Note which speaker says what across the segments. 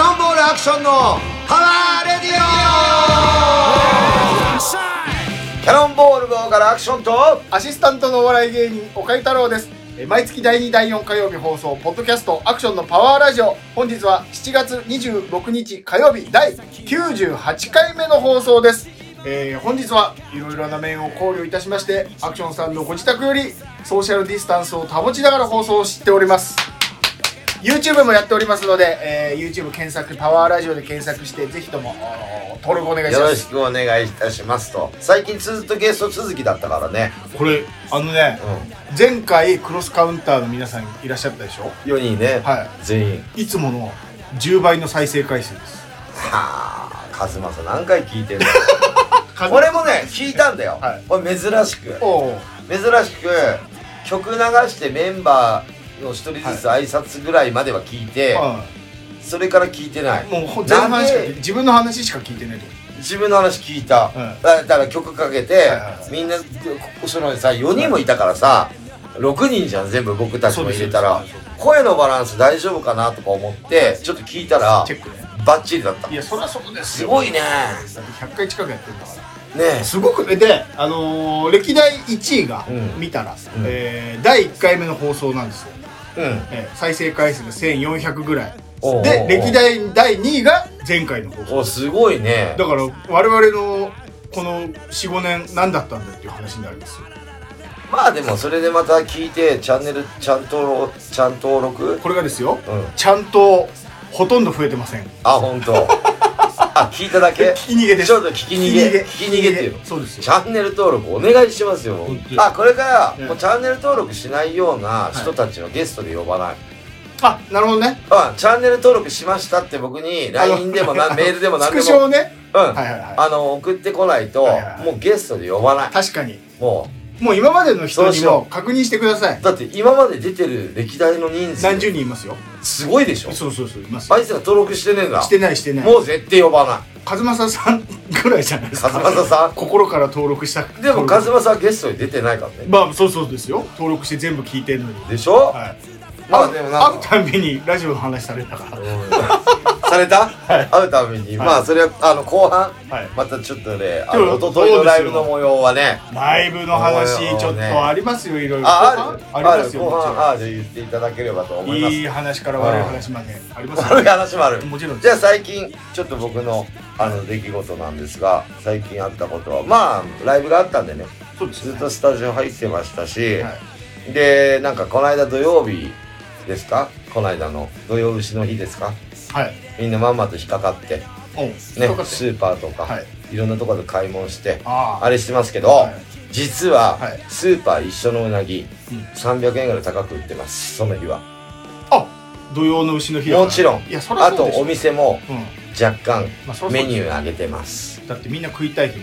Speaker 1: ションのパワーレディオキャノンボール号からアクションと
Speaker 2: アシスタントのお笑い芸人岡井太郎ですえー毎月第2第4火曜日放送ポッドキャストアクションのパワーラジオ本日は7月26日火曜日第98回目の放送です、えー本日はいろいろな面を考慮いたしましてアクションさんのご自宅よりソーシャルディスタンスを保ちながら放送をしております YouTube もやっておりますので、えー YouTube 検索パワーラジオで検索してぜひともあの登録お願いし
Speaker 1: よ
Speaker 2: ま
Speaker 1: ろ
Speaker 2: す
Speaker 1: しくお願いいたしますと最近ずっとゲスト続きだったからね、
Speaker 2: これあのね
Speaker 1: う
Speaker 2: 前回クロスカウンターの皆さんいらっしゃったでしょ
Speaker 1: ん、4人ね、
Speaker 2: はい
Speaker 1: 全員
Speaker 2: いつもの10倍の再生回数です
Speaker 1: はあ和正何回聞いてる の
Speaker 2: 俺
Speaker 1: 俺もね聞いたんだよ、
Speaker 2: はい
Speaker 1: 俺珍しく
Speaker 2: おう
Speaker 1: 珍しく曲流してメンバーの一人ずつ挨拶ぐらいまでは聞いて、それから聞いてない
Speaker 2: うんもう前半しか
Speaker 1: なん
Speaker 2: 聞い
Speaker 1: で
Speaker 2: 自分の話しか聞いてないと
Speaker 1: 自分の話聞いた、
Speaker 2: うん
Speaker 1: だだから曲かけて、
Speaker 2: いはい
Speaker 1: みんなこそのさ4人もいたからさ、6人じゃん全部僕たちも入れたら
Speaker 2: そうですそうです
Speaker 1: 声のバランス大丈夫かなとか思ってちょっと聞いたら
Speaker 2: チェックね
Speaker 1: バッチリだった
Speaker 2: いやそりゃそうです
Speaker 1: す
Speaker 2: よ
Speaker 1: ごいね
Speaker 2: だって100回近くやってるんだから
Speaker 1: ね
Speaker 2: すごくで、あのー歴代1位が
Speaker 1: うん
Speaker 2: 見たら、
Speaker 1: うん
Speaker 2: えー第1回目の放送なんですよ、
Speaker 1: えうん
Speaker 2: えー再生回数が1400ぐらい
Speaker 1: おうおうおう
Speaker 2: で歴代第2位が前回の放送
Speaker 1: おすごいね
Speaker 2: だから我々のこの45年何だったんだっていう話になりますよ
Speaker 1: まあでもそれでまた聞いてチャンネルちゃんとちゃんと登録
Speaker 2: これがですよ
Speaker 1: うん
Speaker 2: ちゃんとほとんど増えてません
Speaker 1: あ本 当あ聞いただけ
Speaker 2: 聞き逃げです
Speaker 1: ちょっと聞き逃げ聞き逃げっていうの
Speaker 2: そうです
Speaker 1: チ
Speaker 2: よ
Speaker 1: ャンネル登録お願いしますよ
Speaker 2: 本当に
Speaker 1: あこれから、
Speaker 2: ええ
Speaker 1: もうチャンネル登録しないようない人たちをゲストで呼ばない、
Speaker 2: あなるほどね
Speaker 1: あチャンネル登録しましたって僕に
Speaker 2: あの
Speaker 1: LINE でも なメールでも
Speaker 2: ス
Speaker 1: 何で
Speaker 2: ク
Speaker 1: も
Speaker 2: ショをね
Speaker 1: うん、
Speaker 2: はいはいは
Speaker 1: あの送ってこないと、
Speaker 2: はいはいはい
Speaker 1: もうゲストで呼ばない
Speaker 2: い確かに
Speaker 1: も
Speaker 2: もう今までの人
Speaker 1: そう
Speaker 2: に
Speaker 1: し
Speaker 2: も
Speaker 1: よ
Speaker 2: 確認してくださいう
Speaker 1: だって今まで出てる歴代の人数
Speaker 2: 何十人いますよ
Speaker 1: すごいでしょ
Speaker 2: そうそうそういます
Speaker 1: あいつら登録してねえんだ
Speaker 2: してないしてない
Speaker 1: もう絶対呼ばない
Speaker 2: 和正さんぐらいじゃないですか
Speaker 1: 和正さ
Speaker 2: 心から登録した
Speaker 1: んでも
Speaker 2: 登
Speaker 1: 和
Speaker 2: 録
Speaker 1: 正はゲストに出てないからね
Speaker 2: まあそうそうですよ登録して全部聞いてるのに
Speaker 1: でしょ、
Speaker 2: はい
Speaker 1: あでもなん
Speaker 2: 会う
Speaker 1: か
Speaker 2: たんびにラジオの話されたから
Speaker 1: うん された、会うために、まあそれはあの後半、
Speaker 2: はい
Speaker 1: またちょっとねあ
Speaker 2: でも
Speaker 1: の一昨日のライブの模様はね
Speaker 2: ライブの
Speaker 1: そう
Speaker 2: 話
Speaker 1: よね
Speaker 2: ちょっとありますよいろいろ
Speaker 1: あある
Speaker 2: ありますよ
Speaker 1: 後
Speaker 2: もちろん
Speaker 1: 半ある言っていただければと思います
Speaker 2: いい話から悪い話までありますよ
Speaker 1: 悪い話もある
Speaker 2: もちろん
Speaker 1: じゃあ最近ちょっと僕のあの出来事なんですが最近あったことはまあライブがあったんでね
Speaker 2: そうです
Speaker 1: ず
Speaker 2: よ
Speaker 1: っ
Speaker 2: ね
Speaker 1: とスタジオ入ってましたし、
Speaker 2: は
Speaker 1: でなんかこの間土曜日ですかこの間の土曜牛の日ですか
Speaker 2: はい
Speaker 1: みんなまんまと引っかかって
Speaker 2: おう
Speaker 1: ね
Speaker 2: 引っかかって
Speaker 1: スーパーとか、
Speaker 2: はい
Speaker 1: い、ろんなところで買い物して
Speaker 2: あ
Speaker 1: あれしてますけど、
Speaker 2: はい
Speaker 1: 実は
Speaker 2: はい
Speaker 1: スーパー一緒のうなぎ、
Speaker 2: うん
Speaker 1: 300円ぐらい高く売ってますその日は
Speaker 2: あ土曜の牛の日だから
Speaker 1: もちろん
Speaker 2: いやそりゃ
Speaker 1: あ
Speaker 2: そ
Speaker 1: と
Speaker 2: うでしょ
Speaker 1: お店も
Speaker 2: うん
Speaker 1: 若干
Speaker 2: まあそりゃそう
Speaker 1: メニュー上げてます
Speaker 2: だってみんな食いたい日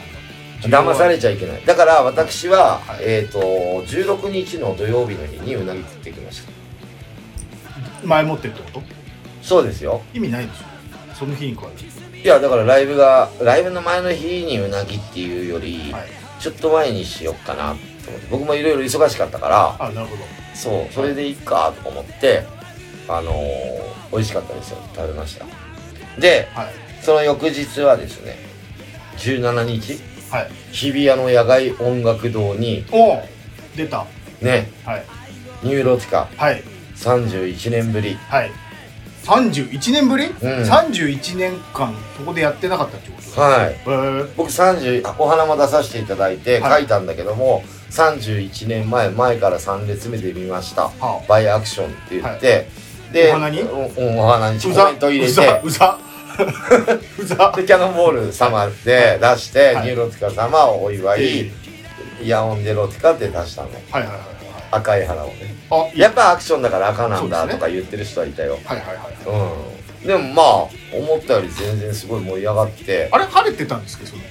Speaker 2: なんだ
Speaker 1: 騙されちゃいけないだから私は、
Speaker 2: はい
Speaker 1: えっ、と16日の土曜日の日にうなぎ食ってきました
Speaker 2: 前もってってこと
Speaker 1: そうですよ
Speaker 2: 意味ないでしょその日に食われる
Speaker 1: いやだからライブがライブの前の日にうなぎっていうより、
Speaker 2: はい
Speaker 1: ちょっと前にしよっかなと思って僕もいろいろ忙しかったから
Speaker 2: あなるほど
Speaker 1: そうそれでいいかとか思ってあのー、美味しかったですよ食べましたで
Speaker 2: はい
Speaker 1: その翌日はですね17日
Speaker 2: はい
Speaker 1: 日比谷の野外音楽堂に
Speaker 2: おう出た
Speaker 1: ね
Speaker 2: はい
Speaker 1: ニューロティカ
Speaker 2: はい
Speaker 1: 31年ぶり
Speaker 2: はい31年ぶり、31年間そこでやってなかったってことだ
Speaker 1: はい
Speaker 2: へー
Speaker 1: 僕30あお花も出させていただいて
Speaker 2: はい
Speaker 1: 書いたんだけども、31年前前から3列目で見ました
Speaker 2: はあ
Speaker 1: バイアクションって言って、で
Speaker 2: お花に
Speaker 1: うんお花にコ
Speaker 2: うざ
Speaker 1: メント入れ
Speaker 2: う
Speaker 1: て
Speaker 2: ざうざうざ
Speaker 1: でキャノンボール様で出して、
Speaker 2: はい
Speaker 1: ニューロティカ様をお祝い、
Speaker 2: え
Speaker 1: イヤオンデロティカって出したの
Speaker 2: はいはいはい
Speaker 1: 赤い花をね
Speaker 2: はいあいや
Speaker 1: やっぱアクションだから赤なん
Speaker 2: そ
Speaker 1: だ
Speaker 2: うですね
Speaker 1: とか言ってる人はいたよ
Speaker 2: はいはいはいはい
Speaker 1: うんでもまあ思ったより全然すごい盛り上がって
Speaker 2: あれ晴れてたんですけどその日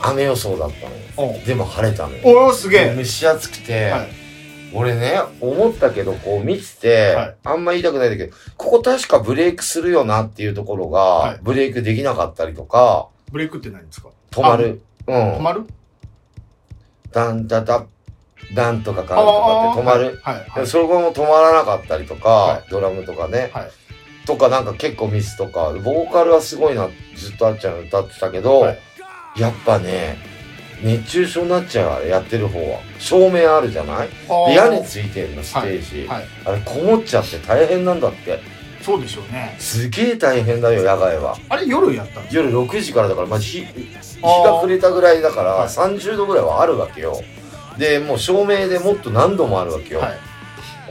Speaker 1: 雨予想だったの
Speaker 2: お
Speaker 1: よでも晴れたのよ
Speaker 2: おおすげ
Speaker 1: で
Speaker 2: え
Speaker 1: 蒸し暑くて、
Speaker 2: はい
Speaker 1: 俺ね思ったけどこう見てて、
Speaker 2: はい
Speaker 1: あんま言いたくないんだけどここ確かブレイクするよなっていうところが、
Speaker 2: はい
Speaker 1: ブレイクできなかったりとか
Speaker 2: ブレイクって何ですか
Speaker 1: 止まるう
Speaker 2: 止
Speaker 1: ん
Speaker 2: まる
Speaker 1: ダンダダダンとかカンとかって止まる
Speaker 2: はいはいはい
Speaker 1: そこも止まらなかったりとか、
Speaker 2: は
Speaker 1: ドラムとかね、
Speaker 2: はい
Speaker 1: とかなんか結構ミスとか、ボーカルはすごいな、ずっとあっちゃん歌ってたけど、
Speaker 2: はい
Speaker 1: やっぱね、熱中症になっちゃうからやってる方は。照明あるじゃないで屋根ついてるの、ステージ。
Speaker 2: はい、
Speaker 1: あれ、こもっちゃって大変なんだって。
Speaker 2: そうでしょうね
Speaker 1: すげえ大変だよ、野外は。
Speaker 2: あれ夜やったんです
Speaker 1: 夜6時からだから、まあ、日日
Speaker 2: あー
Speaker 1: が暮れたぐらいだか
Speaker 2: はい
Speaker 1: ら30度ぐらいはあるわけよでもう照明でもっと何度もあるわけよ、
Speaker 2: は
Speaker 1: あ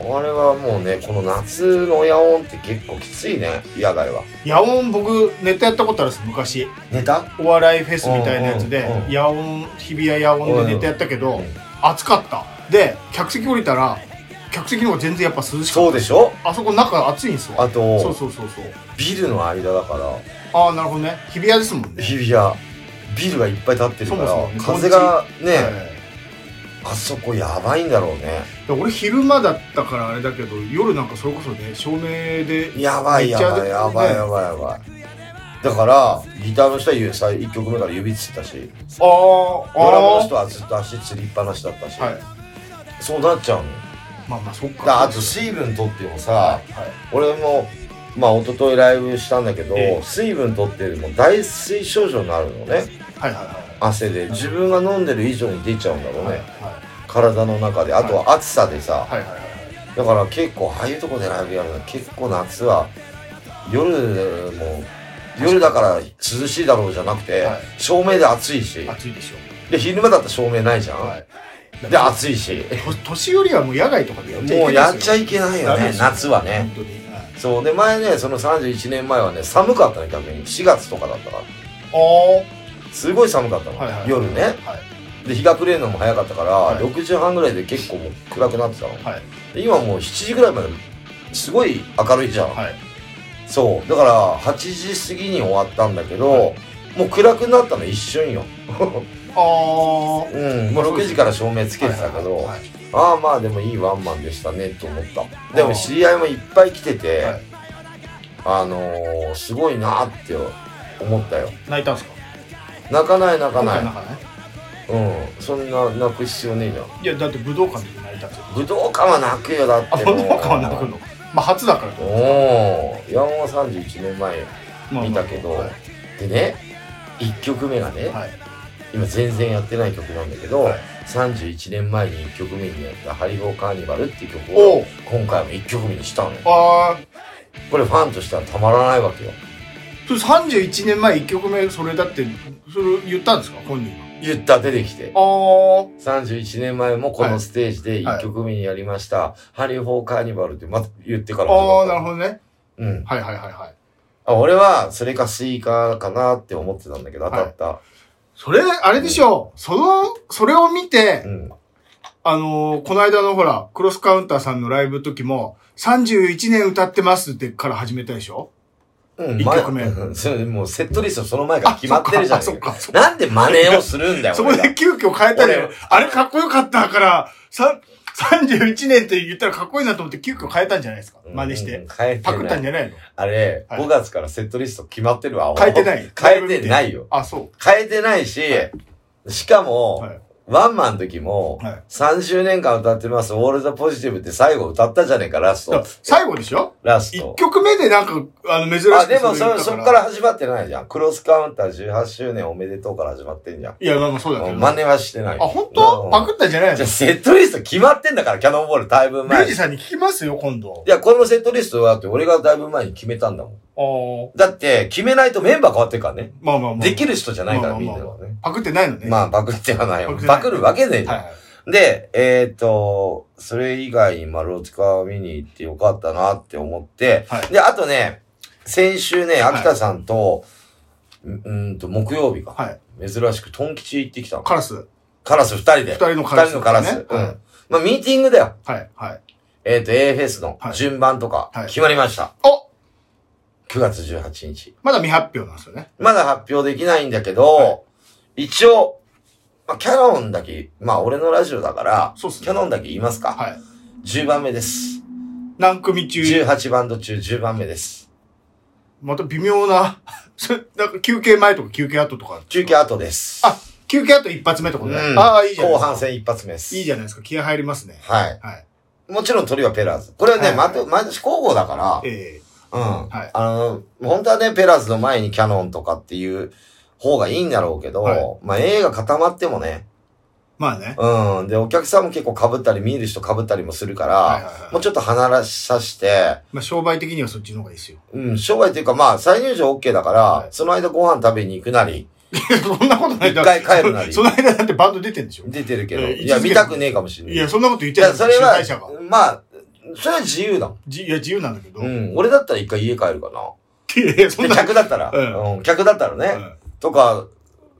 Speaker 2: い
Speaker 1: れはもうねこの夏の夜音って結構きついね野外は
Speaker 2: 夜音僕ネットやったことあるんです昔
Speaker 1: 寝た
Speaker 2: お笑いフェスみたいなやつで
Speaker 1: うんうんうん
Speaker 2: 夜音日比谷夜音でネットやったけど
Speaker 1: うん
Speaker 2: 暑かったで客席降りたら客席の方が全然やっぱ涼しか
Speaker 1: そ
Speaker 2: っ
Speaker 1: う
Speaker 2: た
Speaker 1: でしょ
Speaker 2: あそこ中暑いんですわ
Speaker 1: あと
Speaker 2: そうそうそうそう
Speaker 1: ビルの間だから
Speaker 2: ああなるほどね日比谷ですもんね
Speaker 1: 日比谷ビルがいっぱい立ってるから
Speaker 2: そうですね
Speaker 1: 風がね、
Speaker 2: はい
Speaker 1: あそこやばいんだろうね
Speaker 2: で俺昼間だったからあれだけど夜なんかそれこそね照明で
Speaker 1: やばいやばいやばいやばいやばいだからギターの人は言うさ1曲目から指つったし
Speaker 2: あー
Speaker 1: ドラムの
Speaker 2: あ
Speaker 1: 人はずっと足つりっぱなしだったし、
Speaker 2: ーはい
Speaker 1: そうなっちゃうのよ
Speaker 2: まあまあそっ
Speaker 1: だから
Speaker 2: か
Speaker 1: あと水分取ってもさ、
Speaker 2: はいはい
Speaker 1: 俺もまあ一昨日ライブしたんだけど、
Speaker 2: ええ
Speaker 1: 水分取っても大水症状になるのね
Speaker 2: はいはいはい
Speaker 1: 汗で自分が飲んでる以上に出ちゃうんだろうね、
Speaker 2: はい
Speaker 1: 体の中であとは暑さでさ、
Speaker 2: はいはいはいはい
Speaker 1: だから結構ああいうとこでライブやるの結構夏は夜も夜だから涼しいだろうじゃなくて、
Speaker 2: はい
Speaker 1: 照明で暑いし
Speaker 2: 暑いでし
Speaker 1: で昼間だったら照明ないじゃん、
Speaker 2: ょ
Speaker 1: で暑いし
Speaker 2: と年寄りはもう野外とかでやっちゃいけ
Speaker 1: もうやっちゃ
Speaker 2: い
Speaker 1: いけないよ
Speaker 2: ダメ
Speaker 1: ね
Speaker 2: ですよ
Speaker 1: 夏はね
Speaker 2: 本当にはい
Speaker 1: そうで前ねその31年前はね寒かったね逆に4月とかだったから
Speaker 2: あ
Speaker 1: すごい寒かったの、
Speaker 2: あはいはい
Speaker 1: 夜ね
Speaker 2: はい
Speaker 1: で日が暮れるのも早かったから、
Speaker 2: はい
Speaker 1: 6時半ぐらいで結構もう暗くなってたの、
Speaker 2: はい
Speaker 1: で今もう7時ぐらいまですごい明るいじゃん、
Speaker 2: はい
Speaker 1: そうだから8時過ぎに終わったんだけど、
Speaker 2: はい
Speaker 1: もう暗くなったの一瞬よ、
Speaker 2: ああ
Speaker 1: うん、もう6時から照明つけてたけど、
Speaker 2: はい
Speaker 1: ああまあでもいいワンマンでしたねと思ったで
Speaker 2: あー
Speaker 1: も知り合いもいっぱい来てて、
Speaker 2: はい
Speaker 1: あのー、すごいなーって思ったよ
Speaker 2: 泣いたんすか
Speaker 1: 泣かない泣かない
Speaker 2: 今回泣か
Speaker 1: うんそんな泣く必要ねえじゃん
Speaker 2: いいやだって武道館で泣いたんですよ
Speaker 1: 武道館は泣くよだって
Speaker 2: あ
Speaker 1: もう
Speaker 2: 武道館は泣くのまあ初だから
Speaker 1: おお4は31年前
Speaker 2: まあ
Speaker 1: 見たけど
Speaker 2: まあま
Speaker 1: でね1曲目がね、
Speaker 2: あはい
Speaker 1: 今全然やってない曲なんだけど、
Speaker 2: はい
Speaker 1: 31年前に1曲目にやった「ハリボーカーニバル」っていう曲
Speaker 2: お
Speaker 1: を
Speaker 2: う
Speaker 1: 今回も1曲目にしたのよ
Speaker 2: ああ
Speaker 1: これファンとしてはたまらないわけよ
Speaker 2: それ31年前1曲目それだってそれ言ったんですか本人が
Speaker 1: 言った出てきて
Speaker 2: あー
Speaker 1: 31年前もこのステージで
Speaker 2: はい
Speaker 1: 1曲目にやりました「ハリボーカーニバル」ってまた言ってから
Speaker 2: あーなる
Speaker 1: る
Speaker 2: ほどね
Speaker 1: うん、
Speaker 2: はいはいはいはい
Speaker 1: あ俺はそれかスイカかなって思ってたんだけど当たった、
Speaker 2: それあれでしょそのそれを見て、
Speaker 1: うん
Speaker 2: あのーこの間のほらクロスカウンターさんのライブの時も31年歌ってますってから始めたでしょ
Speaker 1: うん、
Speaker 2: 一
Speaker 1: 前
Speaker 2: 曲目
Speaker 1: うんそれもうセットリストその前から決まってるじゃん
Speaker 2: あそっかそっか
Speaker 1: なんで真似をするんだよ
Speaker 2: そこ
Speaker 1: 俺が
Speaker 2: で急遽変えたり
Speaker 1: 俺
Speaker 2: あれかっこよかったからさ31年って言ったらかっこいいなと思って急遽変えたんじゃないですか 真似し
Speaker 1: う
Speaker 2: て
Speaker 1: ん変えてない
Speaker 2: パクったんじゃないの
Speaker 1: あれ、
Speaker 2: はい
Speaker 1: 5月からセットリスト決まってるわ。
Speaker 2: 変えてない
Speaker 1: 変えてないよ。
Speaker 2: あそ
Speaker 1: 変えてないし、しかも、
Speaker 2: うはい
Speaker 1: ワンマンの時も、
Speaker 2: はい
Speaker 1: 30年間歌ってます、オールザポジティブって最後歌ったじゃねえか、ラス
Speaker 2: だ
Speaker 1: ト
Speaker 2: から。最後でしょ
Speaker 1: ラス
Speaker 2: 一
Speaker 1: ト。
Speaker 2: 曲目でなんか、あの、珍しく
Speaker 1: あ、でも
Speaker 2: れ言っ
Speaker 1: そ、
Speaker 2: た
Speaker 1: そっから。始まってないじゃん。クロスカウンター18周年おめでとうから始まってんじゃん。
Speaker 2: いや、まあまあそうだけど。
Speaker 1: 真似はしてない。
Speaker 2: あ、本当パクったんじゃない
Speaker 1: じゃ
Speaker 2: の
Speaker 1: あセットリスト決まってんだから、キャノンボールだいぶ
Speaker 2: ミュ
Speaker 1: 前
Speaker 2: ー
Speaker 1: に。
Speaker 2: ジ
Speaker 1: い
Speaker 2: さんに聞きますよ、今度。
Speaker 1: や、このセットリストはだって俺がだいぶ前に決めたんだもん。
Speaker 2: ああ。
Speaker 1: だって、決めないとメンバー変わってるからね。
Speaker 2: まあまあまあ。
Speaker 1: できる人じゃないから、
Speaker 2: まあ
Speaker 1: みん
Speaker 2: まあ
Speaker 1: な
Speaker 2: まあ
Speaker 1: はね。
Speaker 2: パクってないのね。
Speaker 1: まあ、パクってはない
Speaker 2: パ
Speaker 1: よ
Speaker 2: クって。ない
Speaker 1: パクるわけねえじ
Speaker 2: は
Speaker 1: ゃ
Speaker 2: い
Speaker 1: ん。
Speaker 2: はい。
Speaker 1: で、えっ、と、それ以外に、まあ、ローチカー見に行ってよかったなって思って、
Speaker 2: はい
Speaker 1: で、あとね、先週ね、秋田さんと、ううーんと、木曜日か、
Speaker 2: はい。
Speaker 1: 珍しく、トン吉行ってきたの。
Speaker 2: カラス。
Speaker 1: カラス二人で。
Speaker 2: 二
Speaker 1: 二
Speaker 2: 人のカラス
Speaker 1: 人のカラス。
Speaker 2: ね
Speaker 1: う
Speaker 2: はい
Speaker 1: ん。まあ、ミーティングだよ。
Speaker 2: はい。はい。
Speaker 1: えっ、と、A フェスの
Speaker 2: はい
Speaker 1: 順番とか
Speaker 2: はい、
Speaker 1: 決まりました。
Speaker 2: お
Speaker 1: 9月18日。
Speaker 2: まだ未発表なんですよね。
Speaker 1: まだ発表できないんだけど、
Speaker 2: は
Speaker 1: 一応、まあ、キャノンだけ、まあ俺のラジオだから、
Speaker 2: そうっすね
Speaker 1: キャノンだけ言いますか、
Speaker 2: はい。
Speaker 1: ?10 番目です。
Speaker 2: 何組中、
Speaker 1: 18バンド中10番目です。
Speaker 2: また微妙な、 それなんか休憩前とか休憩後とか。
Speaker 1: 中継後です。
Speaker 2: あ、休憩後一発目とかね。
Speaker 1: うん
Speaker 2: ああ、いいじゃない
Speaker 1: 後
Speaker 2: ですか。
Speaker 1: 半戦一発目です。
Speaker 2: いいじゃないですか。気合入りますね。
Speaker 1: はい。
Speaker 2: はい。
Speaker 1: もちろん鳥はペラーズ。これはね、
Speaker 2: はい
Speaker 1: まと毎年交互だから、
Speaker 2: ええ。
Speaker 1: うん。
Speaker 2: はい
Speaker 1: あの、本当はね、ペラーズの前にキャノンとかっていう方がいいんだろうけど、
Speaker 2: はい
Speaker 1: まあ映画固まってもね、
Speaker 2: まあね。
Speaker 1: うん。で、お客さんも結構被ったり、見る人被ったりもするから、
Speaker 2: はいはいはい
Speaker 1: もうちょっと離らさして、
Speaker 2: まあ商売的にはそっちの方がいいですよ。
Speaker 1: うん、商売っていうかまあ、再入場 OK だから、
Speaker 2: はい
Speaker 1: その間ご飯食べに行くなり、
Speaker 2: そんなことない
Speaker 1: 一回帰るなり
Speaker 2: その間だってバンド出てんでしょ
Speaker 1: 出てるけど、
Speaker 2: えー
Speaker 1: いや、
Speaker 2: 一時
Speaker 1: 見
Speaker 2: 期
Speaker 1: たくねえかもしれない。
Speaker 2: いや、そんなこと言っ
Speaker 1: い
Speaker 2: てない
Speaker 1: や
Speaker 2: です
Speaker 1: そ
Speaker 2: よ。
Speaker 1: れ
Speaker 2: 主催者が
Speaker 1: は、まあ、それは自由だもん。
Speaker 2: じいや、自由なんだけど。
Speaker 1: うん、俺だったら一回家帰るかな。
Speaker 2: いやいやそ
Speaker 1: で
Speaker 2: んな、
Speaker 1: 客だったら、
Speaker 2: うん
Speaker 1: うん、客だったらね、
Speaker 2: うん
Speaker 1: とか、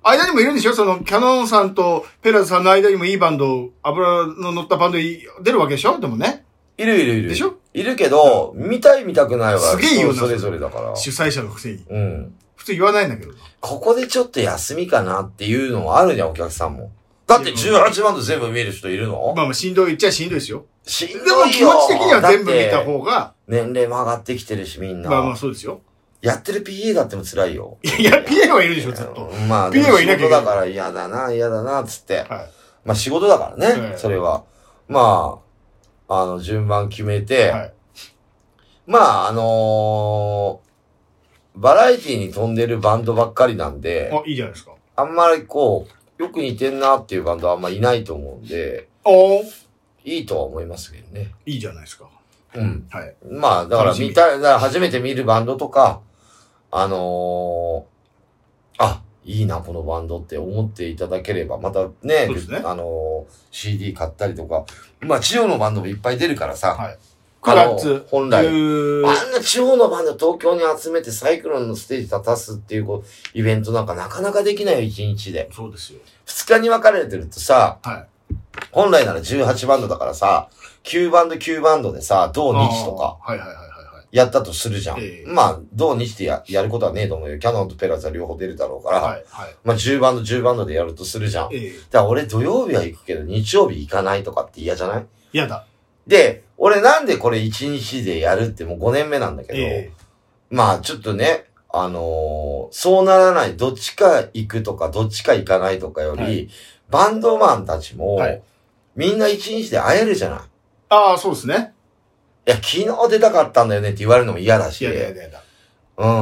Speaker 2: 間にもいるんでしょその、キャノンさんとペラズさんの間にもいいバンド、油の乗ったバンドい出るわけでしょでもね。
Speaker 1: いるいるいる。
Speaker 2: でしょ
Speaker 1: いるけど、見たい見たくないは、
Speaker 2: すげえよな
Speaker 1: 人それぞれだから。
Speaker 2: 主催者のくせに。
Speaker 1: うん。
Speaker 2: 普通言わないんだけど。
Speaker 1: ここでちょっと休みかなっていうのはあるじゃん、お客さんも。だって18バンド全部見る人いるの
Speaker 2: まあまあしんどいっちゃしんどいですよ。
Speaker 1: しんどい
Speaker 2: でも
Speaker 1: よ
Speaker 2: 気持ち的には全部見た。
Speaker 1: だって
Speaker 2: 方が、
Speaker 1: 年齢も上がってきてるし、みんな。
Speaker 2: まあまあそうですよ。
Speaker 1: やってる PA だっても辛いよ。
Speaker 2: いや、PA はいるでしょずっと。
Speaker 1: うんまあ、
Speaker 2: PA はいな
Speaker 1: でも仕
Speaker 2: きゃいけない
Speaker 1: 事だから嫌だな、嫌だな、つって。
Speaker 2: はい。
Speaker 1: まあ仕事だからね、
Speaker 2: ええ
Speaker 1: それは。まあ、あの、順番決めて、
Speaker 2: はい
Speaker 1: まあ、あのーバラエティに飛んでるバンドばっかりなんで、
Speaker 2: あ、いいじゃないですか。
Speaker 1: あんまりこう、よく似てんなっていうバンドはあんまいないと思うんで、
Speaker 2: おー
Speaker 1: いいとは思いますけどね。
Speaker 2: いいじゃないですか。
Speaker 1: うん。
Speaker 2: はい。
Speaker 1: まあ、だから
Speaker 2: 楽しみ
Speaker 1: 見たい、だから初めて見るバンドとか、あのーあ、いいな、このバンドって思っていただければ、またね、
Speaker 2: そうですね
Speaker 1: あのー CD 買ったりとか、まあ、地方のバンドもいっぱい出るからさ、
Speaker 2: はい
Speaker 1: あ
Speaker 2: 9
Speaker 1: の
Speaker 2: 月。
Speaker 1: 本来
Speaker 2: 10
Speaker 1: あんな地方のバンド東京に集めてサイクロンのステージ立たすっていうこうイベントなんかなかなかできないよ、一日で。
Speaker 2: そうですよ。
Speaker 1: 二日に分かれてるとさ、
Speaker 2: は
Speaker 1: 本来なら18バンドだからさ、9バンド9バンドでさ、同
Speaker 2: い。
Speaker 1: 日とか
Speaker 2: あー。はいはいはいはいはい。
Speaker 1: やったとするじゃん。
Speaker 2: ええ
Speaker 1: まあ、同日でややることはねえと思うよ。キャノンとペラーズは両方出るだろうから、
Speaker 2: はいはい。
Speaker 1: まあ10バンド10バンドでやるとするじゃん。だか
Speaker 2: ええ。
Speaker 1: ら俺土曜日は行くけど日曜日行かないとかって嫌じゃない
Speaker 2: 嫌だ。
Speaker 1: で、俺なんでこれ1日でやるってもう5年目なんだけど、
Speaker 2: ええ。
Speaker 1: まあちょっとね、あのーそうならない、どっちか行くとか、どっちか行かないとかより、
Speaker 2: はい
Speaker 1: バンドマンたちも、
Speaker 2: はい
Speaker 1: みんな一日で会えるじゃない。い
Speaker 2: ああ、そうですね。
Speaker 1: や、昨日出たかったんだよねって言われるのも嫌だし、
Speaker 2: 嫌だ嫌だ嫌だ。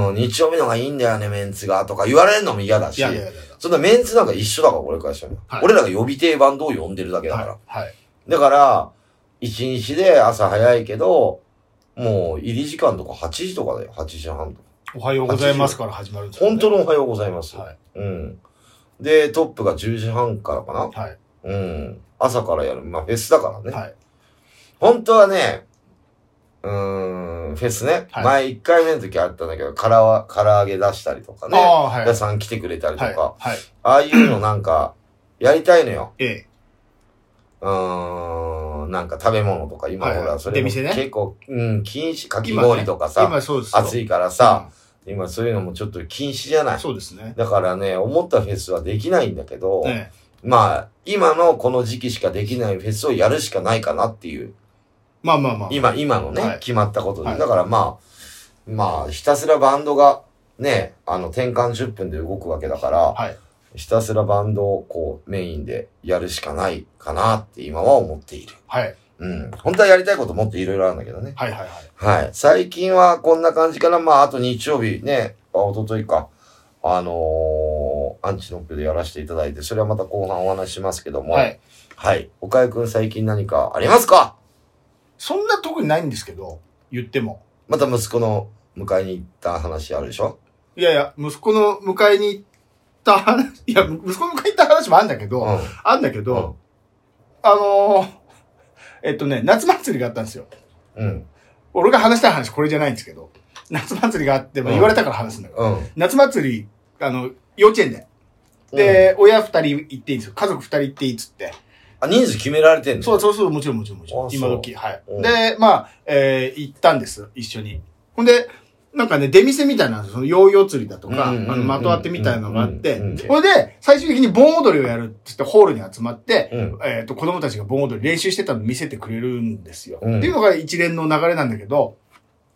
Speaker 1: うん、日曜日の方がいいんだよね、メンツが、とか言われるのも嫌だし、
Speaker 2: 嫌だ嫌だ嫌だ。
Speaker 1: そんなメンツなんか一緒だから、俺からしたら、
Speaker 2: はい
Speaker 1: 俺らが予備定バンドを呼んでるだけだから。
Speaker 2: はい。はい。
Speaker 1: だから、一日で朝早いけど、もう入り時間とか8時とかだよ、8時半とか。
Speaker 2: おはようございますから始まるんですよね
Speaker 1: 本当のおはようございます。
Speaker 2: はい。
Speaker 1: うん。で、トップが10時半からかな
Speaker 2: はい。
Speaker 1: うん。朝からやる。まあ、フェスだからね。
Speaker 2: はい。
Speaker 1: 本当はね、うーん、フェスね。
Speaker 2: はい
Speaker 1: 前1回目の時あったんだけど、からわ、唐揚げ出したりとか
Speaker 2: あ
Speaker 1: ね。
Speaker 2: あ、はい。
Speaker 1: 皆さん来てくれたりとか。
Speaker 2: はい。はい。
Speaker 1: ああいうのなん か、やりたいのよ。
Speaker 2: ええ。
Speaker 1: うーん、なんか食べ物とか、今
Speaker 2: は
Speaker 1: ほ
Speaker 2: いはい
Speaker 1: ら、それも
Speaker 2: 出店ね
Speaker 1: 結構、うん、禁止、かき
Speaker 2: 今ね
Speaker 1: 氷とかさ、
Speaker 2: 今そうですよ。
Speaker 1: 暑いからさ、今そういうのもちょっと禁止じゃな
Speaker 2: うん。
Speaker 1: い。
Speaker 2: そうですね。
Speaker 1: だからね、思ったフェスはできないんだけど、
Speaker 2: ええ。
Speaker 1: まあ、今のこの時期しかできないフェスをやるしかないかなっていう。
Speaker 2: まあまあまあ。
Speaker 1: 今、今のね、
Speaker 2: はい
Speaker 1: 決まったことで。
Speaker 2: はい
Speaker 1: だからまあ、まあ、ひたすらバンドが、ね、あの、転換10分で動くわけだから、
Speaker 2: はい。
Speaker 1: ひたすらバンドをこう、メインでやるしかないかなって今は思っている。
Speaker 2: はい。
Speaker 1: うん。本当はやりたいこともっといろいろあるんだけどね。
Speaker 2: はいはいはい。
Speaker 1: はい。最近はこんな感じかな。まあ、あと日曜日ね、あ、おとといか。あのーアンチノックでやらせていただいて、それはまた後半お話ししますけども。
Speaker 2: はい。
Speaker 1: はい。岡井くん最近何かありますか
Speaker 2: そんな特にないんですけど、言っても。
Speaker 1: また息子の迎えに行った話あるでしょ
Speaker 2: いやいや、息子の迎えに行った 話、いや、息子の迎えに行った話もあんだけ
Speaker 1: う
Speaker 2: ど、
Speaker 1: ん。
Speaker 2: あんだけど、あのー、えっとね、夏祭りがあったんですよ。
Speaker 1: うん。
Speaker 2: 俺が話したい話これじゃないんですけど、夏祭りがあって、まあ
Speaker 1: うん
Speaker 2: 言われたから話すんだけど、
Speaker 1: うん。
Speaker 2: 夏祭り、あの、幼稚園で。で、親二人行っていいんですよ。家族二人行っていいっつって。
Speaker 1: あ、人数決められてんの
Speaker 2: そうそうそう、もちろんもちろんもちろ
Speaker 1: あ
Speaker 2: ん。今時、はい
Speaker 1: うん。
Speaker 2: で、まあ、えー行ったんです、一緒に。ほんで、なんかね、出店みたいなのその、ヨーヨー釣りだとか、あ
Speaker 1: うんうんうん
Speaker 2: の、まとわってみたいなのがあって
Speaker 1: うんうんうん、
Speaker 2: ほんで、最終的に盆踊りをやるって言って、ホールに集まって、
Speaker 1: うん。
Speaker 2: えっと、子供たちが盆踊り練習してたの見せてくれるんですよ。
Speaker 1: うん
Speaker 2: っていうのが一連の流れなんだけど、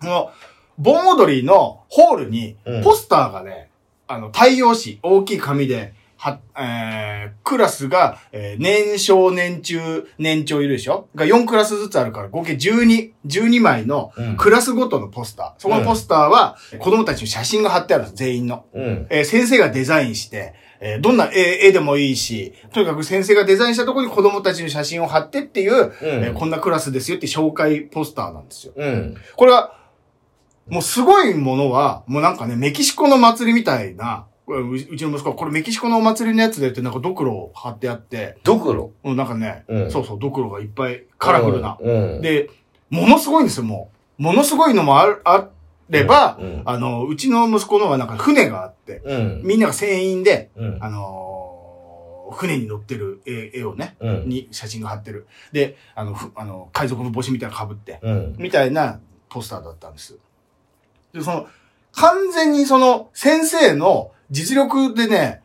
Speaker 2: この、盆踊りのホールに
Speaker 1: うん、
Speaker 2: ポスターがね、あの、太陽紙、大きい紙では、えー、クラスが、えー年少、年中、年長いるでしょが4クラスずつあるから、合計12、12枚の
Speaker 1: うん
Speaker 2: クラスごとのポスター。そこのポスターは、子供たちの写真が貼ってあるんです、全員の。
Speaker 1: うん。
Speaker 2: えー先生がデザインして、えーどんな絵絵でもいいし、とにかく先生がデザインしたところに子供たちの写真を貼ってっていう、えーこんなクラスですよって紹介ポスターなんですよ。
Speaker 1: うん。
Speaker 2: これは、もうすごいものは、もうなんかね、メキシコの祭りみたいな、これううちの息子は、これメキシコのお祭りのやつでってなんかドクロを貼ってあって、
Speaker 1: ドクロ。
Speaker 2: もうなんかね、
Speaker 1: うん
Speaker 2: そうそう、ドクロがいっぱいカラフルな。
Speaker 1: うん。
Speaker 2: で、ものすごいんですよ、もう。ものすごいのもあるあれば、
Speaker 1: うん
Speaker 2: あの、うちの息子のはなんか船があって、
Speaker 1: うん。
Speaker 2: みんなが船員で、
Speaker 1: うん。
Speaker 2: あのー船に乗ってる絵絵をね、
Speaker 1: うん。
Speaker 2: に写真が貼ってる。で、あの、ふあの海賊の帽子みたいなの被って、
Speaker 1: うん。
Speaker 2: みたいなポスターだったんです。で、その、完全にその先生の実力でね、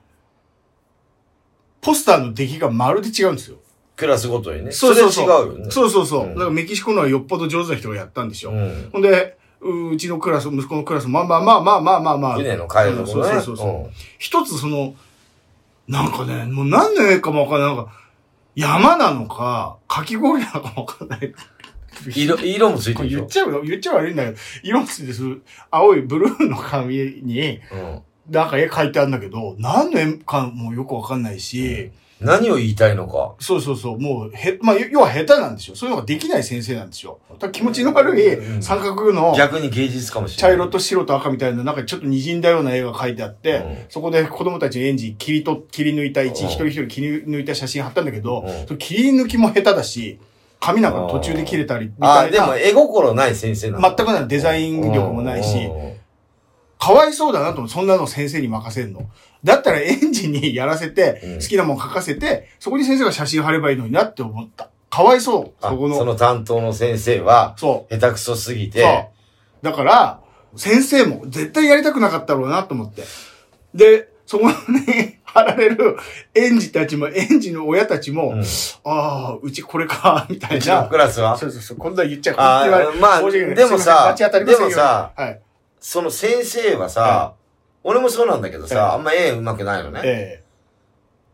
Speaker 2: ポスターの出来がまるで違うんですよ。
Speaker 1: クラスごとにね。
Speaker 2: そうそうそう
Speaker 1: れ違うよね。
Speaker 2: そうそうそう。
Speaker 1: うん
Speaker 2: だからメキシコのはよっぽど上手な人がやったんでしょ。
Speaker 1: うん。
Speaker 2: ほんで、ううちのクラス、息子のクラス、まあまあまあまあまあまあまあ、
Speaker 1: 船の海賊のね。
Speaker 2: そうそうそうそう
Speaker 1: うん
Speaker 2: 一つその、なんかね、もう何の絵かもわかんない。なんか、山なのか、かき氷なのかもわかんない。
Speaker 1: 色、色もつい
Speaker 2: こ
Speaker 1: て
Speaker 2: れ
Speaker 1: るでし
Speaker 2: 言っ
Speaker 1: ょ。
Speaker 2: ちゃうよ。言っちゃ悪いんだけど、色ついてする、青いブルーの紙に、
Speaker 1: うん。
Speaker 2: なんか絵描いてあるんだけど、何の絵かもよくわかんないし、
Speaker 1: 何を言いたいのか。
Speaker 2: そうそうそう、もう、へ、まあ、要は下手なんでしょ。そういうのができない先生なんでしょ。だから気持ちの悪
Speaker 1: う
Speaker 2: い
Speaker 1: ん
Speaker 2: 三角の
Speaker 1: 逆に芸術かもしれ
Speaker 2: 茶
Speaker 1: ない。
Speaker 2: 色と白と赤みたいな、なんかちょっと滲んだような絵が描いてあって、
Speaker 1: うん
Speaker 2: そこで子供たちの園児切りと、切り抜いた位置、
Speaker 1: うん
Speaker 2: 一人一人切り抜いた写真貼ったんだけど、
Speaker 1: うん
Speaker 2: その切り抜きも下手だし、紙なんか途中で切れたり、み
Speaker 1: あ
Speaker 2: た
Speaker 1: あ、
Speaker 2: い
Speaker 1: でも
Speaker 2: な、
Speaker 1: 絵心ない先生なの
Speaker 2: 全くないデザイン力もないし、
Speaker 1: うん
Speaker 2: かわいそうだなと思う。そんなの先生に任せんの。だったら園児にやらせ
Speaker 1: う
Speaker 2: て
Speaker 1: ん、
Speaker 2: 好きなもん書かせて、そこに先生が写真貼ればいいのになって思った。かわいそう。
Speaker 1: あ
Speaker 2: そこの。
Speaker 1: その担当の先生は、
Speaker 2: そう。
Speaker 1: 下手くそすぎて、
Speaker 2: そう。だから、先生も絶対やりたくなかったろうなと思って。で、そこに 貼られる園児たちも、園児の親たちも、
Speaker 1: うん
Speaker 2: ああ、うちこれか、 みた
Speaker 1: う
Speaker 2: い
Speaker 1: ちの
Speaker 2: な
Speaker 1: ク。ラスは
Speaker 2: そ、うそうそう、こんなん言っちゃう。
Speaker 1: あー
Speaker 2: こんな言われ
Speaker 1: まあ
Speaker 2: 申し訳ない
Speaker 1: でもさ
Speaker 2: すいません罰当たりませんよ
Speaker 1: でもさ
Speaker 2: はい。
Speaker 1: その先生はさ、俺もそうなんだけどさ、あんま絵上手くないのね。
Speaker 2: え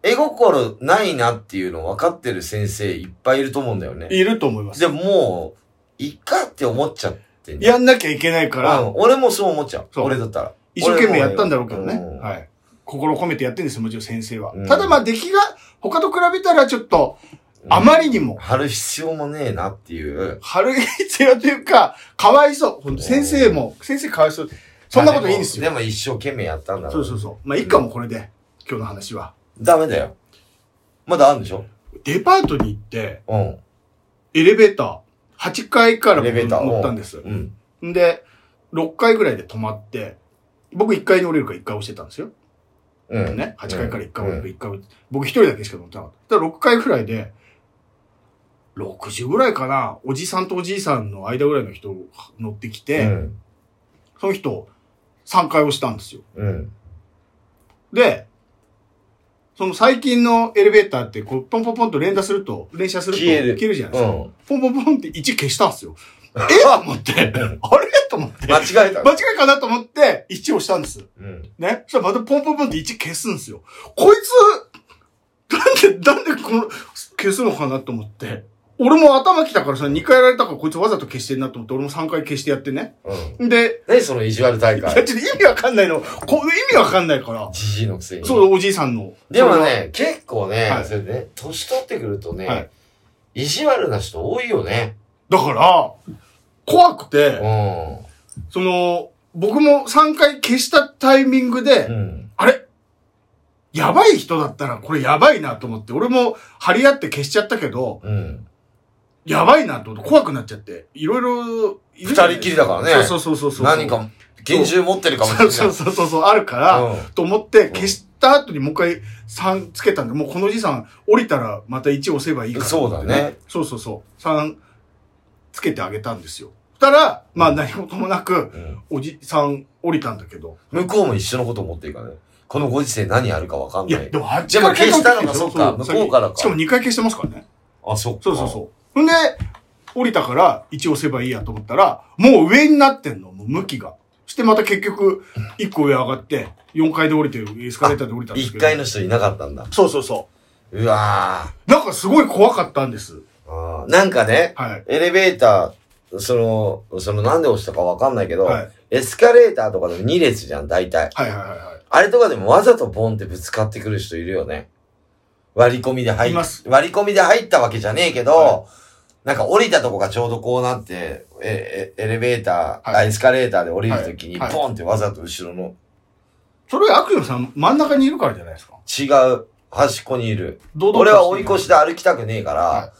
Speaker 1: 絵心ないなっていうの分かってる先生いっぱいいると思うんだよね
Speaker 2: え。いると思います。
Speaker 1: でももう、いいかって思っちゃってんだよ
Speaker 2: やんなきゃいけないから、
Speaker 1: うん、俺もそう思っちゃう。
Speaker 2: そう
Speaker 1: 俺だったら。
Speaker 2: 一生懸命やったんだろうけどね
Speaker 1: 俺も。
Speaker 2: はい。心を込めてやってんですよ、もちろん先生は。
Speaker 1: うん
Speaker 2: ただまあ出来が他と比べたらちょっと、
Speaker 1: うん
Speaker 2: あまりにも、
Speaker 1: 貼る必要もねえなっていう。
Speaker 2: 春必要というか、かわいそう。ほんと先生も、先生かわいそう。そんなこといいんです
Speaker 1: ま
Speaker 2: よ。
Speaker 1: あでもでも一生懸命やったんだろ
Speaker 2: そうそうそう。まあ、いっかもこれで、今日の話は。
Speaker 1: ダメだよ。まだあるんでしょ
Speaker 2: デパートに行って、
Speaker 1: うん。
Speaker 2: エレベーター、8階から
Speaker 1: エレベーター
Speaker 2: 乗ったんです。
Speaker 1: うん。
Speaker 2: んで、6階ぐらいで止まって、僕1階に降りるから1階押してたんですよ。
Speaker 1: うん。
Speaker 2: ね。8階から1階
Speaker 1: う
Speaker 2: 降り
Speaker 1: ん
Speaker 2: る、1階降りる。僕1人だけしか乗ってなかった。だから6階ぐらいで、60ぐらいかな、おじさんとおじいさんの間ぐらいの人乗ってきて、
Speaker 1: うん。
Speaker 2: その人、3回押したんですよ。
Speaker 1: うん。
Speaker 2: で、その最近のエレベーターって、こう、ポンポンポンと連打すると、連射すると
Speaker 1: 消える
Speaker 2: じゃないで
Speaker 1: う
Speaker 2: すか。
Speaker 1: ん。
Speaker 2: ポンポンポンって1消したん ですよ。えと思って、あれと思って、
Speaker 1: 間違 えた。
Speaker 2: 間違いかなと思って、1押したんです。
Speaker 1: うん。
Speaker 2: ね。そしたらまたポンポンポンって1消すんですよ。こいつ、なんで、なんでこの、消すのかなと思って。俺も頭きたからさ、2回やられたからこいつわざと消してんなと思って、俺も3回消してやってね。
Speaker 1: うん。
Speaker 2: で、
Speaker 1: 何その意地悪大
Speaker 2: いや
Speaker 1: 会。
Speaker 2: ちょっと意味わかんないの。こう意味わかんないから。
Speaker 1: じじいのくせに。
Speaker 2: そう、おじいさんの。
Speaker 1: でもね、結構ね、
Speaker 2: はい
Speaker 1: それね、年取ってくるとね、
Speaker 2: はい
Speaker 1: 意地悪な人多いよね。
Speaker 2: それは。だから、怖く
Speaker 1: う
Speaker 2: て、
Speaker 1: ん。
Speaker 2: その、僕も3回消したタイミング
Speaker 1: う
Speaker 2: で、
Speaker 1: ん。
Speaker 2: やばい人だったらこれやばいなと思って、俺も張り合って消しちゃったけど、
Speaker 1: うん。
Speaker 2: やばいなと思って怖くなっちゃって、いろいろいるじゃな
Speaker 1: 二人
Speaker 2: いです、
Speaker 1: きりだからね
Speaker 2: そうそうそうそう。
Speaker 1: 何か、拳銃持ってるかもしれ
Speaker 2: そ
Speaker 1: な
Speaker 2: う
Speaker 1: い。
Speaker 2: そうそうそうそう、あるから、と思って、消した後にもう一回3つけたんで、もうこのおじいさん降りたらまた1押せばいいから、
Speaker 1: そうだね。
Speaker 2: そうそうそう。3つけてあげたんですよ。そしたら、まあ何事もなく、
Speaker 1: うんうん
Speaker 2: おじさん降りたんだけど。
Speaker 1: 向こうも一緒のこと思ってるからね。このご時世何あるかわかん
Speaker 2: いや、
Speaker 1: ない
Speaker 2: で。も8
Speaker 1: じゃあまあ消したのか
Speaker 2: そう
Speaker 1: そっか
Speaker 2: そう
Speaker 1: 向こうからか
Speaker 2: しかも2回消してますからね。
Speaker 1: あ、そっか。
Speaker 2: そうそうそう。ほんで、降りたから1押せばいいやと思ったら、もう上になってんの、もう向きが。してまた結局、1個上上がって、4階で降りて、エスカレーターで降りたんです
Speaker 1: 一
Speaker 2: けど。
Speaker 1: 階の人いなかったんだ。
Speaker 2: そうそうそう
Speaker 1: わ
Speaker 2: う。なんかすごい怖かったんです。
Speaker 1: ーあー。なんかね、
Speaker 2: はい。
Speaker 1: エレベーター、その、そのなんで押したかわかんないけど、
Speaker 2: はい
Speaker 1: エスカレーターとかでも2列じゃん、大体。
Speaker 2: はいはいはいはい。
Speaker 1: あれとかでもわざとボンってぶつかってくる人いるよね。割り込みで入っ
Speaker 2: います
Speaker 1: 割り込みで入ったわけじゃねえけど、
Speaker 2: は
Speaker 1: なんか降りたとこがちょうどこうなって、え、えエレベーター、
Speaker 2: は
Speaker 1: あ
Speaker 2: い
Speaker 1: エスカレーターで降りるときに、
Speaker 2: はいはい
Speaker 1: ボンってわざと後ろの
Speaker 2: それ、アクションさん、真ん中にいるからじゃないですか。
Speaker 1: 違う端っこにいる。
Speaker 2: 堂々と
Speaker 1: 俺は追い越しで歩きたくねえから、
Speaker 2: は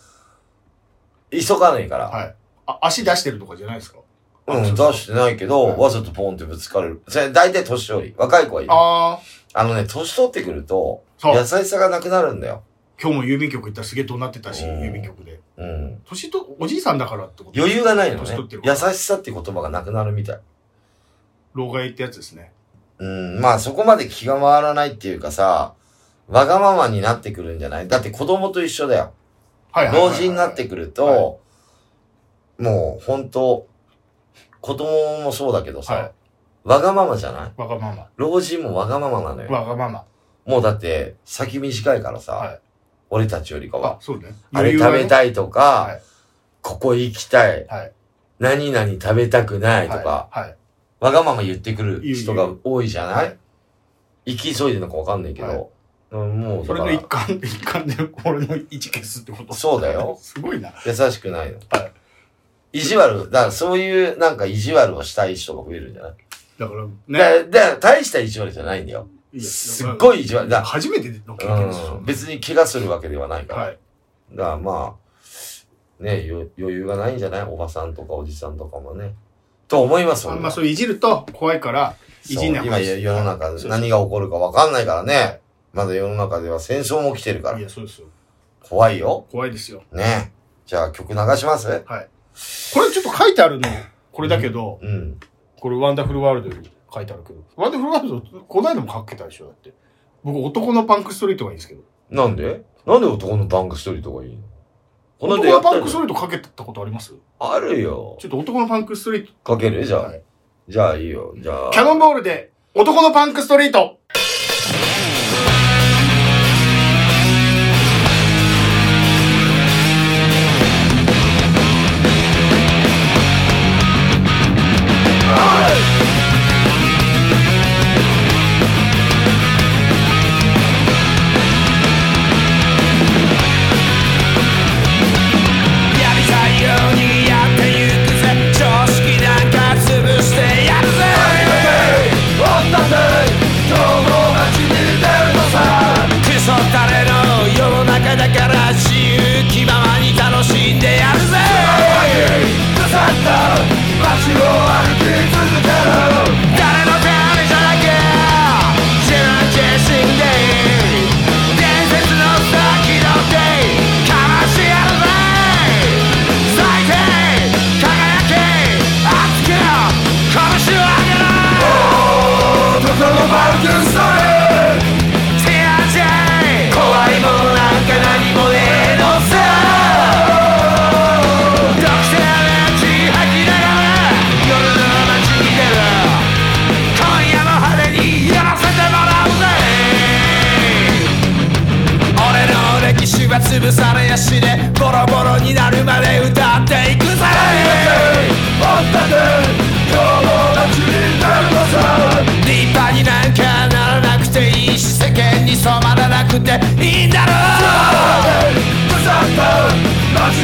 Speaker 1: 急がねえから、
Speaker 2: はい。あ、足出してるとかじゃないですか。
Speaker 1: うん、出してないけど、
Speaker 2: はい
Speaker 1: わざとポンってぶつかる。それ大体年寄り。若い子はいる。あ
Speaker 2: ああ、
Speaker 1: のね、年取ってくると、
Speaker 2: そう。
Speaker 1: 優しさがなくなるんだよ。
Speaker 2: 今日も郵便局行ったらすげえ怒鳴ってたし、
Speaker 1: うん
Speaker 2: 郵便局で。
Speaker 1: うん。
Speaker 2: 年と、おじいさんだからってこと
Speaker 1: 余裕がないの
Speaker 2: 年
Speaker 1: ね
Speaker 2: 取って。るか
Speaker 1: 優
Speaker 2: ら
Speaker 1: しさって言葉がなくなるみたい。
Speaker 2: 老害ってやつですね。
Speaker 1: うん、まあそこまで気が回らないっていうかさ、わがままになってくるんじゃないだって子供と一緒だよ。
Speaker 2: はいはいはい
Speaker 1: 老
Speaker 2: はい
Speaker 1: 人になってくると、
Speaker 2: はい
Speaker 1: もう本当子供もそうだけどさ、
Speaker 2: はい
Speaker 1: わがままじゃない
Speaker 2: わがまま。
Speaker 1: 老人もわがままなのよ。
Speaker 2: わがまま。
Speaker 1: もうだって、先短いからさ、
Speaker 2: はい
Speaker 1: 俺たちよりかは
Speaker 2: あ、。そうね。
Speaker 1: あれ食べ
Speaker 2: い。
Speaker 1: たいとか、
Speaker 2: はい
Speaker 1: ここ行きたい,、
Speaker 2: はい
Speaker 1: 何々食べたくないとか、
Speaker 2: はい。はい。
Speaker 1: わがまま言ってくる人が多いじゃない
Speaker 2: はい
Speaker 1: 行き急いでるのかわかんないけど、
Speaker 2: はい
Speaker 1: うんもう
Speaker 2: そ
Speaker 1: だ
Speaker 2: れ
Speaker 1: か
Speaker 2: の
Speaker 1: ら
Speaker 2: 一環、 一環で俺の位置消すってこと
Speaker 1: そうだよ
Speaker 2: すごいな。
Speaker 1: 優しくないの。
Speaker 2: は
Speaker 1: 意地悪、だからそういうなんか意地悪をしたい人が増えるんじゃない、
Speaker 2: だから、
Speaker 1: だ
Speaker 2: ね。
Speaker 1: だから大した意地悪じゃないんだよ。
Speaker 2: いや
Speaker 1: すっごい意地悪だ
Speaker 2: 初めての経験ですよ
Speaker 1: うん、別に怪我するわけではないから。
Speaker 2: はい。
Speaker 1: だからまあ、ねよ余裕がないんじゃないおばさんとかおじさんとかもね。と思います
Speaker 2: あ
Speaker 1: 俺
Speaker 2: ん
Speaker 1: は
Speaker 2: まそういじると怖いから、い
Speaker 1: そう
Speaker 2: じんな
Speaker 1: 今
Speaker 2: い
Speaker 1: 世の中
Speaker 2: そうそう
Speaker 1: 何が起こるかわかんないからね。まだ世の中では戦争も起きてるから
Speaker 2: い。や、そうですよ。
Speaker 1: 怖いよ。
Speaker 2: 怖いですよ。
Speaker 1: ねじゃあ曲流します
Speaker 2: これちょっと書いてあるの、これだけど、
Speaker 1: うん。
Speaker 2: これワンダフルワールドに書いてあるけど。ワンダフルワールド、こないだも書けたでしょだって。僕、男のパンクストリートがいいんですけど。
Speaker 1: なんでなんで男のバンクストリートがいいのこんなん
Speaker 2: 男
Speaker 1: でや
Speaker 2: の
Speaker 1: った
Speaker 2: パ
Speaker 1: り
Speaker 2: ンクストリートかけたことあります
Speaker 1: あるよ
Speaker 2: ちょ。っと男のパンクストリート。
Speaker 1: かけるじゃあ、
Speaker 2: はい
Speaker 1: じゃあいいよ。じゃあ。
Speaker 2: キャノンボールで、男のパンクストリート
Speaker 3: やりたいようにやってゆくぜ常識なんか潰してやるぜクソ誰の世の中だから自由気ままに楽しんでやるぜ誰のためじゃなきゃ自分自身で伝説の先の手かましてやるぜ最低輝け熱く拳を上げろ手足怖いもんなんか何もねえのさ独占の血吐きながら夜の街に出る今夜も派手にやらせてもらうぜ俺の歴史は潰されやしねボロボロになるまで歌っていくぜ立派になんかならなくていいし世間に染まらなくていいんだろう誰の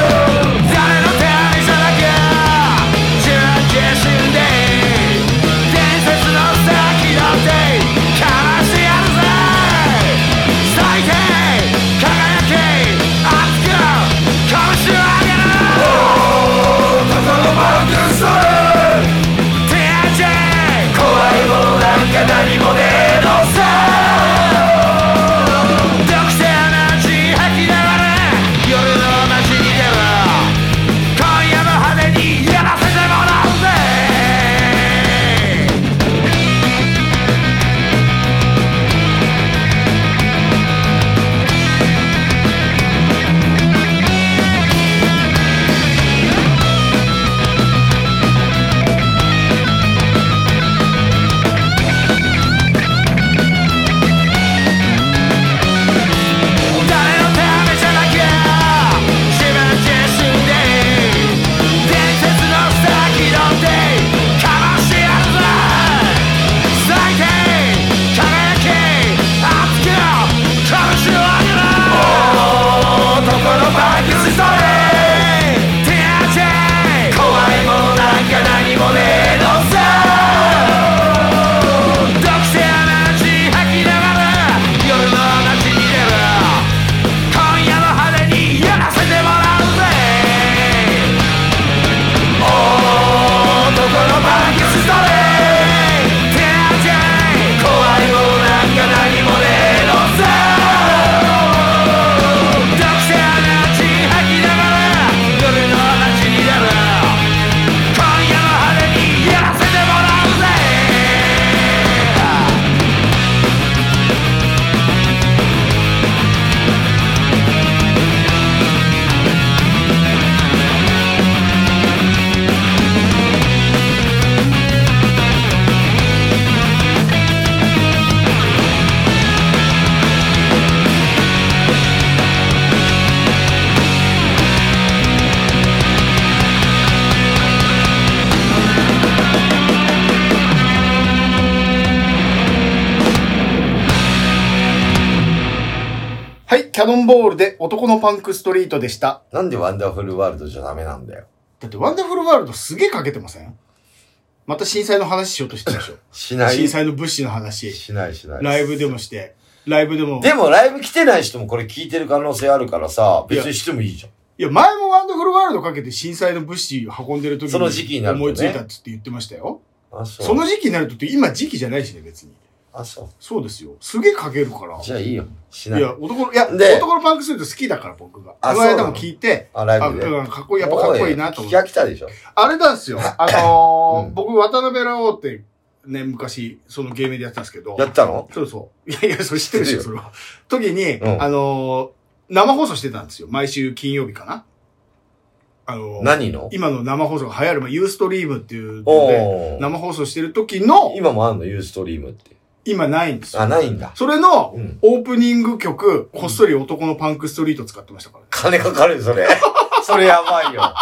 Speaker 3: 手にじゃなきゃ自分自身で伝説の先だってかわしてやるぜ最低輝け熱く拳を上げろ手足怖いものなんか何もねえのさ独占の血吐きながら夜の
Speaker 2: キャノンボールで男のパンクストリートでした。
Speaker 1: なんでワンダフルワールドじゃダメなんだよ。
Speaker 2: だってワンダフルワールドすげえかけてませんまた震災の話しようとしてたでしょ。
Speaker 1: しない。
Speaker 2: 震災の物資の話、
Speaker 1: しないしない。
Speaker 2: ライブでもして、ライブでも。
Speaker 1: でもライブ来てない人もこれ聞いてる可能性あるからさ、別にしてもいいじゃん。
Speaker 2: いや、前もワンダフルワールドかけて震災の物資運んでる時
Speaker 1: その時期になるとね
Speaker 2: 思いついたっつって言ってましたよ。
Speaker 1: あ、そう。
Speaker 2: その時期になるとって今時期じゃないしね、別に。
Speaker 1: あ、そう。
Speaker 2: そうですよ。すげえかけるから。
Speaker 1: じゃあいいよ。しないい。
Speaker 2: や、男の、いや、
Speaker 1: で
Speaker 2: 男のパンクストリート好きだから、僕が。
Speaker 1: あ
Speaker 2: この
Speaker 1: そうな
Speaker 2: 間
Speaker 1: の
Speaker 2: も聞いて、
Speaker 1: あ、ラ
Speaker 2: あ、
Speaker 1: イ
Speaker 2: う
Speaker 1: ブで。
Speaker 2: んかっこいい、やっぱかっこいいなと思
Speaker 1: お聞き飽
Speaker 2: って。
Speaker 1: きたでしょ。
Speaker 2: あれなんですよ。あのー、 僕、渡辺らおうって、ね、昔、そのゲームでやってたんですけど。
Speaker 1: やったの
Speaker 2: そうそう。いやいや、それ知ってるでしょ、
Speaker 1: 知って
Speaker 2: それは。時に、
Speaker 1: うん
Speaker 2: あのー、生放送してたんですよ。毎週金曜日かな。あのー、
Speaker 1: 何の
Speaker 2: 今の生放送が流行る、まあ、ユーストリームっていうの
Speaker 1: お
Speaker 2: で、
Speaker 1: おー。
Speaker 2: 生放送してる時の、
Speaker 1: 今もあんのユーストリームって。
Speaker 2: 今ないんです
Speaker 1: あ、
Speaker 2: よ。
Speaker 1: ないんだ。
Speaker 2: それの、
Speaker 1: うん。
Speaker 2: オープニング曲、こっそり男のパンクストリート使ってましたから、
Speaker 1: 金かかるよ、そ れ。それやばいよ。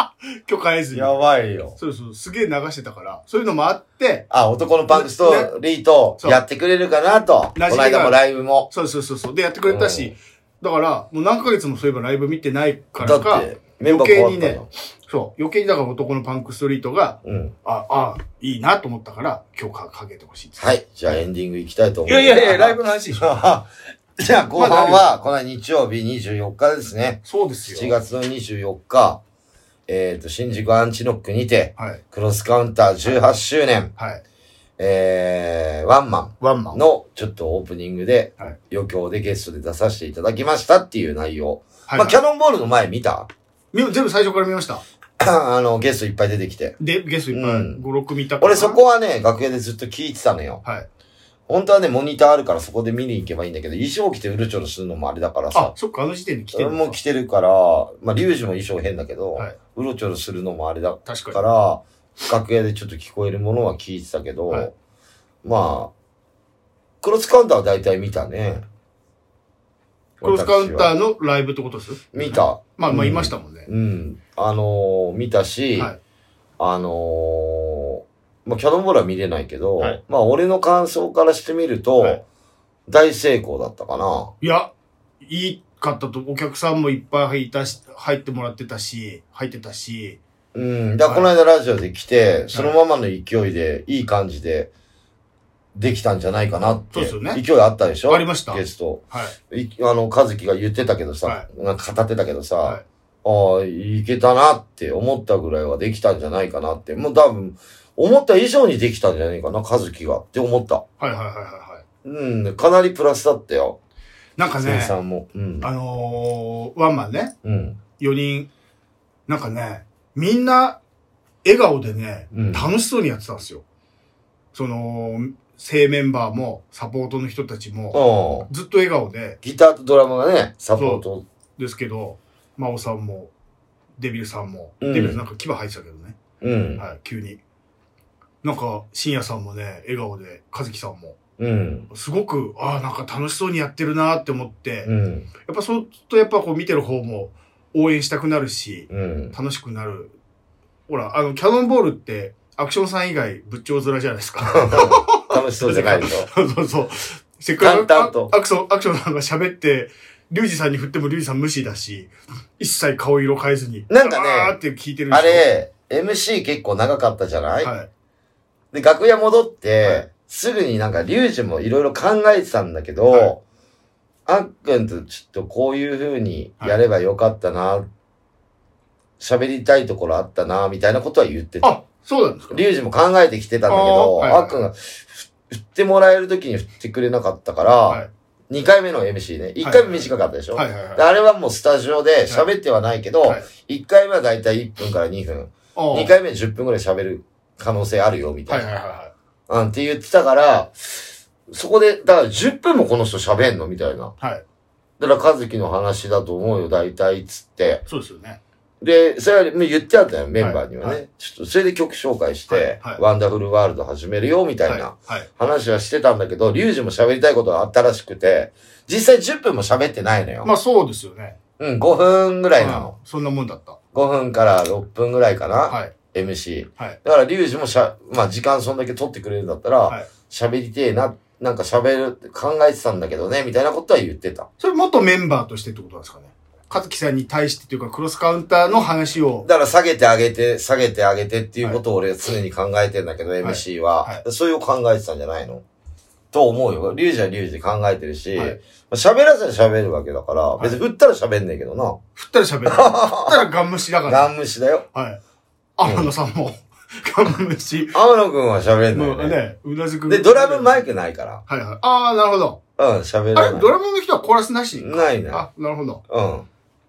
Speaker 2: 今日変えずに。
Speaker 1: やばいよ。
Speaker 2: そうそう、すげえ流してたから、そういうのもあって、
Speaker 1: あ、男のパンクストリート
Speaker 2: そう
Speaker 1: やってくれるかなと。こ
Speaker 2: ラジオ
Speaker 1: の間もライブも。
Speaker 2: そうそうそうそう、でやってくれたし、だから、もう何ヶ月もそういえばライブ見てないから
Speaker 1: だっ
Speaker 2: か、
Speaker 1: て、メンバー変わった
Speaker 2: 余計
Speaker 1: の。
Speaker 2: そう、余計にだから男のパンクストリートが、
Speaker 1: うん。
Speaker 2: あ、あ、いいなと思ったから、今日かかけてほしいです。
Speaker 1: はい。じゃあエンディング行きたいと思
Speaker 2: い
Speaker 1: いま
Speaker 2: や
Speaker 1: す。
Speaker 2: いやい や、ライブの話でしょ。
Speaker 1: ブ。じゃあ後半は、この日曜日24日ですね。
Speaker 2: そうですよ。
Speaker 1: 7月の24日、えっ、と、新宿アンチノックにて、
Speaker 2: はい。
Speaker 1: クロスカウンター18周年、
Speaker 2: はい。
Speaker 1: えー、ワンマ
Speaker 2: ワンマ
Speaker 1: ン
Speaker 2: ン。
Speaker 1: のちょっとオープニングで
Speaker 2: はい、
Speaker 1: 余興でゲストで出させていただきましたっていう内容。
Speaker 2: はい、
Speaker 1: まあ、キャノンボールの前見た
Speaker 2: み全部最初から見ました。
Speaker 1: あの、ゲストいっぱい出てきて。
Speaker 2: で、ゲストいっぱい、
Speaker 1: うん
Speaker 2: 5、6見たから。
Speaker 1: 俺そ。こはね、楽屋でずっと聞いてたのよ。
Speaker 2: はい。
Speaker 1: 本当はね、モニターあるからそこで見に行けばいいんだけど、衣装着てうるちょろするのもあれだから
Speaker 2: あ
Speaker 1: さ、。
Speaker 2: そっか、あの時点で来て
Speaker 1: 俺
Speaker 2: るのか。
Speaker 1: も着てるから、まあ、リュウジも衣装変だけど、
Speaker 2: はいう
Speaker 1: ろちょろするのもあれだ
Speaker 2: 確
Speaker 1: か
Speaker 2: かに。
Speaker 1: ら、楽屋でちょっと聞こえるものは聞いてたけど、
Speaker 2: はい
Speaker 1: まあ、クロスカウンターは大体見たね。
Speaker 2: クロスカウンタ
Speaker 1: ー
Speaker 2: ーのライブってことです
Speaker 1: 見た。
Speaker 2: まあ、まあ、
Speaker 1: うん
Speaker 2: いましたもんね。
Speaker 1: うん。あのー見たし、
Speaker 2: はい。
Speaker 1: あのーまあ、キャノンボールは見れないけど、
Speaker 2: はい
Speaker 1: まあ、俺の感想からしてみると、
Speaker 2: はい
Speaker 1: 大成功だったかな。
Speaker 2: いや、いいかったと、お客さんもいっぱい入ったし、入ってもらってたし、入ってたし、
Speaker 1: うん。だからこの間ラジオで来て、そのままの勢いで、いい感じで、できたんじゃないかなって。
Speaker 2: そうですよね
Speaker 1: 勢いあったでしょ
Speaker 2: ありました
Speaker 1: ゲスト。
Speaker 2: はい。
Speaker 1: いあの、和樹が言ってたけどさ、
Speaker 2: は
Speaker 1: なんか語ってたけどさ、
Speaker 2: はい
Speaker 1: ああ、いけたなって思ったぐらいはできたんじゃないかなって、もう多分、思った以上にできたんじゃないかな、和樹がって思った。
Speaker 2: はいはいはいはいはい。
Speaker 1: うん、かなりプラスだったよ。
Speaker 2: なんか
Speaker 1: 生
Speaker 2: ね、
Speaker 1: 産も。うん。
Speaker 2: あのー、ワンマンね、
Speaker 1: うん。
Speaker 2: 4人、なんかね、みんな、笑顔でね、
Speaker 1: うん
Speaker 2: 楽しそうにやってたんですよ。その、正メンバーも、サポートの人たちも、
Speaker 1: うん。
Speaker 2: ずっと笑顔で、
Speaker 1: ギターとドラムがね、サポート。
Speaker 2: ですけど、真央さんも、デビルさんも、
Speaker 1: うん
Speaker 2: デビルさんなんか牙入ってたけどね、
Speaker 1: うん。
Speaker 2: はい、急に。なんか、深夜さんもね、笑顔で、和樹さんも、
Speaker 1: うん。
Speaker 2: すごく、ああ、なんか楽しそうにやってるなーって思って、
Speaker 1: う
Speaker 2: や
Speaker 1: ん。
Speaker 2: っぱそうすると、やっぱこう見てる方も、応援したくなるし、
Speaker 1: うん。
Speaker 2: 楽しくなる。ほら、あの、キャノンボールって、アクションさん以外、仏頂面じゃないですか。
Speaker 1: 楽しそうじゃないでしょ。
Speaker 2: そうそう。せっかく
Speaker 1: 淡
Speaker 2: ア
Speaker 1: 々と
Speaker 2: アクション、アクションさんが喋って、リュウジさんに振ってもリュウジさん無視だし、一切顔色変えずに。
Speaker 1: なんかね
Speaker 2: あーって聞いてるでしょ
Speaker 1: あ、れ、MC 結構長かったじゃない、
Speaker 2: はい。
Speaker 1: で、楽屋戻って、
Speaker 2: はい
Speaker 1: すぐになんか、リュウジもいろいろ考えてたんだけど、
Speaker 2: はい
Speaker 1: あっくんとちょっとこういう風にやればよかったな、喋、りたいところあったな、みたいなことは言ってた。
Speaker 2: あ、そうなんですか
Speaker 1: リュウジも考えてきてたんだけど、
Speaker 2: あーは
Speaker 1: あ
Speaker 2: い
Speaker 1: っくんが振ってもらえる時に振ってくれなかったから、
Speaker 2: はい。
Speaker 1: 2回目の MC ね。1回目短かったでしょ、
Speaker 2: はいはいはい。
Speaker 1: であれはもうスタジオで喋ってはないけど、
Speaker 2: はい
Speaker 1: 1回目はだいたい1分から2分、
Speaker 2: あー
Speaker 1: 2回目10分ぐらい喋る可能性あるよ、みたいな。
Speaker 2: はいはいはいは
Speaker 1: うん、って言ってたから、そこで、だから10分もこの人喋んのみたいな。
Speaker 2: い。はい。
Speaker 1: だから、和樹の話だと思うよ、大体、つって。
Speaker 2: そうですよね。
Speaker 1: で、それは言ってあったよ、メンバーにはね。
Speaker 2: は
Speaker 1: ちょっと、それで曲紹介して、
Speaker 2: はいはい
Speaker 1: ワンダフルワールド始めるよ、みたいな
Speaker 2: はい。はい。
Speaker 1: 話はしてたんだけど、リュウジも喋りたいことがあったらしくて、実際10分も喋ってないのよ。
Speaker 2: まあそうですよね。
Speaker 1: うん、5分ぐらいなの。
Speaker 2: うんそんなもんだった。
Speaker 1: 5分から6分ぐらいかな、
Speaker 2: はい。
Speaker 1: MC。
Speaker 2: はい。
Speaker 1: だから、リュウジもしゃ、まあ、時間そんだけ取ってくれるんだったら、
Speaker 2: はい
Speaker 1: 喋りてえな、なんか喋る、考えてたんだけどね、みたいなことは言ってた。
Speaker 2: それ元メンバーとしてってことなんですかね。和樹さんに対してというか、クロスカウンターの話を。
Speaker 1: だから下げてあげて、下げてあげてっていうことを俺は常に考えてんだけど、MC は、
Speaker 2: は
Speaker 1: それを考えてたんじゃないのと思うよ。リュウジはリュウジで考えてるし、
Speaker 2: はい
Speaker 1: まあ喋らせりゃ喋るわけだから、
Speaker 2: い
Speaker 1: 別に振ったら喋んねえけどな。
Speaker 2: 振ったら喋る。振ったらガン無視だから。
Speaker 1: ガン無視だよ。
Speaker 2: はい。天野さんも、 ガン無視。
Speaker 1: 天野くんは喋んない
Speaker 2: も
Speaker 1: よ
Speaker 2: う
Speaker 1: ね。
Speaker 2: ね、うなずく。
Speaker 1: で、ドラムマイ
Speaker 2: ク。
Speaker 1: クないか
Speaker 2: はいはい。ああ、なるほど。
Speaker 1: ら。うん、喋
Speaker 2: あ
Speaker 1: らな
Speaker 2: れ、
Speaker 1: い。
Speaker 2: ドラムの人はコーラスなし
Speaker 1: ないね。
Speaker 2: あ、なるほど。
Speaker 1: うん。っ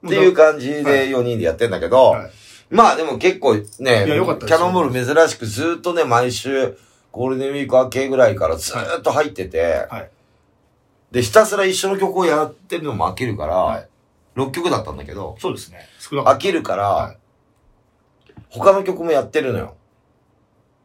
Speaker 1: ていう感じ
Speaker 2: は
Speaker 1: で4人でやってんだけど、
Speaker 2: はい
Speaker 1: まあでも結構ね、キ
Speaker 2: いや良かったで
Speaker 1: ャ
Speaker 2: す
Speaker 1: ノンボール珍しくずっとね、毎週ゴールデンウィーク明けぐらいからずっと入ってて、
Speaker 2: はい
Speaker 1: で、ひたすら一緒の曲をやってるのも飽きるから、
Speaker 2: はい
Speaker 1: 6曲だったんだけど、
Speaker 2: そうですね。少なか
Speaker 1: 飽
Speaker 2: った。
Speaker 1: きるから、
Speaker 2: はい
Speaker 1: 他の曲もやってるのよ。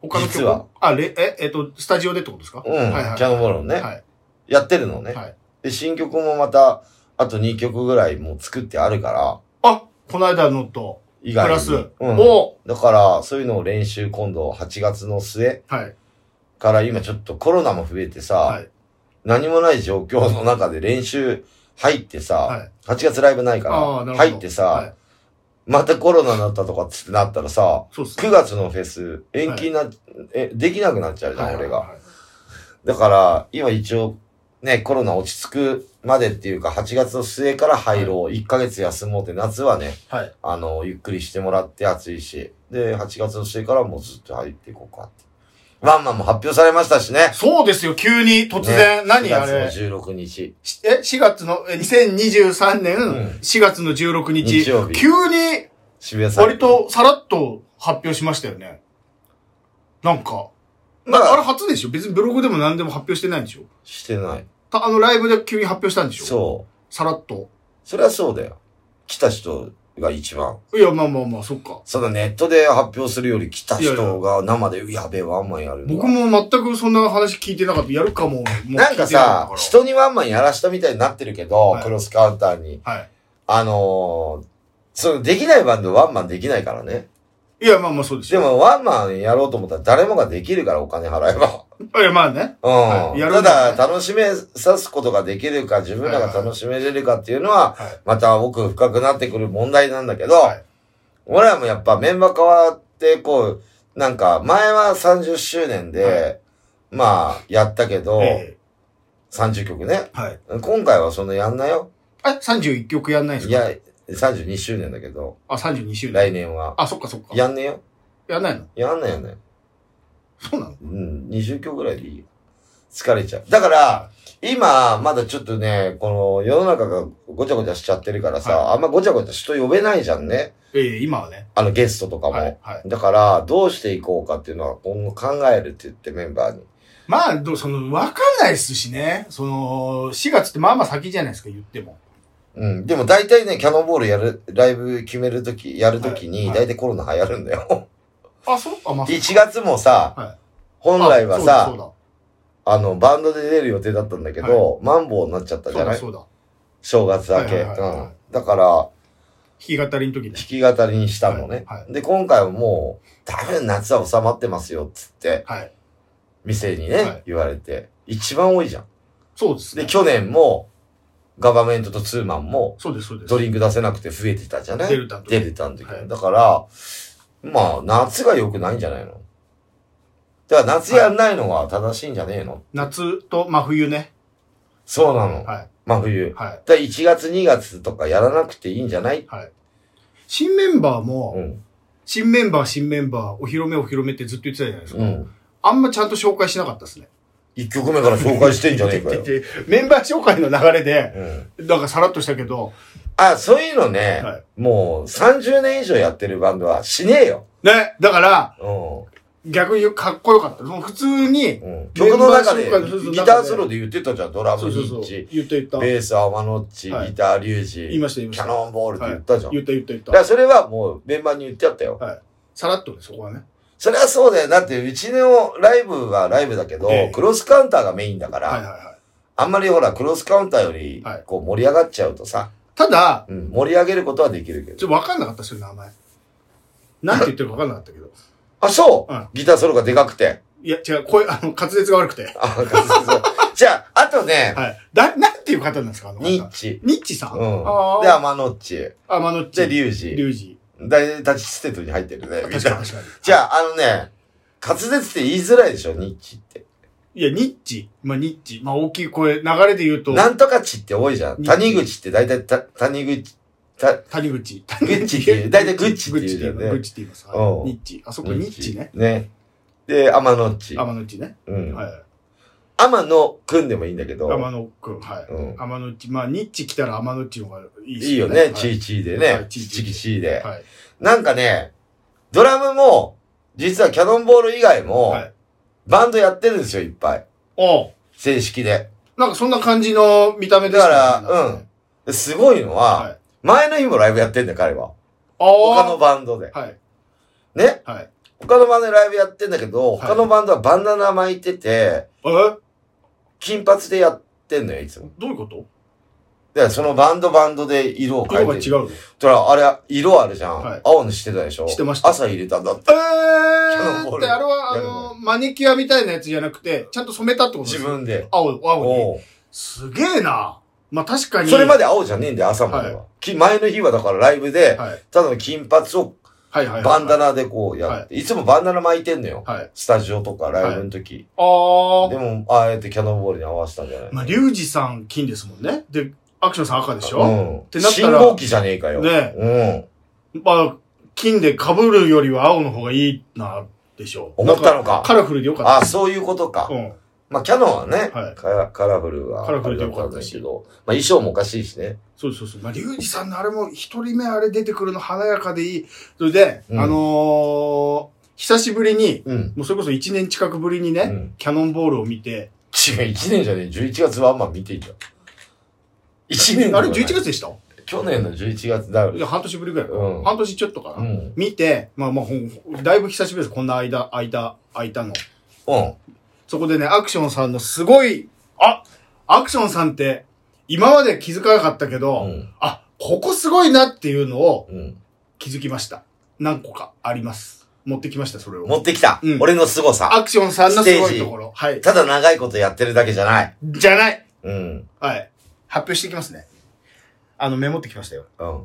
Speaker 2: 他の
Speaker 1: 実は
Speaker 2: 曲。あ、れ、え、えっと、スタジオでってことですか
Speaker 1: うん、
Speaker 2: はいはい。
Speaker 1: キャノンボールのね、
Speaker 2: はい。
Speaker 1: やってるのね、
Speaker 2: はい
Speaker 1: で、新曲もまた、あと2曲ぐらいもう作ってあるから、
Speaker 2: あ、この間のと、
Speaker 1: 以
Speaker 2: プ
Speaker 1: 外に。
Speaker 2: ラス。
Speaker 1: うん
Speaker 2: お
Speaker 1: だから、そういうのを練習今度8月の末
Speaker 2: はい。
Speaker 1: から今ちょっとコロナも増えてさ、
Speaker 2: はい。
Speaker 1: 何もない状況の中で練習入ってさ、
Speaker 2: はい
Speaker 1: 8月ライブないか
Speaker 2: ああ、
Speaker 1: ら
Speaker 2: なるほど。
Speaker 1: 入ってさ、
Speaker 2: はい、
Speaker 1: またコロナになったとかっつってなったらさ、
Speaker 2: そうです
Speaker 1: 9月のフェス延期にな、え、できなくなっちゃうじゃん、
Speaker 2: はい
Speaker 1: 俺が。
Speaker 2: はい
Speaker 1: だから、今一応、ね、コロナ落ち着くまでっていうか、8月の末から入ろう。1ヶ月休もうって、夏はね、
Speaker 2: はい
Speaker 1: あの、ゆっくりしてもらって暑いし。で、8月の末からもうずっと入っていこうかって。ワンマンも発表されましたしね。
Speaker 2: そうですよ、急に、突然。
Speaker 1: ね
Speaker 2: 何あ
Speaker 1: 4
Speaker 2: れ。
Speaker 1: 月の16日。
Speaker 2: しえ、4月の、え2023年
Speaker 1: ん
Speaker 2: 4月の16日。
Speaker 1: 日曜日
Speaker 2: 急に、
Speaker 1: 渋谷さん。
Speaker 2: 割と、さらっと発表しましたよね。なんか。
Speaker 1: ま
Speaker 2: あ、あれ
Speaker 1: あ、
Speaker 2: 初でしょ別にブログでも何でも発表してないんでしょ
Speaker 1: してない。
Speaker 2: たあの、ライブで急に発表したんでしょう。
Speaker 1: そう。
Speaker 2: さらっと。
Speaker 1: それはそうだよ。来た人が一番。
Speaker 2: いや、まあまあまあ、そっか。
Speaker 1: そのネットで発表するより来た
Speaker 2: いやいや
Speaker 1: 人が生で、やべえ、ワンマンやるのが
Speaker 2: 僕も全くそんな話聞いてなかった。やるかも。もう聞いて
Speaker 1: なんか
Speaker 2: な
Speaker 1: さ
Speaker 2: か、った
Speaker 1: 人にワンマンやらしたみたいになってるけど、
Speaker 2: はい
Speaker 1: クロスカウンターに。
Speaker 2: らは
Speaker 1: あのーそのできないバンドワンマンできないからね。
Speaker 2: い。いや、まあまあ、そうです
Speaker 1: で
Speaker 2: よ。
Speaker 1: もワンマンやろうと思ったら誰もができるからお金払えば。
Speaker 2: いや、まあね。
Speaker 1: うん。
Speaker 2: はいやる
Speaker 1: た
Speaker 2: んだね
Speaker 1: だ、楽しめさすことができるか、自分らが楽しめれるかっていうのは
Speaker 2: はい、
Speaker 1: また奥深くなってくる問題なんだけど、
Speaker 2: はい
Speaker 1: 俺らもやっぱメンバー変わって、こう、なんか、前は30周年で、
Speaker 2: は
Speaker 1: まあ、やったけど、
Speaker 2: え
Speaker 1: 30曲ね。
Speaker 2: えはい。
Speaker 1: 今回はそのやんなよ。
Speaker 2: え、31曲やんないんです
Speaker 1: い
Speaker 2: か
Speaker 1: や、32周年だけど、
Speaker 2: あ、32周年。
Speaker 1: 来年は。
Speaker 2: あ、そっかそっか。
Speaker 1: やんねえよ。
Speaker 2: やんないの
Speaker 1: やんないよね。
Speaker 2: そうなの
Speaker 1: うん、20曲ぐらいでいいよ。疲れちゃう。だから、今、まだちょっとね、この世の中がごちゃごちゃしちゃってるからさ、
Speaker 2: は
Speaker 1: あんまごちゃごちゃ人呼べないじゃんね。
Speaker 2: ええ今はね。
Speaker 1: あのゲストとかも。
Speaker 2: はい。はい。
Speaker 1: だから、どうしていこうかっていうのは今後考えるって言ってメンバーに。
Speaker 2: まあ、どうその、わかんないっすしね。その、4月ってまあまあ先じゃないですか、言っても。
Speaker 1: うん。でも大体ね、キャノンボールやる、ライブ決めるとき、やるときに、
Speaker 2: はい
Speaker 1: 大体コロナ流行るんだよ。
Speaker 2: あ、そうあ、 まあ、
Speaker 1: 1月もさ、
Speaker 2: はい
Speaker 1: 本来は
Speaker 2: あそ
Speaker 1: さ
Speaker 2: う、だ
Speaker 1: あの、バンドで出る予定だったんだけど、マンボウになっちゃった
Speaker 2: そう
Speaker 1: じゃ
Speaker 2: だ、
Speaker 1: ない
Speaker 2: そうだ、そうだ。
Speaker 1: 正月明け。
Speaker 2: はいはいはいはい
Speaker 1: うん。だから、
Speaker 2: 弾き語りの時で
Speaker 1: 弾。き語りにしたのね。
Speaker 2: はいは
Speaker 1: で、今回はもう、多分夏は収まってますよ、っつって、
Speaker 2: はい。
Speaker 1: 店にね、
Speaker 2: はい
Speaker 1: 言われて、一番多いじゃん。
Speaker 2: そうです
Speaker 1: で、
Speaker 2: ね。
Speaker 1: 去年も、ガバメントとツーマンも、
Speaker 2: そうです、そうです。
Speaker 1: ドリンク出せなくて増えてたじゃない
Speaker 2: デルタの時
Speaker 1: デルタの時
Speaker 2: はい
Speaker 1: だから、まあ、夏が良くないんじゃないのだから夏やんないのが正しいんじゃねえの、
Speaker 2: 夏と真冬ね。
Speaker 1: そうなの。
Speaker 2: はい。
Speaker 1: 真冬。
Speaker 2: はい。
Speaker 1: だから1月2月とかやらなくていいんじゃない
Speaker 2: 新メンバー
Speaker 1: う
Speaker 2: も、
Speaker 1: ん。
Speaker 2: 新メンバー、新メンバー、お披露目、お披露目ってずっと言ってたじゃないですか。
Speaker 1: うん。
Speaker 2: あんまちゃんと紹介しなかったですね。
Speaker 1: 1曲目から紹介してんじゃねえ かよ。
Speaker 2: でメンバー紹介の流れで、
Speaker 1: うん。
Speaker 2: なんかさらっとしたけど、
Speaker 1: あ、そういうのね、
Speaker 2: はい
Speaker 1: もう30年以上やってるバンドはしねえよ。
Speaker 2: ね、だから、
Speaker 1: う
Speaker 2: 逆にかっこよかった。もう普通に、
Speaker 1: ん。うん、曲の中で、
Speaker 2: メンバー紹介の
Speaker 1: ギターソロで言ってたじゃん。ドラム、
Speaker 2: そう
Speaker 1: ニ
Speaker 2: そうそう
Speaker 1: ッ、チ、
Speaker 2: 言った言った。
Speaker 1: ベース、アマノッチ、
Speaker 2: はい
Speaker 1: ギター、リュウジ、
Speaker 2: 言いました言いました
Speaker 1: キャノンボールって言ったじゃん。
Speaker 2: 言った言った言っ
Speaker 1: だか
Speaker 2: た。
Speaker 1: らそれはもうメンバーに言ってやったよ。
Speaker 2: はい。さらっとね、そこはね。
Speaker 1: それはそうだよ。だってうちのライブはライブだけど、
Speaker 2: ええ
Speaker 1: クロスカウンターがメインだから、
Speaker 2: はいはいはい。
Speaker 1: あんまりほら、クロスカウンターより
Speaker 2: はい、
Speaker 1: こう盛り上がっちゃうとさ、
Speaker 2: ただ、
Speaker 1: うん、盛り上げることはできるけ
Speaker 2: ちょ
Speaker 1: ど。
Speaker 2: っとわかんなかったですよ、名前。なんて言ってるかわかんなかったけど。
Speaker 1: あ、そう、
Speaker 2: うん
Speaker 1: ギターソロがでかくて。
Speaker 2: いや、違う、声、あの、滑舌が悪くて。
Speaker 1: あ、そうそうじゃあ、あとね、
Speaker 2: はい。だ、なんていう方なんですかあの方。
Speaker 1: ニッチ。
Speaker 2: ニッチさん
Speaker 1: うん。
Speaker 2: あー
Speaker 1: で、天のっち。
Speaker 2: あ、まのっち。
Speaker 1: で、リュウジ。
Speaker 2: リュウジ。
Speaker 1: 大体タッチステートに入ってるね。み
Speaker 2: 確
Speaker 1: たい
Speaker 2: か
Speaker 1: な
Speaker 2: に確かに。
Speaker 1: じゃあ、あのね、滑舌って言いづらいでしょ、ニッチって。
Speaker 2: いや、ニッチ。まあ、ニッチ。まあ、大きい声、流れで言うと、
Speaker 1: なんとかちって多いじゃん。
Speaker 2: ニッチ
Speaker 1: 谷口って大体た、谷口、た、
Speaker 2: 谷口。
Speaker 1: グッチっていう。大体グッチっ
Speaker 2: グ
Speaker 1: て
Speaker 2: ッ
Speaker 1: 言
Speaker 2: チ
Speaker 1: うじゃ
Speaker 2: って言い
Speaker 1: ん
Speaker 2: ます
Speaker 1: ね
Speaker 2: グッ。チって言います。は
Speaker 1: うん
Speaker 2: いニッチ。あそこニッチね。。
Speaker 1: ね。で、天のっち。
Speaker 2: 天のっちね。
Speaker 1: うん。
Speaker 2: はい。
Speaker 1: 天のくんでもいいんだけど。
Speaker 2: 天野くん。は
Speaker 1: うん
Speaker 2: い。天野っち。まあ、ニッチ来たら天野っちの方がいい
Speaker 1: いいよね、
Speaker 2: チ
Speaker 1: チーチーで
Speaker 2: は
Speaker 1: ね。
Speaker 2: いチ
Speaker 1: チ
Speaker 2: ーチー
Speaker 1: ーキチーで。
Speaker 2: はい。
Speaker 1: なんかね、ドラムも、実はキャノンボール以外も
Speaker 2: はい、
Speaker 1: バンドやってるんですよ、いっぱい。
Speaker 2: おう
Speaker 1: 正式で。
Speaker 2: なんかそんな感じの見た目でしたね
Speaker 1: だから
Speaker 2: なんね
Speaker 1: うん。ですごいの
Speaker 2: は
Speaker 1: は、
Speaker 2: い。
Speaker 1: 前の日もライブやってんだよ、彼は。
Speaker 2: あ
Speaker 1: 他
Speaker 2: あ
Speaker 1: の。バンドで。
Speaker 2: はい。
Speaker 1: ね
Speaker 2: はい。
Speaker 1: 他のバンドでライブやってんだけど、
Speaker 2: はい
Speaker 1: 他のバンドはバンダナ巻いてて、
Speaker 2: え
Speaker 1: 金髪でやってんのよ、いつも。
Speaker 2: どういうこと
Speaker 1: だからそのバンドバンドで色を変
Speaker 2: 色が
Speaker 1: えて
Speaker 2: 違
Speaker 1: る。
Speaker 2: うの
Speaker 1: そしたら、あれ、色あるじゃん。
Speaker 2: はい
Speaker 1: 青にしてたでしょ
Speaker 2: してました
Speaker 1: 朝入れたんだって。
Speaker 2: え
Speaker 1: ャノンボ
Speaker 2: ー
Speaker 1: ー
Speaker 2: っ
Speaker 1: ル
Speaker 2: て、あれは、あ
Speaker 1: やるの
Speaker 2: の、マニキュアみたいなやつじゃなくて、ちゃんと染めたってことです
Speaker 1: 自
Speaker 2: か
Speaker 1: 分で。
Speaker 2: 青、青に。
Speaker 1: おう
Speaker 2: すげえな。まあ、確かに。
Speaker 1: それまで青じゃねえんだよ、朝までは。
Speaker 2: は
Speaker 1: き前の日はだからライブで、
Speaker 2: はい。
Speaker 1: ただの金髪を
Speaker 2: はいはいはい。
Speaker 1: バンダ
Speaker 2: ナ。
Speaker 1: ナでこうやって、い、つもバンダナ巻いてんのよ。
Speaker 2: はい。
Speaker 1: スタジオとかライブの時。
Speaker 2: あー
Speaker 1: で。も、ああやってキャノンボールに合わせたんじゃない
Speaker 2: まあ、リュウジさん金ですもんね。で、アクションさん赤でし
Speaker 1: う
Speaker 2: ょ
Speaker 1: ん。
Speaker 2: てなった
Speaker 1: 信
Speaker 2: ら
Speaker 1: 号機じゃねえかよ。
Speaker 2: ね
Speaker 1: うん。
Speaker 2: まあ、金で被るよりは青の方がいいな、でしょう。
Speaker 1: 思ったの
Speaker 2: なん
Speaker 1: か。
Speaker 2: カラフルでよかった。
Speaker 1: あ、そういうことか。
Speaker 2: うん。
Speaker 1: まあ、キャノンはね、
Speaker 2: はい
Speaker 1: カラカラフルは。
Speaker 2: カラフルでよかったし
Speaker 1: けど、まあ、衣装もおかしいしね。
Speaker 2: そうそうそう。まあ、リュウジさんのあれも、一人目あれ出てくるの華やかでいい。それで、
Speaker 1: うん
Speaker 2: あのー、久しぶりに、
Speaker 1: うん。
Speaker 2: もうそれこそ1年近くぶりにね、
Speaker 1: うん
Speaker 2: キャノンボールを見て、
Speaker 1: 違う、1年じゃねえ。11月はあんま見ていた。1年
Speaker 2: あれ11
Speaker 1: 月
Speaker 2: 月でしたい
Speaker 1: 去年の11月だよ。
Speaker 2: や、半年ぶりぐらい。
Speaker 1: うん。
Speaker 2: 半年ちょっとかな。
Speaker 1: うん。
Speaker 2: 見て、まあまあ、ほんだいぶ久しぶりです。こんな間、間、空いたの。
Speaker 1: うん。
Speaker 2: そこでね、アクションさんのすごい、あ、アクションさんって、今まで気づかなかったけど、
Speaker 1: うん
Speaker 2: あ、ここすごいなっていうのを
Speaker 1: うん。
Speaker 2: 気づきました。何個かあります。持ってきました、それを。
Speaker 1: 持ってきた。
Speaker 2: うん
Speaker 1: 俺の凄さ。
Speaker 2: アクションさんのすごいところ。はい。
Speaker 1: ただ長いことやってるだけじゃない。
Speaker 2: じゃない。
Speaker 1: うん。
Speaker 2: はい。発表していきますね。あの、メモってきましたよ。
Speaker 1: うん。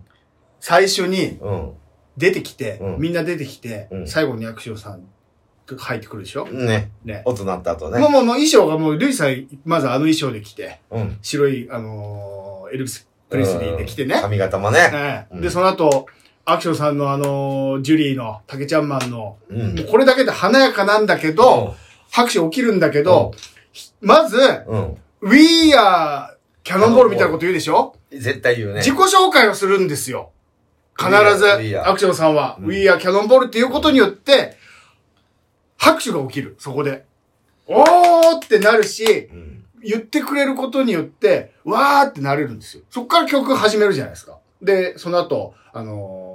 Speaker 2: 最初に
Speaker 1: うん。
Speaker 2: 出てきて、
Speaker 1: うん
Speaker 2: みんな出てきて、
Speaker 1: うん
Speaker 2: 最後にアクションさんが入ってくるでしょ、
Speaker 1: ね。
Speaker 2: ね。
Speaker 1: 大人になった後
Speaker 2: もう
Speaker 1: ね。
Speaker 2: もうもう衣装がもう、ルイさん、まずあの衣装で来て、
Speaker 1: うん。
Speaker 2: 白い、あのーエルビス・プレスリーで来てね。
Speaker 1: 髪型もね。
Speaker 2: ね
Speaker 1: うん
Speaker 2: で、その後、アクションさんのあのージュリーの、タケちゃんマンの、
Speaker 1: うん。
Speaker 2: これだけで華やかなんだけど、拍手起きるんだけど、まず、
Speaker 1: うん。
Speaker 2: We are キャノンボールみたいなこと言うでしょ、
Speaker 1: 絶対言うね。
Speaker 2: 自己紹介をするんですよ。必
Speaker 1: We
Speaker 2: ず、
Speaker 1: are
Speaker 2: アクションさんは、
Speaker 1: うん
Speaker 2: We are キャノンボールっていうことによって、拍手が起きる、そこで。おーってなるし、
Speaker 1: うん。
Speaker 2: 言ってくれることによって、わーってなれるんですよ。そっから曲始めるじゃないですか。で、その後、あ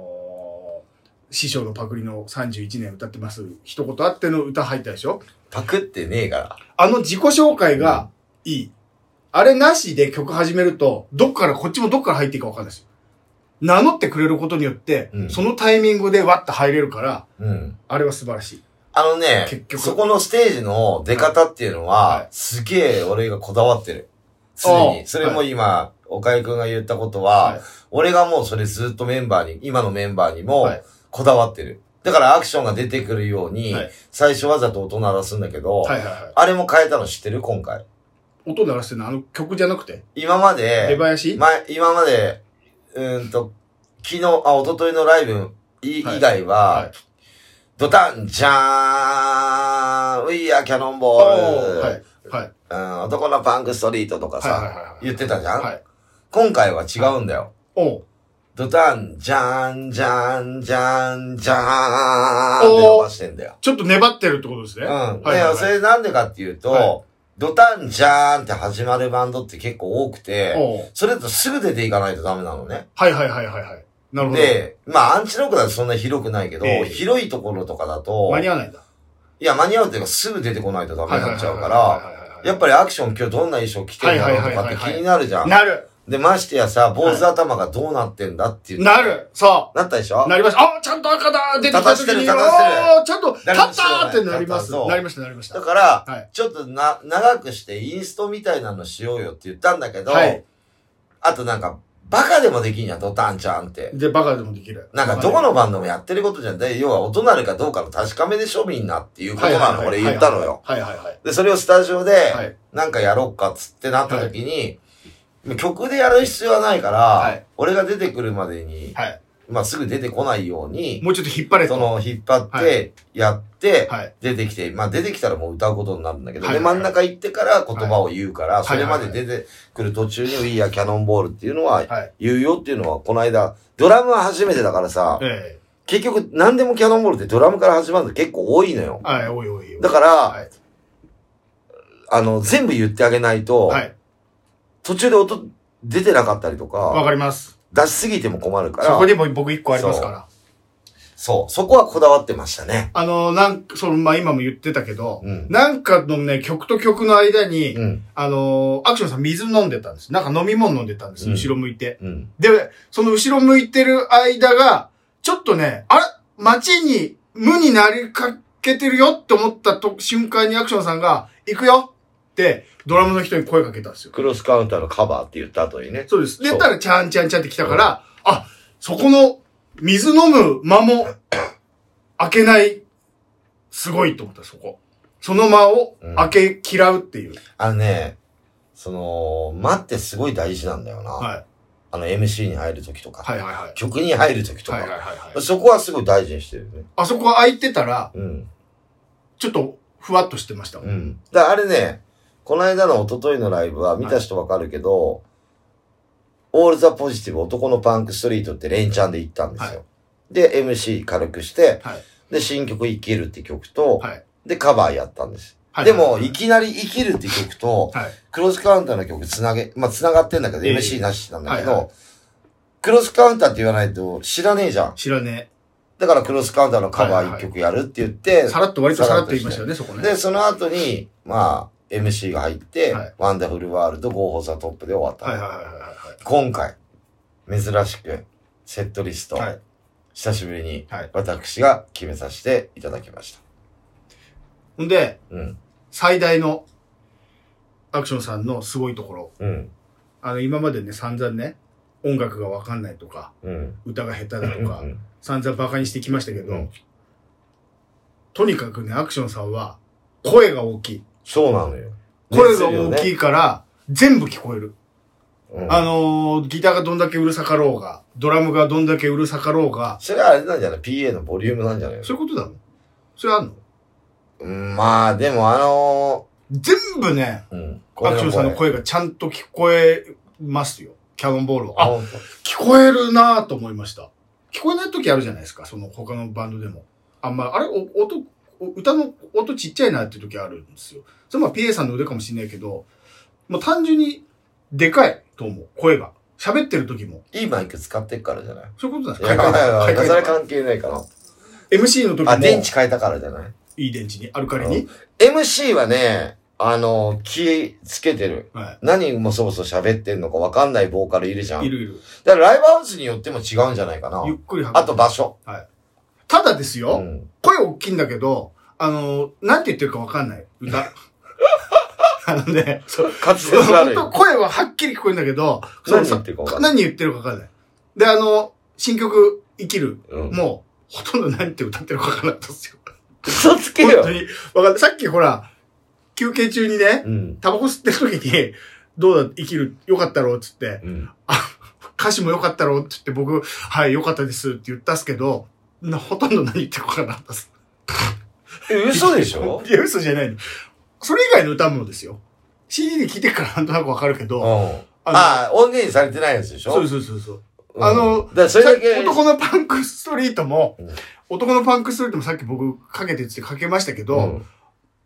Speaker 2: のー師匠のパクリの31年歌ってます。一言あっての歌入ったでしょ
Speaker 1: パクってねえから。
Speaker 2: あの自己紹介がいい。あれなしで曲始めると、どっから、こっちもどっから入っていいかわかんないですよ。名乗ってくれることによって、
Speaker 1: うん
Speaker 2: そのタイミングでわって入れるから、
Speaker 1: うん。
Speaker 2: あれは素晴らしい。
Speaker 1: あのね
Speaker 2: 結、局
Speaker 1: そこのステージの出方っていうのは
Speaker 2: はい、
Speaker 1: すげえ俺がこだわってる。常
Speaker 2: お
Speaker 1: に。
Speaker 2: う
Speaker 1: それも今、岡井くんが言ったことは、
Speaker 2: はい
Speaker 1: 俺がもうそれずっとメンバーに、今のメンバーにも
Speaker 2: はい、
Speaker 1: こだわってる。だからアクションが出てくるように、
Speaker 2: はい
Speaker 1: 最初わざと音鳴らすんだけど、
Speaker 2: はいはいは
Speaker 1: あれも変えたの知ってる今回。
Speaker 2: い。音鳴らしてるのあの曲じゃなくて、
Speaker 1: 今ま
Speaker 2: 出
Speaker 1: で、
Speaker 2: 囃子
Speaker 1: 前、今まで、うーんと、昨日、あ、一昨日のライブい以
Speaker 2: はい
Speaker 1: 外は、
Speaker 2: はい
Speaker 1: ドタン、ジャーン、We are
Speaker 2: お
Speaker 1: Cannonball、
Speaker 2: ーはい。はい。
Speaker 1: うん、男のパンクストリートとかさ、
Speaker 2: はいはいはいはい
Speaker 1: 言ってたじゃん、
Speaker 2: はい。
Speaker 1: 今回は違うんだよ。
Speaker 2: おう
Speaker 1: ドタン、ジャーン、ジャーン、ジャーン、ジャーンって伸ばしてんだよ。
Speaker 2: ちょっと粘ってるってことです
Speaker 1: う
Speaker 2: ね。
Speaker 1: ん。
Speaker 2: はいはいはい
Speaker 1: でそれなんでかっていうと、
Speaker 2: はい
Speaker 1: ドタン、ジャーンって始まるバンドって結構多くて、
Speaker 2: おう
Speaker 1: それだとすぐ出ていかないとダメなのね。
Speaker 2: はいはいはいはいはい。なるほど。
Speaker 1: で、まあ、アンチロックだとそんな広くないけど、
Speaker 2: ええ
Speaker 1: 広いところとかだと
Speaker 2: 間、に合わないんだ。
Speaker 1: いや、間に合うっていうかすぐ出てこないとダメになっちゃうか
Speaker 2: は
Speaker 1: ら、
Speaker 2: いはいはいはいはいはいはいはい
Speaker 1: やっぱりアクション今日どんな衣装着てるんだろうとかって気になるじゃん。
Speaker 2: なる。
Speaker 1: で、ましてやさ、坊主頭がどうなってんだっていう。
Speaker 2: なる。そ
Speaker 1: なったでし
Speaker 2: う。
Speaker 1: ょ
Speaker 2: なりました。あ、ちゃんと赤だ出てきた時に、
Speaker 1: 立たせてる立たせて
Speaker 2: あーちゃんと立ったーってなりま
Speaker 1: 立
Speaker 2: す。
Speaker 1: ったそう
Speaker 2: なりました、なりました
Speaker 1: だ。から、
Speaker 2: はい
Speaker 1: ちょっとな、長くしてインストみたいなのしようよって言ったんだけど、
Speaker 2: はい
Speaker 1: あとなんか、バカでもできんやん、ドタンちゃんって。
Speaker 2: で、バカでもできる。
Speaker 1: なんか、どこのバンドもやってることじゃん。で、要は、音なるかどうかの確かめでしょ、みんなっていうことなの、俺言ったのよ。。
Speaker 2: はいはいはい。
Speaker 1: で、それをスタジオで、
Speaker 2: はい
Speaker 1: なんかやろうかっつってなった時に、曲でやる必要はないから、
Speaker 2: はい
Speaker 1: 俺が出てくるまでに、
Speaker 2: はい。
Speaker 1: まあ、すぐ出てこないように、
Speaker 2: もうちょっと引っ張れと。
Speaker 1: そ
Speaker 2: は
Speaker 1: の、引っ張っ
Speaker 2: は
Speaker 1: て、やって、
Speaker 2: い。
Speaker 1: 出てきて、まあ出てきたらもう歌うことになるんだけど、
Speaker 2: はい
Speaker 1: で、真ん中行ってから言葉を言うから、
Speaker 2: い
Speaker 1: それまで出てくる途中に、いいや、キャノンボールっていうのは
Speaker 2: はい。
Speaker 1: 言うよっていうのは、この間、ドラムは初めてだからさ、
Speaker 2: え
Speaker 1: 結局何でもキャノンボールってドラムから始まるの結構多いのよ
Speaker 2: え。。はい、おいおいおい。
Speaker 1: だから、
Speaker 2: はい
Speaker 1: あの、全部言ってあげないと、
Speaker 2: はい。
Speaker 1: 途中で音出てなかったりと
Speaker 2: わ
Speaker 1: か、
Speaker 2: かります。
Speaker 1: 出しすぎても困るか
Speaker 2: そこ
Speaker 1: ら、
Speaker 2: にも僕一個ありますから。
Speaker 1: そう、そこはこだわってましたね。
Speaker 2: あの、なんか、その、まあ、今も言ってたけど、
Speaker 1: うん
Speaker 2: なんかのね、曲と曲の間に、
Speaker 1: うん、
Speaker 2: あの、アクションさん水飲んでたんです。なんか飲み物飲んでたんです、
Speaker 1: うん
Speaker 2: 後ろ向いて。
Speaker 1: うん、
Speaker 2: で、その後ろ向いてる間が、ちょっとね、あれ街に無になりかけてるよって思ったと瞬間にアクションさんが、行くよって、ドラムの人に声かけたんですよ。
Speaker 1: クロスカウンターのカバーって言った後にね。
Speaker 2: そうです。で、
Speaker 1: そう
Speaker 2: たら、チャンチャンチャンって来たから、あ、そこの、水飲む 間も、開けない、すごいと思った、そこ。その間を
Speaker 1: うん
Speaker 2: 開け嫌うっていう。
Speaker 1: あのね、その、間ってすごい大事なんだよな。
Speaker 2: はい。
Speaker 1: あの MC に入るときとか、
Speaker 2: はいはいはい。
Speaker 1: 曲に入るときとか、
Speaker 2: はいはいはいはい。
Speaker 1: そこはすごい大事にしてるね。
Speaker 2: あそこが開いてたら、
Speaker 1: うん。
Speaker 2: ちょっと、ふわっとしてましたもん。
Speaker 1: うん。だからあれね、この間の一昨日のライブは見た人わかるけど、オールザポジティブ男のパンクストリートって連チャンで行ったんですよ。
Speaker 2: は
Speaker 1: で、MC 軽くして、
Speaker 2: はい
Speaker 1: で、新曲生きるって曲と、
Speaker 2: はい
Speaker 1: で、カバーやったんです。
Speaker 2: はい。
Speaker 1: でも、いきなり生きるって曲と、
Speaker 2: はい。
Speaker 1: クロスカウンターの曲つなげ、まあ、つながってんだけど、
Speaker 2: ええ
Speaker 1: MC なしなんだけど、
Speaker 2: はいは
Speaker 1: クロスカウンターって言わないと知らねえじゃん。
Speaker 2: 知らね
Speaker 1: だからクロスカウンターのカバー一曲やるって言って、
Speaker 2: え。さらっと割とさらっと言いましたよね、そこね。
Speaker 1: で、その後に、まあ、MC が入って、
Speaker 2: はい
Speaker 1: ワンダフルワールド、ゴーホーザトップで終わったの。
Speaker 2: はいはいはいはい
Speaker 1: 今回、珍しく、セットリスト、
Speaker 2: はい。はい。
Speaker 1: 久しぶりに
Speaker 2: はい、
Speaker 1: 私が決めさせていただきました。
Speaker 2: ほんで、
Speaker 1: うん。
Speaker 2: 最大の、アクションさんのすごいところ。
Speaker 1: うん。
Speaker 2: あの、今までね、散々ね、音楽がわかんないとか、
Speaker 1: うん。
Speaker 2: 歌が下手だと
Speaker 1: うん
Speaker 2: か、散々バカにしてきましたけど、
Speaker 1: うん
Speaker 2: とにかくね、アクションさんは、声が大きい。
Speaker 1: そうなのよ。
Speaker 2: 声が大き
Speaker 1: い。
Speaker 2: いから、全部聞こえる。
Speaker 1: うん
Speaker 2: あのーギターがどんだけうるさかろうが、ドラムがどんだけうるさかろうが、
Speaker 1: それはあれなんじゃない ?PA のボリュームなんじゃないの
Speaker 2: そういうことだもん。それあんの
Speaker 1: うんまあ、でもあの
Speaker 2: 全部ね、
Speaker 1: ー、うん。
Speaker 2: アクションさんの声がちゃんと聞こえますよ。キャノンボールを。あ、
Speaker 1: ほんと
Speaker 2: 聞こえるなぁと思いました。聞こえない時あるじゃないですか、その他のバンドでも。あんま、あれ、お音、お歌の音ちっちゃいなって時あるんですよ。それはまあ PA さんの腕かもしれないけど、もう単純にでかいと思う、声が。喋ってる時も。
Speaker 1: いいマイク使ってっからじゃない
Speaker 2: そういうことなんで
Speaker 1: い
Speaker 2: す
Speaker 1: や、い
Speaker 2: か
Speaker 1: やいやそれ
Speaker 2: 買い替え
Speaker 1: 関係ないかな。
Speaker 2: MC の時も。
Speaker 1: あ、電池変えたからじゃない
Speaker 2: いい電池に、アルカリに。
Speaker 1: MC はね、あの、気つけてる。
Speaker 2: は
Speaker 1: 何もそもそも喋ってんのか分かんないボーカルいるじゃ
Speaker 2: い。い
Speaker 1: ん。
Speaker 2: るいる。
Speaker 1: だからライブハウスによっても違うんじゃないかな
Speaker 2: ゆっ。くり運ぶ
Speaker 1: あと、場所。
Speaker 2: ただですよ、
Speaker 1: うん
Speaker 2: 声大きいんだけど、あの、なんて言ってるかわかんない。 歌。あのね、そう。
Speaker 1: 滑舌悪い。
Speaker 2: 本当声ははっきり聞こえるんだけど、
Speaker 1: 何
Speaker 2: そ
Speaker 1: 言
Speaker 2: の
Speaker 1: ってるか分かんない。
Speaker 2: 何言ってるかわかんない。で、あの、新曲、生きる。
Speaker 1: うん
Speaker 2: もう、ほとんど何って歌ってるかわからなかったんですよ。
Speaker 1: 嘘つけ
Speaker 2: 本
Speaker 1: よ
Speaker 2: 当。に。わかんない。さっきほら、休憩中にね、
Speaker 1: うん。
Speaker 2: タバコ吸ってる時に、どうだ、生きる、よかったろうっつって、
Speaker 1: うん。
Speaker 2: 歌詞も良かったろって言って僕、はい、良かったですって言ったっすけど、なほとんど何言ってるかなかったっす。
Speaker 1: え嘘でしょ
Speaker 2: いや、嘘じゃないの。それ以外の歌もですよ。CD で聴いてからなんとなくわかるけ
Speaker 1: う
Speaker 2: ど、
Speaker 1: ん。
Speaker 2: あ
Speaker 1: ああ、音源にされてないやつでし
Speaker 2: の、
Speaker 1: ょ
Speaker 2: そうそうそうそう。
Speaker 1: うん
Speaker 2: あの
Speaker 1: だからそれだけ、
Speaker 2: 男のパンクストリートも、
Speaker 1: うん
Speaker 2: 男のパンクストリートもさっき僕かけてってかけましたけど、
Speaker 1: うん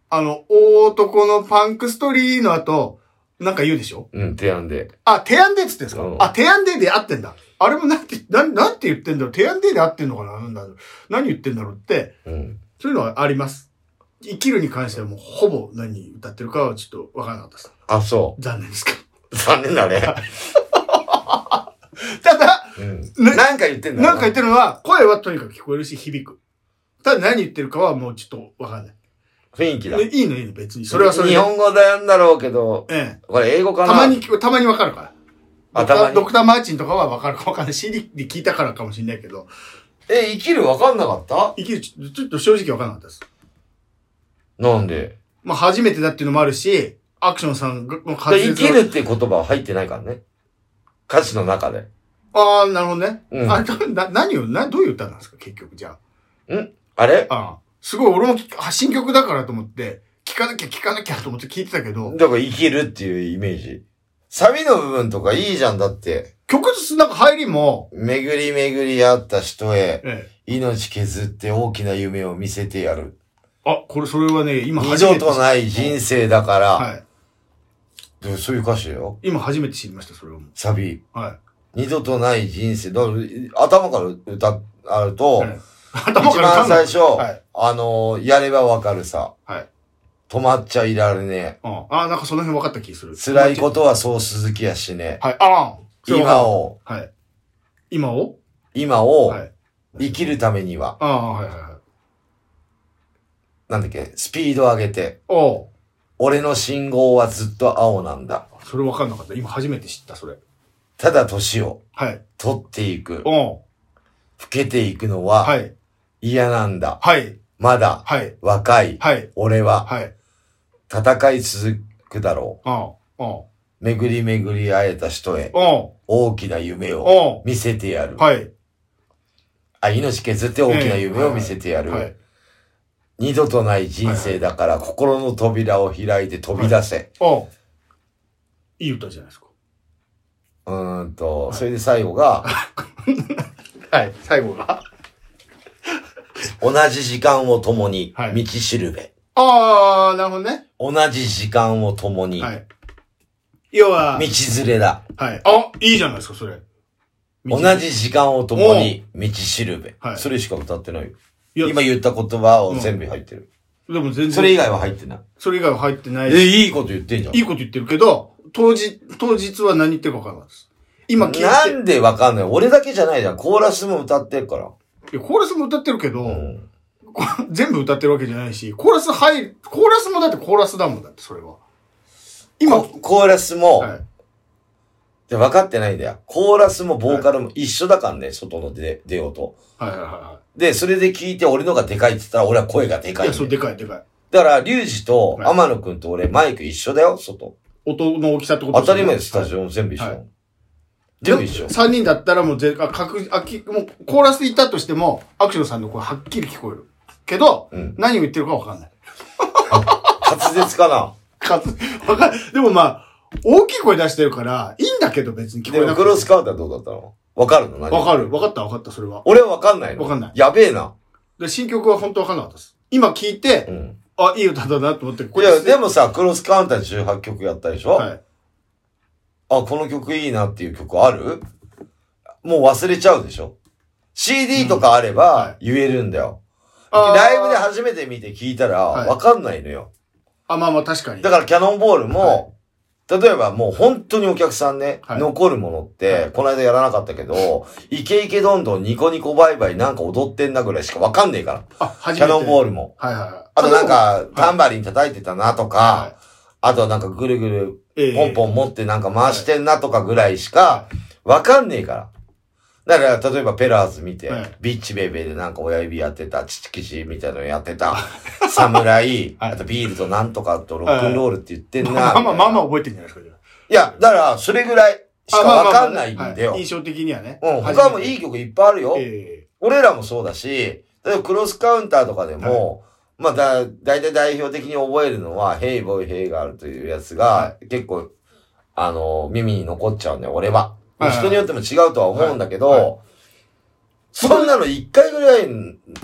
Speaker 2: あの、大男のパンクストリーの後、なんか言うでしょ
Speaker 1: うん、提案で。
Speaker 2: あ、提案でっつってんすか、
Speaker 1: うん
Speaker 2: あ、提案でで合ってんだ。あれもなんて、なん、なんて言ってんだろう提案でで合ってんのかななんだろう何言ってんだろうって、
Speaker 1: うん。
Speaker 2: そういうのはあります。生きるに関してはもうほぼ何歌ってるかはちょっとわからなかったです。
Speaker 1: あ、そ
Speaker 2: 残念ですけど。
Speaker 1: う。残念だね。
Speaker 2: ただ、
Speaker 1: うん。
Speaker 2: ね
Speaker 1: なんか言ってんだ
Speaker 2: なんか言って
Speaker 1: る。
Speaker 2: るのは、声はとにかく聞こえるし、響く。ただ何言ってるかはもうちょっとわかんない。
Speaker 1: 雰囲気だ。
Speaker 2: でいいのいいの、別に。それはそれ
Speaker 1: 日
Speaker 2: で。
Speaker 1: 本語だんだろうけど、
Speaker 2: ええ。
Speaker 1: これ英語か
Speaker 2: た
Speaker 1: な
Speaker 2: まに聞こえ、たまにわかるから。
Speaker 1: あたまに
Speaker 2: ドクターマーチンとかはわかるかわかんない。CD で聞いたからかもしれないけど、
Speaker 1: え、生きるわかんなかった
Speaker 2: 生きるちょ、ちょっと正直わかんなかったです。
Speaker 1: なんで
Speaker 2: まあ初めてだっていうのもあるし、アクションさんが、も
Speaker 1: で
Speaker 2: う
Speaker 1: 生きる
Speaker 2: る。
Speaker 1: って言葉は入ってないからね。歌詞の中で。
Speaker 2: ああ、なるほどね。
Speaker 1: うん
Speaker 2: あれ、どな、何を、な、どういう歌なんですか、結局、じゃ
Speaker 1: あれ
Speaker 2: あ。ああ。すごい、俺も聞あ新曲だからと思って、聞かなきゃ聞かなきゃと思って聞いてたけど、
Speaker 1: だから生きるっていうイメージ。サビの部分とかいいじゃんだって。
Speaker 2: 曲ずつなんか入りも、
Speaker 1: 巡り巡り合った人へ、
Speaker 2: ええ。
Speaker 1: 命削って大きな夢を見せてやる。
Speaker 2: あ、これ、それはね、今
Speaker 1: 二
Speaker 2: 初め
Speaker 1: 度
Speaker 2: て。
Speaker 1: とない人生だから、
Speaker 2: はい。
Speaker 1: でそういう歌詞だよ。
Speaker 2: 今初めて知りました、それをも
Speaker 1: サビ。
Speaker 2: う。はい。
Speaker 1: 二度とない人生。だから頭から歌、あると、
Speaker 2: ええ頭
Speaker 1: 一
Speaker 2: から
Speaker 1: 番最初、
Speaker 2: はい。
Speaker 1: あのーやればわかるさ。
Speaker 2: はい。
Speaker 1: 止まっちゃいられね
Speaker 2: ああ、なんかその辺分かった気する。
Speaker 1: え。辛いことはそう続きやしね
Speaker 2: はい。ああ。
Speaker 1: え。今。を、
Speaker 2: はい。今を
Speaker 1: 今を
Speaker 2: はい。
Speaker 1: 生きるためには、
Speaker 2: ああ、はいはいはい。
Speaker 1: なんだっけ、スピード上げて、
Speaker 2: おう
Speaker 1: 俺の信号はずっと青なんだ。
Speaker 2: それ分かんなかった。今初めて知った、それ。
Speaker 1: ただ年を
Speaker 2: はい。
Speaker 1: 取っていく。老
Speaker 2: おう
Speaker 1: けていくのは
Speaker 2: はい。
Speaker 1: 嫌なんだ。
Speaker 2: はい。
Speaker 1: まだ
Speaker 2: はい。
Speaker 1: 若い。
Speaker 2: はい。
Speaker 1: 俺は
Speaker 2: はい。
Speaker 1: 戦い続くだろ
Speaker 2: おうお
Speaker 1: う。
Speaker 2: う
Speaker 1: 巡り巡り会えた人へ
Speaker 2: おう
Speaker 1: 大きな夢を
Speaker 2: お
Speaker 1: 見せてやる
Speaker 2: う。はい。
Speaker 1: あ、命削って大きな夢を見せてやる。
Speaker 2: はい。
Speaker 1: 二度とない人生だから心の扉を開いて飛び出せ。
Speaker 2: おういい歌じゃないですか。
Speaker 1: うーんと、それで最後が、
Speaker 2: はい。最後が。
Speaker 1: 同じ時間を共に、
Speaker 2: はい
Speaker 1: 道しるべ。
Speaker 2: ああ、なるほどね。
Speaker 1: 同じ時間を共に、
Speaker 2: はい。要は、
Speaker 1: 道連れだ。
Speaker 2: はい。あ、いいじゃないですか、それ。
Speaker 1: 同。じ時間を共に、道しるべ。
Speaker 2: はい
Speaker 1: それしか歌ってないよ。
Speaker 2: いや、
Speaker 1: 今言った言葉を全部入ってる。
Speaker 2: でも全然、
Speaker 1: それ以外は入ってない。
Speaker 2: それ以外は入ってないし
Speaker 1: え、いいこと言ってんじゃん。
Speaker 2: いいこと言ってるけど、当日、当日は何言ってるか分からないです。今聞いて。
Speaker 1: なんでわかんない俺だけじゃないじゃん。コーラスも歌ってるから。
Speaker 2: いや、コーラスも歌ってるけど、
Speaker 1: うん。
Speaker 2: こ全部歌ってるわけじゃないし、コーラス入る、コーラスもだってコーラスだもんだって、それは。今、
Speaker 1: 今、
Speaker 2: は
Speaker 1: コーラスも、
Speaker 2: い。
Speaker 1: で分かってないんだよ。コーラスもボーカルも一緒だからね、外の出、出ようと。
Speaker 2: はいはいは
Speaker 1: で、それで聞いて俺のがでかいって言ったら俺は声がで
Speaker 2: いは
Speaker 1: か
Speaker 2: い。い
Speaker 1: いん
Speaker 2: や、
Speaker 1: だ
Speaker 2: そ
Speaker 1: よ。
Speaker 2: う、でかいでかい。
Speaker 1: だから、リュウジと
Speaker 2: はい
Speaker 1: 天野くんと俺マイク一緒だよ、外。
Speaker 2: 音の大きさってこと
Speaker 1: 当たり前です、スタ
Speaker 2: オ。
Speaker 1: ジオも全部一緒。
Speaker 2: はい
Speaker 1: 全部一緒。
Speaker 2: 3人だったらもうぜ、あ、確実あき、もう、コーラスで行ったとしても、アクションさんの声はっきり聞こえる。けど、
Speaker 1: うん
Speaker 2: 何を言ってるかわかんない。
Speaker 1: 滑舌かな。
Speaker 2: かつ、わかんでもまあ、大きい声出してるから、いいんだけど別に聞こ
Speaker 1: で
Speaker 2: え
Speaker 1: も、
Speaker 2: なく
Speaker 1: ク
Speaker 2: て
Speaker 1: ロスカウターどうだったのわかるの何
Speaker 2: わかる。わかったわかった、それは。
Speaker 1: 俺はわかんないの
Speaker 2: わかんない
Speaker 1: やべえな。
Speaker 2: で、新曲は本当わかんなかったです。今聞いて、
Speaker 1: うん。
Speaker 2: あ、いい歌だなと思って、
Speaker 1: い
Speaker 2: こ
Speaker 1: や、でもさ、クロスカウンター18曲やったでしょ、
Speaker 2: はい。
Speaker 1: あ、この曲いいなっていう曲あるもう忘れちゃうでしょ ?CD とかあれば言えるんだよ。
Speaker 2: あー
Speaker 1: ライブで初めて見て聞いたら
Speaker 2: はい
Speaker 1: わかんないのよ。
Speaker 2: あ、まあまあ確かに。
Speaker 1: だからキャノンボールも、例えばもう本当にお客さんね、
Speaker 2: はい
Speaker 1: 残るものって、
Speaker 2: はい
Speaker 1: この間やらなかったけど、イケイケどんどんニコニコバイバイなんか踊ってんなぐらいしかわかんねえから。
Speaker 2: あ、初
Speaker 1: キャ
Speaker 2: めて。
Speaker 1: ノンボー
Speaker 2: ル。
Speaker 1: ルも。
Speaker 2: はいはいはい。
Speaker 1: あとなんか、
Speaker 2: は
Speaker 1: タンバリン叩いてたなと
Speaker 2: い、
Speaker 1: か、あとはなんかぐるぐる
Speaker 2: ええ
Speaker 1: ポンポン持ってなんか回してんなとかぐらいしか、わかんねえから。だから、例えばペラーズ見て、
Speaker 2: はい
Speaker 1: ビッチベイベーでなんか親指やってた、チチキシみたいなのやってた、 侍、あとビールとなんとかとロックンロールって言ってんな。
Speaker 2: まあまあまあまあ
Speaker 1: み
Speaker 2: 覚えてるんじゃないですかじゃ
Speaker 1: たいないや、だから、それぐらいしか
Speaker 2: あ。あまあ
Speaker 1: わ
Speaker 2: まあ
Speaker 1: かんないん
Speaker 2: は
Speaker 1: だよ
Speaker 2: 印。象的にはね。
Speaker 1: うん、他もいい
Speaker 2: い
Speaker 1: 曲いっぱいあるよ。
Speaker 2: え
Speaker 1: 俺らもそうだし、例えばクロスカウンターとかでも、まあだ、大体代表的に覚えるのは、ヘイボイヘイガールというやつが
Speaker 2: は、
Speaker 1: 結構、あの、耳に残っちゃうんだよ、俺は。
Speaker 2: はい
Speaker 1: 人によっても違うとは思うんだけど、
Speaker 2: はいはい
Speaker 1: そんなの一回ぐらい、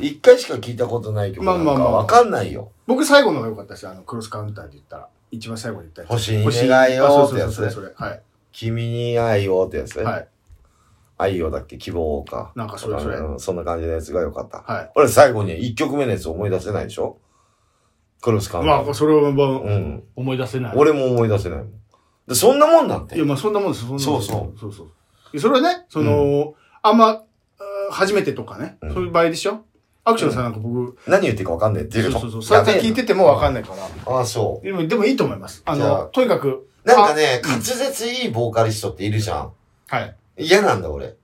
Speaker 1: 一回しか聞いたことない曲なんか
Speaker 2: まあまあまあ
Speaker 1: わかんないよ。
Speaker 2: 僕最後のが良かったし、あの、クロスカウンターで言ったら。一番最後に言ったやつ。
Speaker 1: 星に願いを
Speaker 2: あそう
Speaker 1: っ
Speaker 2: そ
Speaker 1: て
Speaker 2: う
Speaker 1: や
Speaker 2: そう
Speaker 1: つ
Speaker 2: それそれ。はい。
Speaker 1: 君に愛をってやつね。
Speaker 2: はい。
Speaker 1: 愛をだっけ希望か。
Speaker 2: なんかそれそれ
Speaker 1: うんそんな感じのやつが良かった。
Speaker 2: はい。
Speaker 1: 俺最後に一曲目のやつ思い出せないでしょクロスカウンタ
Speaker 2: ま
Speaker 1: ー。
Speaker 2: あ、それはもう
Speaker 1: うん。
Speaker 2: 思い出せない。
Speaker 1: 俺も思い出せないもん。でそんなもんなん
Speaker 2: いや、
Speaker 1: て。
Speaker 2: まあそんなもんです、そんなもんです
Speaker 1: そう
Speaker 2: そうそう。それはね、その、あんま、あー初めてとかね、
Speaker 1: うん
Speaker 2: そういう場合でしょアクションさんなんか僕、
Speaker 1: 何言っていいか分かんねえってい
Speaker 2: そ
Speaker 1: ううの
Speaker 2: そうそう、さっき聞いててもわかん
Speaker 1: ない。
Speaker 2: ないから。
Speaker 1: ああ、そう。
Speaker 2: でも、でもいいと思います。あ
Speaker 1: じゃあ
Speaker 2: の、とにかく。
Speaker 1: なんかね、滑舌いいボーカリストっているじゃん。
Speaker 2: あ。はい。
Speaker 1: 嫌なんだ、俺。だか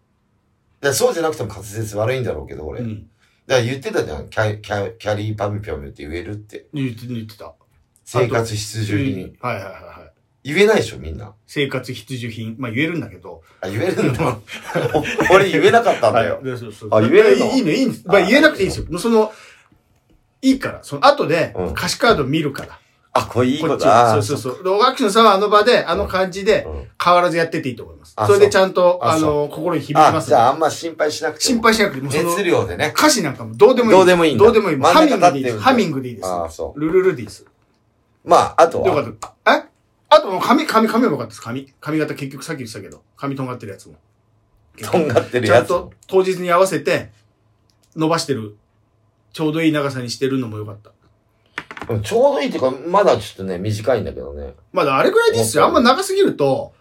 Speaker 1: らそうじゃなくても滑舌悪いんだろうけど、俺。
Speaker 2: う
Speaker 1: だか
Speaker 2: ん。
Speaker 1: ら言ってたじゃん。キャキャキャリーパミュピョミュって言えるって。
Speaker 2: 言って言ってた。
Speaker 1: 生活必需品。
Speaker 2: はいはいはいはい。
Speaker 1: 言えないでしょ、みんな。
Speaker 2: 生活必需品。まあ言えるんだけど。
Speaker 1: あ、言えるんだ。 俺言えなかったんだよ。
Speaker 2: でそうそう
Speaker 1: あ言えるの
Speaker 2: いいいの、いいんです。まあ言えなくていいですよ。もうその、いいから。その後で
Speaker 1: うん、
Speaker 2: 歌詞カード見るから。
Speaker 1: あ、これいい
Speaker 2: こ
Speaker 1: こ
Speaker 2: っ
Speaker 1: と
Speaker 2: ち。
Speaker 1: だ。
Speaker 2: そうそうそう。で、アクションさんはあの場で、あの感じで、
Speaker 1: うん
Speaker 2: 変わらずやってていいと思います。
Speaker 1: あ
Speaker 2: それでちゃんと、
Speaker 1: そう
Speaker 2: あの、心に響きま
Speaker 1: あ、
Speaker 2: す
Speaker 1: じ
Speaker 2: ので。
Speaker 1: ゃああんま心配しなくて
Speaker 2: 心
Speaker 1: も。
Speaker 2: 配しなくても、その
Speaker 1: 熱、量でね。
Speaker 2: 歌詞なんかもどうでもいい。
Speaker 1: どうでもいいんだ
Speaker 2: どうでもいい。もう
Speaker 1: 真
Speaker 2: ハ
Speaker 1: ん
Speaker 2: ミ
Speaker 1: 中
Speaker 2: ングで
Speaker 1: 立っ
Speaker 2: いい
Speaker 1: て
Speaker 2: で
Speaker 1: る
Speaker 2: す。ハミングでいいです。
Speaker 1: ああ、そう。
Speaker 2: ルルルでいいです。
Speaker 1: まあ、あと
Speaker 2: よか
Speaker 1: は。
Speaker 2: った。えあと、髪、髪、髪もよかったです。髪。髪型結局さっき言ってたけど、髪とんがってるやつも。
Speaker 1: とんがってる
Speaker 2: ちゃ
Speaker 1: や
Speaker 2: ん
Speaker 1: つも
Speaker 2: と。当日に合わせて、伸ばしてる。ちょうどいい長さにしてるのもよかった。
Speaker 1: うんちょうどいいっていうか、まだちょっとね、短いんだけどね。
Speaker 2: まだあれぐらいでいいっすよ。あんま長すぎると、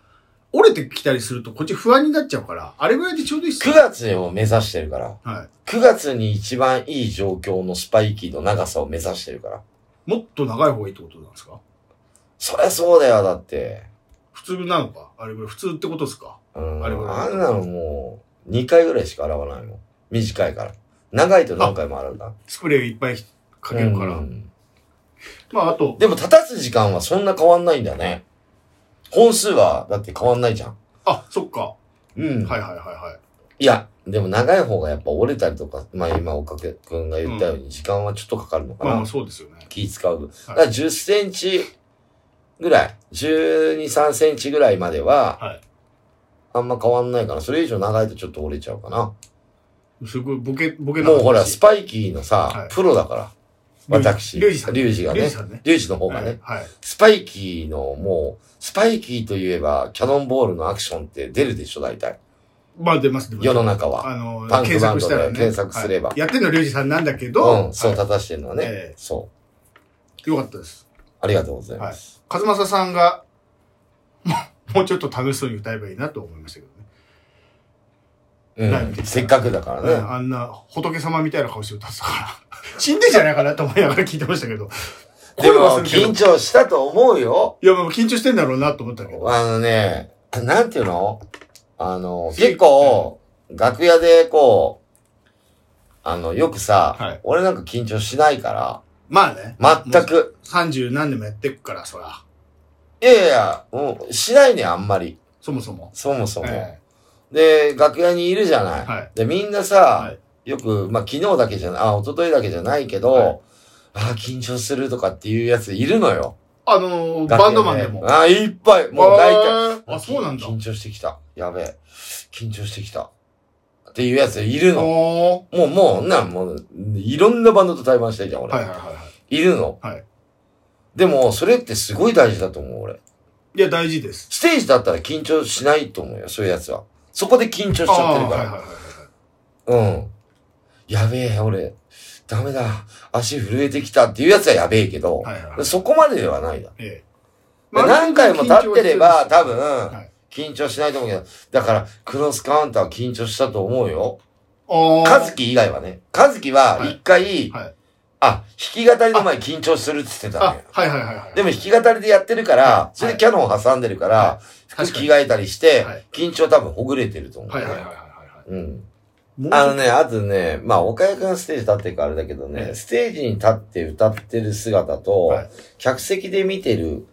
Speaker 2: 折れてきたりするとこっち不安になっちゃうから、あれぐらいでちょうどいいっす
Speaker 1: 9
Speaker 2: よ。
Speaker 1: 月を目指してるから。
Speaker 2: は
Speaker 1: 9月に一番いい状況のスパイキーの長さを目指してるから。
Speaker 2: い。もっと長い方がいいってことなんですか
Speaker 1: そりゃそうだよ、だって。
Speaker 2: 普通なのかあれぐらい普通ってことですか
Speaker 1: うん。
Speaker 2: あれぐらい
Speaker 1: あんなのもう、2回ぐらいしか洗わないもん。短いから。長いと何回も洗うから。
Speaker 2: スプレーいっぱいかけるから。
Speaker 1: うん
Speaker 2: まあ、あと、
Speaker 1: でも、立たす時間はそんな変わんないんだね。本数は、だって変わんないじゃん。
Speaker 2: あ、そっか。
Speaker 1: うん。
Speaker 2: はいはいはいはい。
Speaker 1: いや、でも長い方がやっぱ折れたりとか、まあ今、岡くんが言ったように、時間はちょっとかかるのか
Speaker 2: ま
Speaker 1: な。
Speaker 2: あまあそうですよね。
Speaker 1: 気使う分。だから10センチぐらい、12、3センチぐらいまでは、
Speaker 2: はい
Speaker 1: あんま変わんないから、それ以上長いとちょっと折れちゃうかな。
Speaker 2: すごいボケ、ボケな
Speaker 1: もうほら、ス
Speaker 2: 話
Speaker 1: パイキーのさ、
Speaker 2: はい
Speaker 1: プロだから、私。
Speaker 2: リュウジさん。
Speaker 1: リュウジがね
Speaker 2: リュウジさんね。
Speaker 1: リュウジの方がね、
Speaker 2: はい。はい
Speaker 1: スパイキーのもう、スパイキーといえば、キャノンボールのアクションって出るでしょ、大体。
Speaker 2: まあ出ます、出ます。
Speaker 1: 世の中は。
Speaker 2: あの、
Speaker 1: パンク
Speaker 2: 検
Speaker 1: バン
Speaker 2: 索
Speaker 1: ドで
Speaker 2: したらね。
Speaker 1: 検索すれば
Speaker 2: はいやってんのリュウジさんなんだけど、
Speaker 1: うん、そう、
Speaker 2: は
Speaker 1: 立たしてるのはね。
Speaker 2: ええ
Speaker 1: そう。
Speaker 2: いよかったです。
Speaker 1: ありがとうございます。
Speaker 2: 和正さんが、もうもうちょっと楽しそうに歌えばいいなと思いましたけどね。ライ
Speaker 1: う
Speaker 2: ブ
Speaker 1: ん
Speaker 2: で、
Speaker 1: せっかくだからね。
Speaker 2: うんあんな仏様みたいな顔して歌ってたから、 死んでんじゃないかなと思いながら聞いてましたけど。
Speaker 1: で
Speaker 2: 声は
Speaker 1: も、
Speaker 2: するけど
Speaker 1: 緊張したと思うよ。
Speaker 2: いや、もう緊張してんだろうなと思ったけど。
Speaker 1: あのね、なんていうのあの、結構、楽屋でこう、あの、よくさ、
Speaker 2: はい
Speaker 1: 俺なんか緊張しないか
Speaker 2: まあね、
Speaker 1: ら、全く。
Speaker 2: 30何年もやってっから、そら。
Speaker 1: いやいやいや、もう、しないね、あんまり。
Speaker 2: そもそも。
Speaker 1: そもそも。
Speaker 2: え
Speaker 1: で、楽屋にいるじゃない。
Speaker 2: はい
Speaker 1: で、みんなさ、
Speaker 2: はい
Speaker 1: よく、まあ、昨日だけじゃない、あ、一昨日だけじゃないけど、
Speaker 2: はい
Speaker 1: あー緊張するとかっていうやついるのよ。
Speaker 2: あのー、バンドマンでも。
Speaker 1: あー、いっぱい。もう大体。
Speaker 2: あーあ、そうなんだ。
Speaker 1: 緊張してきた。やべえ。緊張してきた。っていうやついるの。
Speaker 2: おー。
Speaker 1: もう、もう、なん、もう、いろんなバンドと対バンしてるじゃん、俺。
Speaker 2: はいはいはいはい。
Speaker 1: い、るの。
Speaker 2: はい
Speaker 1: でも、それってすごい大事だと思う、俺。
Speaker 2: いや、大事です。
Speaker 1: ステージだったら緊張しないと思うよ、そういうやつは。そこで緊張しちゃってるから。
Speaker 2: あーはいはいはい
Speaker 1: う
Speaker 2: はい
Speaker 1: ん。やべえ、俺、ダメだ。足震えてきたっていうやつはやべえけど、
Speaker 2: はいはいはい
Speaker 1: そこまでではないだ。
Speaker 2: ええ
Speaker 1: で何回も立ってれば、多分、
Speaker 2: い
Speaker 1: 緊張しないと思うけど、だから、クロスカウンターは緊張したと思うよ。
Speaker 2: おー
Speaker 1: カズキ以外はね。カズキは
Speaker 2: はい
Speaker 1: 一回、
Speaker 2: はい
Speaker 1: あ、弾き語りの前に緊張するって言ってた
Speaker 2: あ
Speaker 1: ね。、
Speaker 2: はいはいはいはい。
Speaker 1: でも弾き語りでやってるから、
Speaker 2: はい
Speaker 1: それでキャノン挟んでるから、
Speaker 2: は
Speaker 1: 服
Speaker 2: 確か
Speaker 1: 着
Speaker 2: に
Speaker 1: 替えたりして、
Speaker 2: はい
Speaker 1: 緊張多分ほぐれてると思う、
Speaker 2: はいはいはいはい
Speaker 1: うん。
Speaker 2: はい。
Speaker 1: あのね、あとね、まあ、岡谷くんステージ立ってるからあれだけどね、
Speaker 2: ええ
Speaker 1: ステージに立って歌ってる姿と、
Speaker 2: はい
Speaker 1: 客席で見てる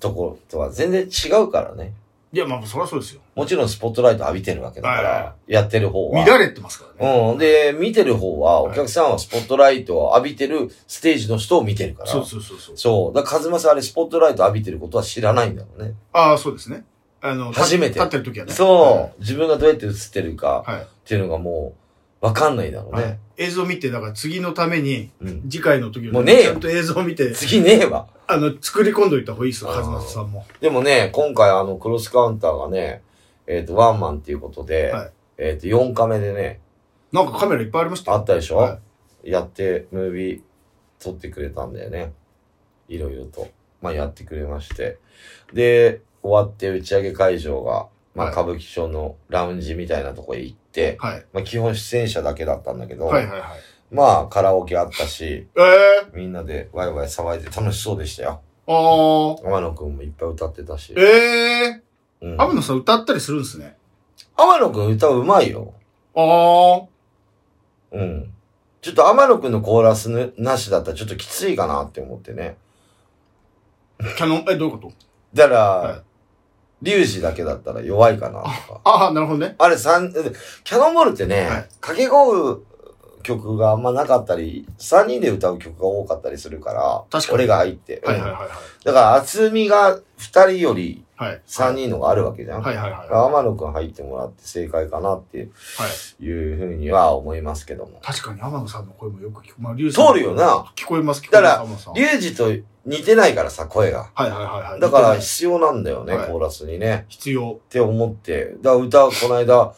Speaker 1: ところとは全然違うからね。
Speaker 2: いや、まあ、そりゃそうですよ。
Speaker 1: もちろんスポットライト浴びてるわけだから、
Speaker 2: はいは
Speaker 1: やってる方は。
Speaker 2: 見られてますからね。
Speaker 1: うん。で、見てる方は、
Speaker 2: は
Speaker 1: お
Speaker 2: い
Speaker 1: 客さんはスポットライトを浴びてるステージの人を見てるから。
Speaker 2: そうそうそうそう。
Speaker 1: そう。だから、カズマさんあれ、スポットライト浴びてることは知らないんだろうね。
Speaker 2: ああ、そうですね。あの、
Speaker 1: 初めて
Speaker 2: 立ってる時はね。
Speaker 1: そう。自分がどうやって映ってるか
Speaker 2: はい。
Speaker 1: っていうのがもう、わかんないだろう
Speaker 2: はい。
Speaker 1: ね。
Speaker 2: はい映像見て、だから次のために、
Speaker 1: うん。
Speaker 2: 次回の時の
Speaker 1: もうねえよ
Speaker 2: ちゃんと映像見て、
Speaker 1: 次ねえわ。
Speaker 2: あの、作り込んどいた方がいいですよ、
Speaker 1: あー
Speaker 2: カズマさんも。
Speaker 1: でもね、今回あの、クロスカウンターがね、えっ、と、ワンマンっていうことで、
Speaker 2: はい
Speaker 1: えっ、と、4カメでね、
Speaker 2: なんかカメラいっぱいありましたよ
Speaker 1: あったでしょ、
Speaker 2: は
Speaker 1: やって、ムービー撮ってくれたんだよね。いろいろと。まあ、やってくれまして。で、終わって打ち上げ会場が、まあ、
Speaker 2: はい
Speaker 1: 歌舞伎町のラウンジみたいなとこへ行って、
Speaker 2: はい。
Speaker 1: まあ、基本出演者だけだったんだけど、
Speaker 2: はいはいはい。
Speaker 1: まあ、カラオケあったし、
Speaker 2: ええ
Speaker 1: みんなでワイワイ騒いで楽しそうでしたよ。
Speaker 2: ー。あー。
Speaker 1: 天野くんもいっぱい歌ってたし。
Speaker 2: ええ
Speaker 1: うん
Speaker 2: ー。アムノさん歌ったりするんですね。
Speaker 1: 天野くん歌うまいよ。
Speaker 2: あー。
Speaker 1: うん。ちょっと天野くんのコーラスぬなしだったらちょっときついかなって思ってね。
Speaker 2: キャノン、え、どういうこと
Speaker 1: だから、
Speaker 2: はい
Speaker 1: リュウジだけだったら弱いかなとか。
Speaker 2: ああ、なるほどね。
Speaker 1: あれ三、えキャノンボールってね、
Speaker 2: はい
Speaker 1: 掛け声曲があんまなかったり、三人で歌う曲が多かったりするから、
Speaker 2: 確かに
Speaker 1: 俺が入って。
Speaker 2: はいはい
Speaker 1: うん
Speaker 2: はい
Speaker 1: だから厚みが二人より
Speaker 2: はい。はい。
Speaker 1: 三人のがあるわけじゃん。
Speaker 2: はいはいはい。は
Speaker 1: 天野くん入ってもらって正解かなっていう
Speaker 2: い。
Speaker 1: ふうには思いますけども。
Speaker 2: 確かに天野さんの声もよく聞こえ、まあ、リュウさんの
Speaker 1: 通るよな。
Speaker 2: 聞こえます、聞こ
Speaker 1: だ
Speaker 2: え
Speaker 1: か
Speaker 2: ます、
Speaker 1: ら
Speaker 2: 天野さ
Speaker 1: リュウ
Speaker 2: ん。
Speaker 1: ジと似てないからさ、声が。
Speaker 2: はいはいはいはい。
Speaker 1: だから
Speaker 2: 似てない
Speaker 1: 必要なんだよね、
Speaker 2: はい
Speaker 1: コーラスにね。
Speaker 2: 必要。
Speaker 1: って思って。だから歌、この間、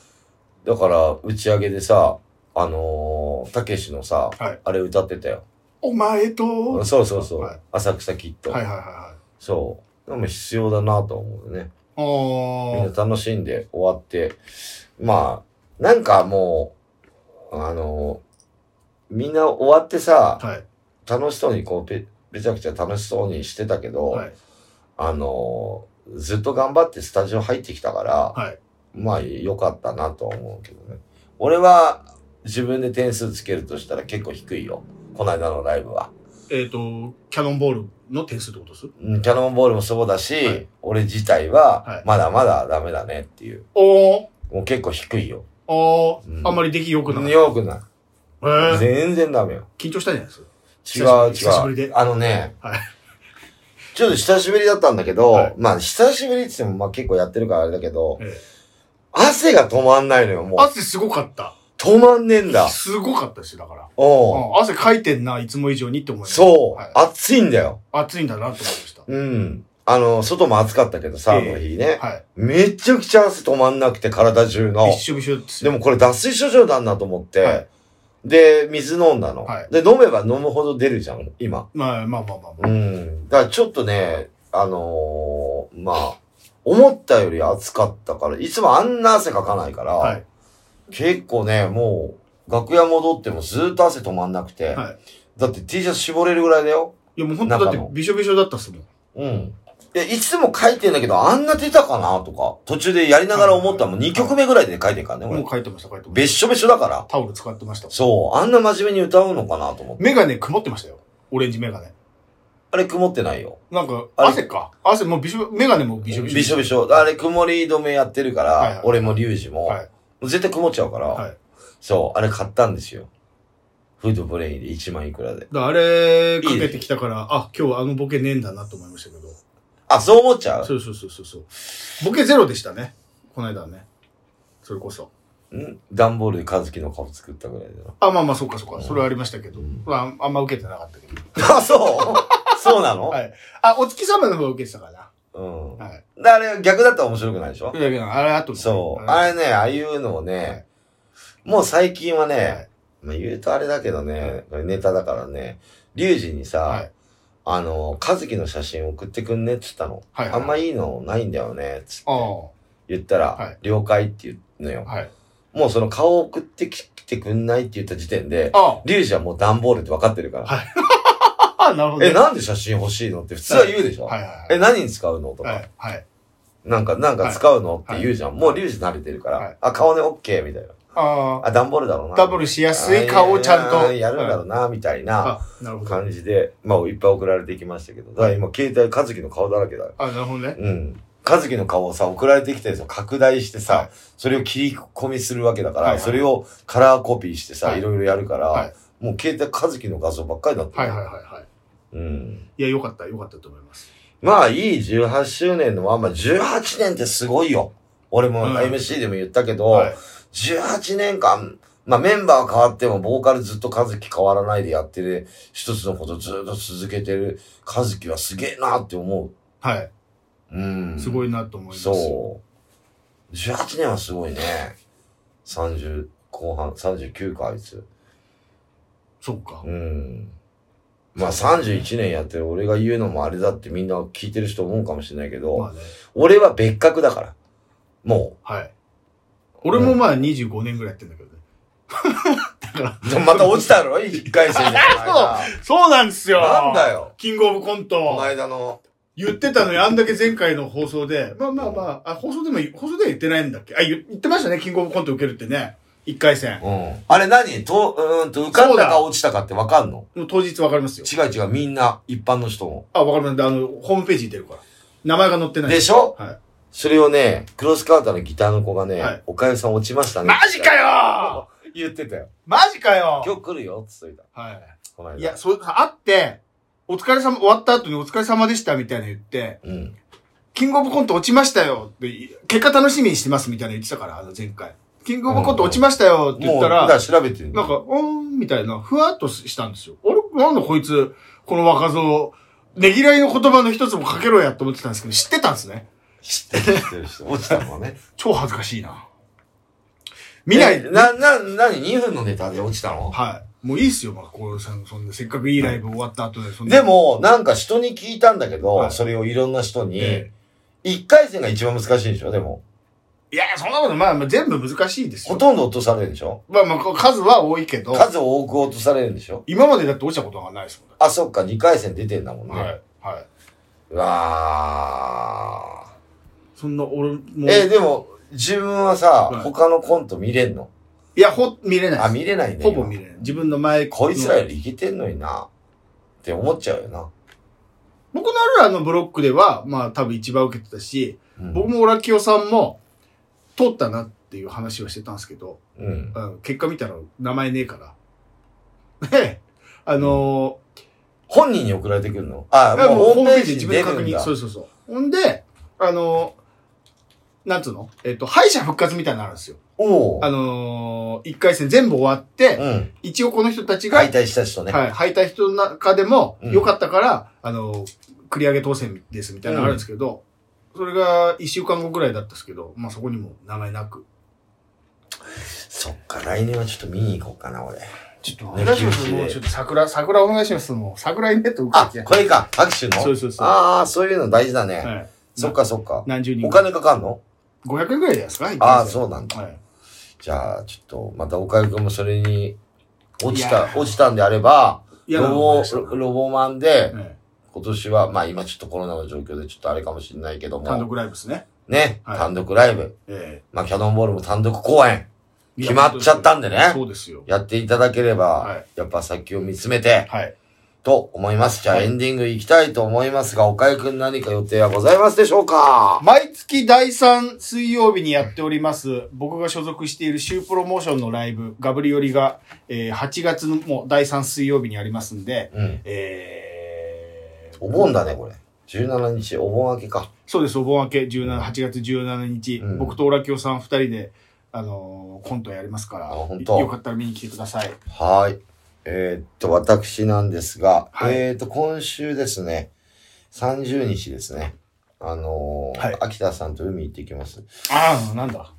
Speaker 1: だから打ち上げでさ、あのー、たけしのさ、
Speaker 2: はい
Speaker 1: あれ歌ってたよ。
Speaker 2: お前と。はい
Speaker 1: そうそうそう。
Speaker 2: はい
Speaker 1: 浅草キッド。
Speaker 2: はいはいはい。
Speaker 1: そう。でも必要だなと思うね。
Speaker 2: あ
Speaker 1: みんな
Speaker 2: ー。
Speaker 1: 楽しんで終わって。まあ、なんかもう、あのー、みんな終わってさ、
Speaker 2: はい。
Speaker 1: 楽しそうにこう、べ、べちゃくちゃ楽しそうにしてたけど、
Speaker 2: はい。
Speaker 1: あのーずっと頑張ってスタジオ入ってきたから、
Speaker 2: はい。
Speaker 1: まあ良かったなとは思うけどね。俺は自分で点数つけるとしたら結構低いよ。この間のライブは。
Speaker 2: えっ、と、キャノンボールの点数ってことです
Speaker 1: うんキャノンボールもそうだし、
Speaker 2: はい
Speaker 1: 俺自体
Speaker 2: はい
Speaker 1: はまだまだダメだねっていう。
Speaker 2: おー。
Speaker 1: もう結構低いよ。
Speaker 2: おー。
Speaker 1: うん
Speaker 2: あんまり出来良くない。え
Speaker 1: よくない。
Speaker 2: ー、
Speaker 1: 全然ダメよ。
Speaker 2: 緊張したんじゃないですか
Speaker 1: 違う違う。
Speaker 2: 久しぶり久しぶりで
Speaker 1: あのね、
Speaker 2: はい
Speaker 1: ちょっと久しぶりだったんだけど、
Speaker 2: はい
Speaker 1: まあ久しぶりって言ってもまあ結構やってるからあれだけど、
Speaker 2: え
Speaker 1: 汗が止まんないのよ、もう。
Speaker 2: 汗すごかった。
Speaker 1: 止まんねえんだ。
Speaker 2: すごかったし、だから。
Speaker 1: おう
Speaker 2: うん、汗かいてんな、いつも以上にって思いました。
Speaker 1: そう、
Speaker 2: はい
Speaker 1: 暑いんだよ。
Speaker 2: 暑いんだなって思いました。
Speaker 1: うん。あの、外も暑かったけどさ、あ
Speaker 2: ええ
Speaker 1: の日ね。
Speaker 2: はい。
Speaker 1: めちゃくちゃ汗止まんなくて、体中の
Speaker 2: 一。緒一緒です
Speaker 1: で
Speaker 2: よ。
Speaker 1: もこれ脱水症状だなと思って、
Speaker 2: はい
Speaker 1: で、水飲んだの、
Speaker 2: はい
Speaker 1: で、飲めば飲むほど出るじゃん、今。
Speaker 2: まあまあまあまあまあ。
Speaker 1: うん。だからちょっとね、あのーまあ、思ったより暑かったから、いつもあんな汗かかないから、
Speaker 2: はい。
Speaker 1: 結構ね、もう、楽屋戻ってもずーっと汗止まんなくて、
Speaker 2: はい
Speaker 1: だって T シャツ絞れるぐらいだよ。
Speaker 2: いやもう本当だ
Speaker 1: 中
Speaker 2: って
Speaker 1: の
Speaker 2: びしょびしょだったっすもん。
Speaker 1: うん。いや、いつも書いてんだけど、あんな出たかなとか、途中でやりながら思ったもん、
Speaker 2: はい
Speaker 1: 2曲目ぐらいで書いてるからね、
Speaker 2: も
Speaker 1: 俺
Speaker 2: う。書いてました、書いてま
Speaker 1: べっ
Speaker 2: し
Speaker 1: しょべっしょだから
Speaker 2: た。。タオル使ってました。
Speaker 1: そう、あんな真面目に歌うのかなと思って。
Speaker 2: メガネ曇ってましたよ。オレンジメガネ。
Speaker 1: あれ曇ってないよ。
Speaker 2: なんか、
Speaker 1: あれ
Speaker 2: 汗か。汗もうびしょ、メガネもび
Speaker 1: び
Speaker 2: し
Speaker 1: し
Speaker 2: ょ
Speaker 1: ょ
Speaker 2: び
Speaker 1: び
Speaker 2: しょ。
Speaker 1: しょ。あれ曇り止めやってるから、
Speaker 2: はいはい
Speaker 1: 俺もリュウジも、
Speaker 2: はい。
Speaker 1: もう絶対曇っちゃうから、
Speaker 2: はい。だか
Speaker 1: そう、あれ買ったんですよ。フードブレインで1万いくらで。
Speaker 2: らあれ、か
Speaker 1: いい
Speaker 2: け
Speaker 1: ね
Speaker 2: てきたから、あ、今日あのボケねえんだなと思いましたけど。
Speaker 1: あ、そう思っちゃ
Speaker 2: そうそうそうそうそう。ボケゼロでしたね。この間はね。それこそ。
Speaker 1: うん段ボールでカズキの顔作ったぐらいだ
Speaker 2: あ、まあまあ、そうかそうか。それはありましたけど
Speaker 1: うん。
Speaker 2: まあ、あんま受けてなかったけど。
Speaker 1: な。あ、そう そうなの、
Speaker 2: はい。あ、お月様の方が受けてたかな。
Speaker 1: うん。だか
Speaker 2: はい。
Speaker 1: らあれ逆だったら面白くないでしょ
Speaker 2: だけどあれ、あと
Speaker 1: そう。
Speaker 2: あ
Speaker 1: あ
Speaker 2: れ
Speaker 1: れね、ああいうのをね、
Speaker 2: はい
Speaker 1: もう最近はね、
Speaker 2: はい
Speaker 1: まあ言うとあれだけどね、これネタだからね、リュウジにさ、
Speaker 2: はい
Speaker 1: あの、カズキの写真送ってくんねっつったの。
Speaker 2: はいはい
Speaker 1: あんまいいのないんだよね、つって
Speaker 2: ああ。
Speaker 1: 言ったら、
Speaker 2: はい
Speaker 1: 了解って言うのよ。
Speaker 2: はい。
Speaker 1: もうその顔送ってきてくんないって言った時点で、
Speaker 2: あ
Speaker 1: リュウジはもう段ボールって分かってるから。
Speaker 2: はいあ、なるほどね。
Speaker 1: え、なんで写真欲しいのって普通は言うでしょ、
Speaker 2: はいはいはい。
Speaker 1: え、何に使うのとか、
Speaker 2: はい、はい。
Speaker 1: なんか、なんか使うのって言うじゃん。
Speaker 2: はい
Speaker 1: もうリュウジ慣れてるから、
Speaker 2: はい
Speaker 1: あ、顔ね、オッケーみたいな。
Speaker 2: あ
Speaker 1: あ、段ボールだろう
Speaker 2: あ、
Speaker 1: な。
Speaker 2: ダブルしやすい顔をちゃん
Speaker 1: あ
Speaker 2: と。
Speaker 1: ーやるんだろうな、みたいな
Speaker 2: あ、なるほど。
Speaker 1: 感じで、まあ、いっぱい送られてきましたけど、だから今、携帯、和樹の顔だらけだよ。
Speaker 2: あ、なるほどね。
Speaker 1: うん。和樹の顔をさ、送られてきたやつを拡大してさ、
Speaker 2: はい
Speaker 1: それを切り込みするわけだから、
Speaker 2: はいはい
Speaker 1: それをカラーコピーしてさ、
Speaker 2: はい
Speaker 1: い、ろいろやるから、
Speaker 2: はい
Speaker 1: もう携帯、和樹の画像ばっかりだった
Speaker 2: はい
Speaker 1: よ、
Speaker 2: はいはいはい。
Speaker 1: うん。
Speaker 2: いや、よかった、よかったと思います。
Speaker 1: まあ、いい18周年のまあまあ、18年ってすごいよ。俺も
Speaker 2: うん
Speaker 1: MC でも言ったけど、
Speaker 2: はい。
Speaker 1: 18年間、まあメンバー変わってもボーカルずっと和樹変わらないでやってる一つのことずっと続けてる和樹はすげえなって思
Speaker 2: は
Speaker 1: う。うん。
Speaker 2: い。すご
Speaker 1: い
Speaker 2: いなと思います。
Speaker 1: そう。18年はすごいね。30後半、39かあいつ。
Speaker 2: そうか
Speaker 1: う。ん。まあ31年やってる俺が言うのもあれだってみんな聞いてる人思うかもしれないけど、
Speaker 2: まあね。
Speaker 1: 俺は別格だから。も
Speaker 2: はい。俺もまあ25年ぐらいやってんだけどね。
Speaker 1: う。でもまた落ちたろ一回戦で。
Speaker 2: そうなんですよ
Speaker 1: なんだよ。
Speaker 2: キングオブコン
Speaker 1: この
Speaker 2: ト。
Speaker 1: 間の。
Speaker 2: 言ってたのよ。あんだけ前回の放送で。まあまあまあ、あ放送でも、放送では言ってないんだっけあ、言言ってましたね。キングオブコント受けるってね。1回戦。
Speaker 1: うん。あれ何と、うーんと、浮かんだか落ちたかってわかんの
Speaker 2: もう当日わかりますよ。
Speaker 1: 違う違う、みんな、一般の人も。
Speaker 2: あ、わかります。あの、ホームページに出るから。名前が載ってない。
Speaker 1: でしょ
Speaker 2: はい。
Speaker 1: それをね、クロスカウターのギターの子がね、
Speaker 2: はい
Speaker 1: おかゆさん落ちましたね。
Speaker 2: マジかよ
Speaker 1: 言ってたよ。
Speaker 2: マジかよ
Speaker 1: 今日来るよって言っといた。
Speaker 2: は
Speaker 1: この間。
Speaker 2: い。いや、そう、あって、お疲れ様、終わった後にお疲れ様でしたみたいなの言って、
Speaker 1: うん。
Speaker 2: キングオブコント落ちましたよって、結果楽しみにしてますみたいなの言ってたから、あの前回。キングオブコント落ちましたよって言
Speaker 1: も
Speaker 2: っ
Speaker 1: う、
Speaker 2: たら、
Speaker 1: だから調べてる
Speaker 2: なんか、うーん、みたいな、ふわっとしたんですよ。あれなんだこいつ、この若造、ねぎらいの言葉の一つもかけろやと思ってたんですけど、知ってたんですね。
Speaker 1: 知ってる、知ってる人。落ちたもんね。
Speaker 2: 超恥ずかしいな。 見ない
Speaker 1: え。な、な、なに ?2 分のネタで落ちたの
Speaker 2: はい。もういいっすよ、まあ、こうさん、そんな、せっかくいいライブ終わった後で、そんな。
Speaker 1: で、も、なんか人に聞いたんだけど、
Speaker 2: はい
Speaker 1: それをいろんな人に、
Speaker 2: え
Speaker 1: 一回戦が一番難しいんでしょでも。
Speaker 2: えいや、そんなこと、まあ、まあ、全部難しいです
Speaker 1: ほ
Speaker 2: よ。
Speaker 1: とんど落とされるんでしょ
Speaker 2: まあまあ、数は多いけど、
Speaker 1: 数多く落とされるんでしょ
Speaker 2: 今までだって落ちたことがないですもんね。
Speaker 1: あ、そっか、二回戦出てんだもんね。
Speaker 2: はい。はい。
Speaker 1: うわー。
Speaker 2: そんな、俺、もう、
Speaker 1: えーでも、自分はさ、
Speaker 2: はい
Speaker 1: 他のコント見れんの
Speaker 2: いや、ほ、見れないです。
Speaker 1: あ、見れないね。
Speaker 2: ほぼ見
Speaker 1: 今
Speaker 2: れない。自分の前、
Speaker 1: こいつらよりいけてんのにな。って思っちゃうよな。
Speaker 2: 僕のあるあのブロックでは、まあ、多分一番受けてたし、
Speaker 1: うん
Speaker 2: 僕もオラキオさんも、通ったなっていう話はしてたんですけど、
Speaker 1: うん。
Speaker 2: うん、結果見たら 名前ねえから。ねえあのー、
Speaker 1: 本人に送られてくるのあ、
Speaker 2: あ
Speaker 1: も
Speaker 2: も
Speaker 1: うホ
Speaker 2: うホ
Speaker 1: ーム
Speaker 2: ーム
Speaker 1: ペ
Speaker 2: ペ
Speaker 1: ー
Speaker 2: ー
Speaker 1: ジ
Speaker 2: ジ
Speaker 1: に出
Speaker 2: 自分で
Speaker 1: る
Speaker 2: 確
Speaker 1: ん
Speaker 2: 認。
Speaker 1: だ
Speaker 2: そ。うそうそう。ほんで、あの、なんつうのえっと、敗者復活みたいになのあるんですよ。
Speaker 1: おお
Speaker 2: あ。のー、一回戦全部終わって、
Speaker 1: うん。
Speaker 2: 一応この人たちが、
Speaker 1: 解体した人ね。
Speaker 2: はい、敗退人の中でも、
Speaker 1: うん
Speaker 2: 良かったから、あのー、繰り上げ当選ですみたいなのあるんですけど、それが一週間後ぐらいだったんですけど、まあ、そこにも名前なく。
Speaker 1: そっか、来年はちょっと見に行こうかな、俺。
Speaker 2: ちょっと、
Speaker 1: ね
Speaker 2: します
Speaker 1: 急にね
Speaker 2: もうちょっと桜、桜お願いします。もう、桜にネット
Speaker 1: あ
Speaker 2: 受け、
Speaker 1: これか。拍手の。
Speaker 2: そうそうそう
Speaker 1: ああ、そういうの大事だね。
Speaker 2: はい。
Speaker 1: そっかそっか。
Speaker 2: 何十人
Speaker 1: お金かかんの
Speaker 2: ?500 円ぐらいじゃないですか
Speaker 1: ああ、そうなんだ。
Speaker 2: う。はい。
Speaker 1: じゃあ、ちょっと、またおかゆくんもそれに、落ち
Speaker 2: いや
Speaker 1: た、落ちたんであれば、
Speaker 2: いや、
Speaker 1: ロボ、ロボマンで、
Speaker 2: はい
Speaker 1: 今年は、まあ今ちょっとコロナの状況でちょっとあれかもしれないけど
Speaker 2: 単
Speaker 1: も、
Speaker 2: 独ライブですね。
Speaker 1: ね、
Speaker 2: はい
Speaker 1: 単独ライブ、
Speaker 2: え
Speaker 1: まあキャノンボールも単独公演、
Speaker 2: え
Speaker 1: 決まっちゃったんでね
Speaker 2: そうですよ。
Speaker 1: やっていただければ、
Speaker 2: はい
Speaker 1: やっぱ先を見つめて、
Speaker 2: はい。
Speaker 1: と思います。じゃあ
Speaker 2: はい
Speaker 1: エンディング行きたいと思いますが、おかゆくん何か予定はございますでしょうか
Speaker 2: 毎月第3水曜日にやっております、僕が所属しているシュープロモーションのライブ、ガブリオリが、えー8月のもう第3水曜日にありますんで、
Speaker 1: うん。
Speaker 2: えー
Speaker 1: お盆だね、これ。17日、お盆明けか。
Speaker 2: そうです、お盆明け17、8月17日、
Speaker 1: うん
Speaker 2: 僕とオラキオさん2人で、あのーコントやりますから、
Speaker 1: あ本当
Speaker 2: よかったら見に来てください。
Speaker 1: はい。えーっと、私なんですが、
Speaker 2: はい
Speaker 1: えーっと、今週ですね、30日ですね、あのー
Speaker 2: はい
Speaker 1: 秋田さんと海行ってきます。
Speaker 2: ああ、なんだ。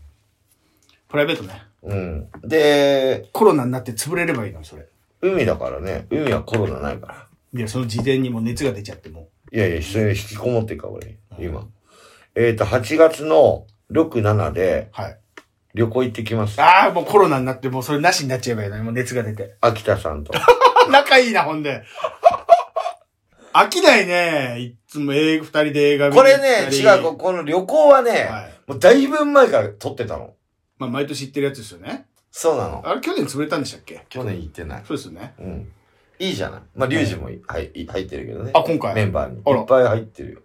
Speaker 2: プライベートね。
Speaker 1: うん。で、
Speaker 2: コロナになって潰れればいいのに、それ。
Speaker 1: 海だからね、海はコロナないから。
Speaker 2: いや、その事前にもう熱が出ちゃっても
Speaker 1: いやいや、一緒に引きこもってるから、俺、今。えーっと、8月の6、7
Speaker 2: う。
Speaker 1: で
Speaker 2: はい。
Speaker 1: 旅行行ってきます。
Speaker 2: ああ、もうコロナになって、もうそれなしになっちゃえばいいのに、もう熱が出て。
Speaker 1: 秋田さんと。
Speaker 2: 仲いいな、ほんで。 飽きないね。いっつも映画、二人で映画見
Speaker 1: こ
Speaker 2: に行
Speaker 1: れ
Speaker 2: った
Speaker 1: ね、
Speaker 2: り
Speaker 1: 違う、ここの旅行はね、
Speaker 2: はい。
Speaker 1: もうだいぶ前から撮ってたの。
Speaker 2: まあ、毎年行ってるやつですよね。
Speaker 1: そうなの。
Speaker 2: あれ、去年潰れたんでしたっけ
Speaker 1: 去年行ってない。
Speaker 2: そうですよね。
Speaker 1: うん。いいじゃない。まあ、リュウジもい、はい、い入ってるけどね。
Speaker 2: あ、今回。
Speaker 1: メンバーに。い
Speaker 2: あら
Speaker 1: っぱい入ってるよ。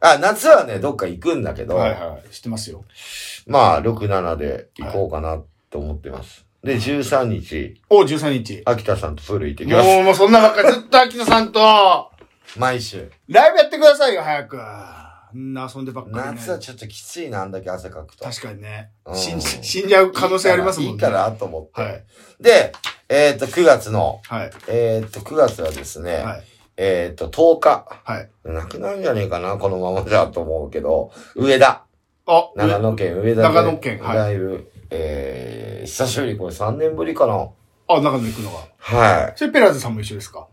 Speaker 1: あ、夏はね、どっか行くんだけど、
Speaker 2: はいはい。知ってますよ。
Speaker 1: まあ、6、7で行こうかなって思ってます。で、13日、
Speaker 2: お、13日。
Speaker 1: 秋田さんとプール行ってきま
Speaker 2: もう、もうそんなばっかりずっと秋田さんと、
Speaker 1: す。毎週。
Speaker 2: ライブやってくださいよ、早く。そんな遊んでばっかりね、
Speaker 1: 夏はちょっときついな、あんだけ汗かくと。
Speaker 2: 確かにね
Speaker 1: う。ん
Speaker 2: 死んじ死んじゃう可能性ありますもんね。
Speaker 1: いいから、いいからと思って。
Speaker 2: はい。
Speaker 1: で、えっ、と、9月の、
Speaker 2: はい。
Speaker 1: えっ、と、9月はですね、
Speaker 2: はい。
Speaker 1: えっ、と、10日。
Speaker 2: はい。
Speaker 1: なくなるんじゃねえかな、このままじゃと思うけど、上田。
Speaker 2: あ、
Speaker 1: 長野県上田で
Speaker 2: 長野県はい
Speaker 1: ライブ、えー、久しぶり、これ3年ぶりかな。
Speaker 2: あ、長野行くのが。
Speaker 1: はい。
Speaker 2: それペラーズさんも一緒ですか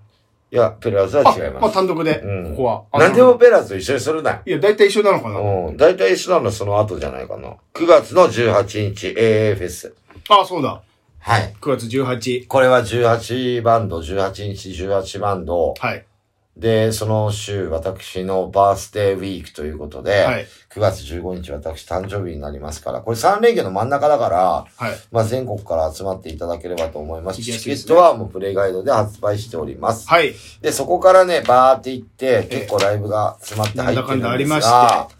Speaker 1: いや、ペラーズは違い
Speaker 2: あ、ま
Speaker 1: ま
Speaker 2: あ
Speaker 1: す。
Speaker 2: 単独で、
Speaker 1: うん
Speaker 2: ここは。あ
Speaker 1: 何でも。ペラーズと一緒にするなよ。
Speaker 2: いや、大体一緒なのかな。
Speaker 1: うん。大体一緒なのその後じゃないかな。9月の18日 AA フェス。
Speaker 2: あ、そうだ。
Speaker 1: はい。
Speaker 2: 9月18。
Speaker 1: これは18バンド、18日18バンド。
Speaker 2: はい。
Speaker 1: で、その週、私のバースデーウィークということで、
Speaker 2: はい
Speaker 1: 9月15日私誕生日になりますから、これ3連休の真ん中だから、
Speaker 2: はい。
Speaker 1: まあ、全国から集まっていただければと思います。
Speaker 2: 行きや
Speaker 1: チ
Speaker 2: すい
Speaker 1: ケ
Speaker 2: ですね
Speaker 1: ットはもうプレイガイドで発売しております。
Speaker 2: はい。
Speaker 1: で、そこからね、バーって行って、結構ライブが詰まって入ってるんですが、
Speaker 2: なんだかんだありまし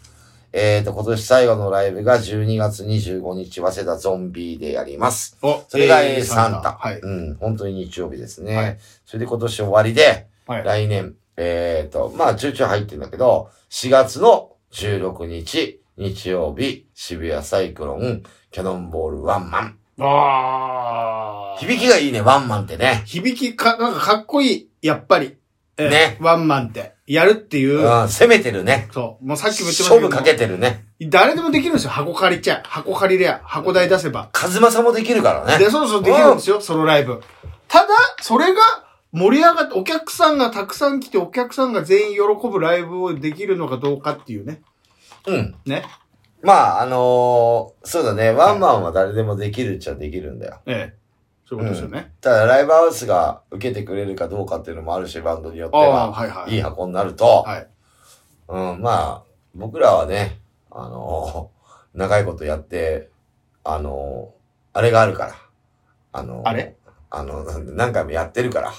Speaker 2: て
Speaker 1: えっ、と、今年最後のライブが12月25日、早稲田ゾンビでやります。
Speaker 2: お、
Speaker 1: それが A
Speaker 2: えー
Speaker 1: サンタ。
Speaker 2: はい。
Speaker 1: うん、本当に日曜日ですね。
Speaker 2: はい
Speaker 1: それで今年終わりで、
Speaker 2: はい。
Speaker 1: 来年、えっ、と、まあ、ちょいちょい入ってるんだけど、4月の16日、日曜日、渋谷サイクロン、キャノンボールワンマン。
Speaker 2: あー。
Speaker 1: 響きがいいね、ワンマンってね。
Speaker 2: 響きか、なんかかっこいい。やっぱり。えー
Speaker 1: ね。
Speaker 2: ワンマンって。やるっていうう。
Speaker 1: ん、攻めてるね。
Speaker 2: そう。もうさっきも言ってました
Speaker 1: 勝
Speaker 2: けど
Speaker 1: 負かけてるね。
Speaker 2: 誰でもできるんですよ。箱借りちゃ。箱借りりゃ。箱代出せば。
Speaker 1: カズマさんもできるからね
Speaker 2: で、。そうそうできるんですよ。ソロライブ。ただ、それが盛り上がって、お客さんがたくさん来て、お客さんが全員喜ぶライブをできるのかどうかっていうね。
Speaker 1: うん。
Speaker 2: ね。
Speaker 1: まあ、あのーそうだね、ワンマンは誰でもできるっちゃできるんだよ。
Speaker 2: ええ。そういうことですよね。
Speaker 1: ただ、ライブハウスが受けてくれるかどうかっていうのもあるし、バンドによって
Speaker 2: ああ、
Speaker 1: は。
Speaker 2: はいはい。
Speaker 1: いい箱になると、
Speaker 2: はい。
Speaker 1: うん、まあ、僕らはね、あのー長いことやって、あのーあれがあるから。あのー
Speaker 2: あれ
Speaker 1: あの、何回もやってるから。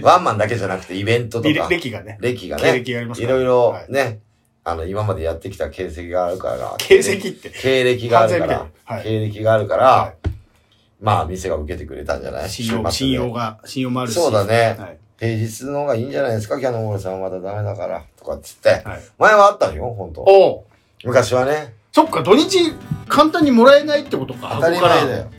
Speaker 1: ワンマンだけじゃなくて、イベントと
Speaker 2: 履
Speaker 1: か
Speaker 2: 歴、歴がね。
Speaker 1: 歴が
Speaker 2: 経
Speaker 1: ね、
Speaker 2: 歴があります
Speaker 1: い
Speaker 2: から
Speaker 1: ろいろ
Speaker 2: はい
Speaker 1: ね、あの、今までやってきた形跡があるから。
Speaker 2: 経歴って。
Speaker 1: 経歴があるから
Speaker 2: 完全みた、いはい
Speaker 1: 経歴があるから、
Speaker 2: は
Speaker 1: まあ、店が受けてくれたんじゃない
Speaker 2: 信用、
Speaker 1: 週末
Speaker 2: 信
Speaker 1: で
Speaker 2: 用が、信用もあるし。
Speaker 1: そうだね
Speaker 2: はい。
Speaker 1: 平日の方がいいんじゃないですか、キャノンボールさんはまだダメだから、とかっつって。
Speaker 2: はい。
Speaker 1: 前はあったのよ、本当
Speaker 2: おお。
Speaker 1: 昔はね、
Speaker 2: そっか、土日、簡単にもらえないってことか。
Speaker 1: 当たり
Speaker 2: 箱から
Speaker 1: 前だよ。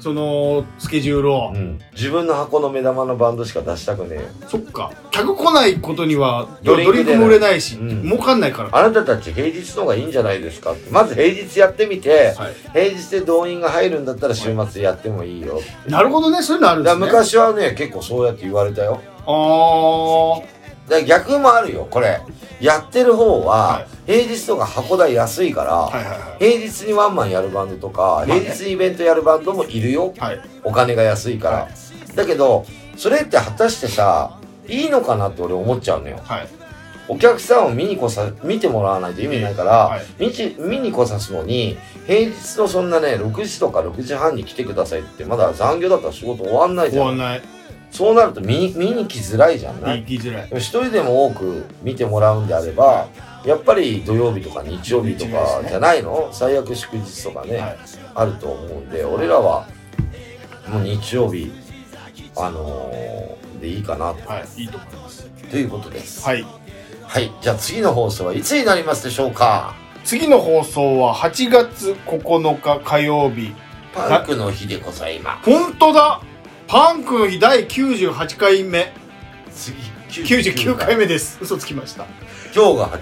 Speaker 2: その、スケジュールを。
Speaker 1: うん。自分の箱の目玉のバンドしか出したくねえよ。
Speaker 2: そっか。客来ないことには、ド
Speaker 1: ドリ
Speaker 2: リン
Speaker 1: ン
Speaker 2: ク
Speaker 1: ク
Speaker 2: も売れないし、
Speaker 1: うん
Speaker 2: 儲かんないから。
Speaker 1: あなたたち平日の方がいいんじゃないですかって。まず平日やってみて、
Speaker 2: はい
Speaker 1: 平日で動員が入るんだったら週末やってもいいよ。
Speaker 2: なるほどね、そういうのあるん
Speaker 1: だ
Speaker 2: で
Speaker 1: か
Speaker 2: す
Speaker 1: ら
Speaker 2: ね。
Speaker 1: 昔はね、結構そうやって言われたよ。
Speaker 2: あー。
Speaker 1: だから逆もあるよこれやってる方
Speaker 2: は
Speaker 1: は平日とか箱代安いから、
Speaker 2: はいはいはい。
Speaker 1: 平日にワンマンやるバンドとか、
Speaker 2: まあね
Speaker 1: 平日にイベントやるバンドもいるよ
Speaker 2: はい。
Speaker 1: お金が安いから、
Speaker 2: は
Speaker 1: だけどそれって果たしてさいいのかなって俺思っちゃうのよ
Speaker 2: はい。
Speaker 1: お客さんを見にこさ見てもらわないと意味ないから、
Speaker 2: はい
Speaker 1: 見ち見にこさすのに平日のそんなね6時とか6時半に来てくださいってまだ残業だったら仕事終わんないじ
Speaker 2: 終わ
Speaker 1: ゃん
Speaker 2: んない。
Speaker 1: そうなると見に見に来づらいじゃない、
Speaker 2: 行きづらい。
Speaker 1: でも一人でも多く見てもらうんであればやっぱり土曜日とか日曜日とかじゃないの最悪祝日とかね、
Speaker 2: はい。
Speaker 1: あると思うんで俺らはもう日曜日あのーでいいかなと,、
Speaker 2: はい。いいと思います。
Speaker 1: いうことです
Speaker 2: はい。
Speaker 1: はいじゃあ次の放送はいつになりますでしょうか
Speaker 2: 次の放送は8月9日火曜日。
Speaker 1: パンクの日でございま
Speaker 2: 本当だパンクの日第98回目。
Speaker 1: す次
Speaker 2: 99回目です。嘘つきました。
Speaker 1: 今日が8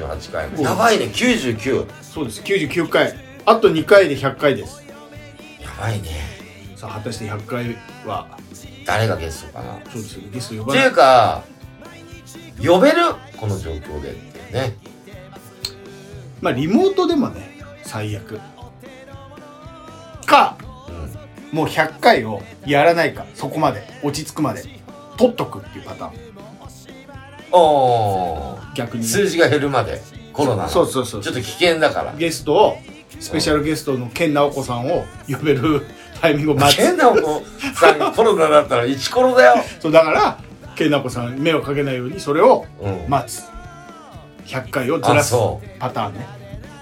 Speaker 1: 98回
Speaker 2: うん
Speaker 1: 目やばいね99
Speaker 2: そうです。99回。あと2回で100回です。
Speaker 1: やばいね
Speaker 2: さあ、果たして100回は、
Speaker 1: 誰がゲストかな
Speaker 2: そうですよ。ゲスト呼
Speaker 1: っ
Speaker 2: ば
Speaker 1: て
Speaker 2: ない
Speaker 1: い。うか呼べるこの状況でっていうね
Speaker 2: まあリモートでもね最悪か
Speaker 1: うん
Speaker 2: もう100回をやらないかそこまで落ち着くまで取っとくっていうパターン
Speaker 1: おー
Speaker 2: 逆にね、
Speaker 1: 数字が減るまでコロナの
Speaker 2: そうそうそう
Speaker 1: ちょっと危険だから
Speaker 2: ゲストをスペシャルゲストのケンナオコさんを 呼べるタイミングを待つ
Speaker 1: 変なおさん がコロナだったら1コロだよ、
Speaker 2: そうだからケンナオコさん迷惑かけないようにそれを
Speaker 1: うん
Speaker 2: 待つ100回をずら
Speaker 1: あ
Speaker 2: す
Speaker 1: そ
Speaker 2: パターンね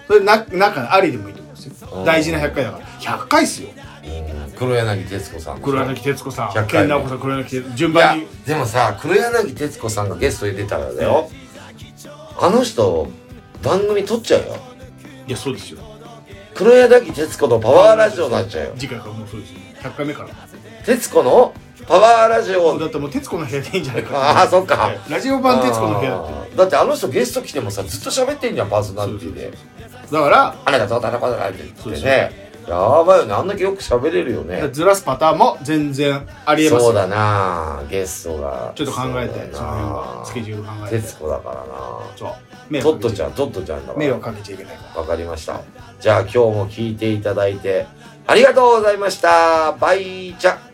Speaker 2: それな中ありでもいいと思うんです
Speaker 1: う
Speaker 2: よ
Speaker 1: ん
Speaker 2: 大事な100回だから100回っすよ
Speaker 1: う、うん、黒柳徹子さん
Speaker 2: 黒柳徹子
Speaker 1: 100
Speaker 2: さん
Speaker 1: 回
Speaker 2: ケンナオコさん黒柳徹子順
Speaker 1: いや
Speaker 2: 番に
Speaker 1: でもさ黒柳徹子さんがゲストに出たらだよあの人番組撮っちゃうよ
Speaker 2: いやそうですよ
Speaker 1: 黒柳徹子のパワーラジオになっちゃうよ
Speaker 2: 次回からもうそうですよ100回目から
Speaker 1: 徹子のパワーラジ
Speaker 2: そう
Speaker 1: オ
Speaker 2: だってもう徹子の部屋でいいんじゃないか
Speaker 1: ああそっか、
Speaker 2: ラジオ版徹子の部屋って
Speaker 1: あーだってあの人ゲスト来てもさずっと喋ってんじゃんパーソナリティで
Speaker 2: だから
Speaker 1: あなたどうだなこうだなって言ってねやばいよねあんだけよく喋れるよね
Speaker 2: ずらすパターンも全然ありえます
Speaker 1: そ
Speaker 2: よ
Speaker 1: うだなゲストが
Speaker 2: ちょっと考え
Speaker 1: そう
Speaker 2: て
Speaker 1: だな
Speaker 2: その辺はスケジュール考えて
Speaker 1: 徹子だからな
Speaker 2: そう迷
Speaker 1: ト
Speaker 2: 惑
Speaker 1: ットちゃ
Speaker 2: ん
Speaker 1: んトットちゃんだか
Speaker 2: 迷
Speaker 1: ら
Speaker 2: 惑かけちゃいけないから
Speaker 1: わかりましたじゃあ今日も聞いていただいてありがとうございましたバイチャ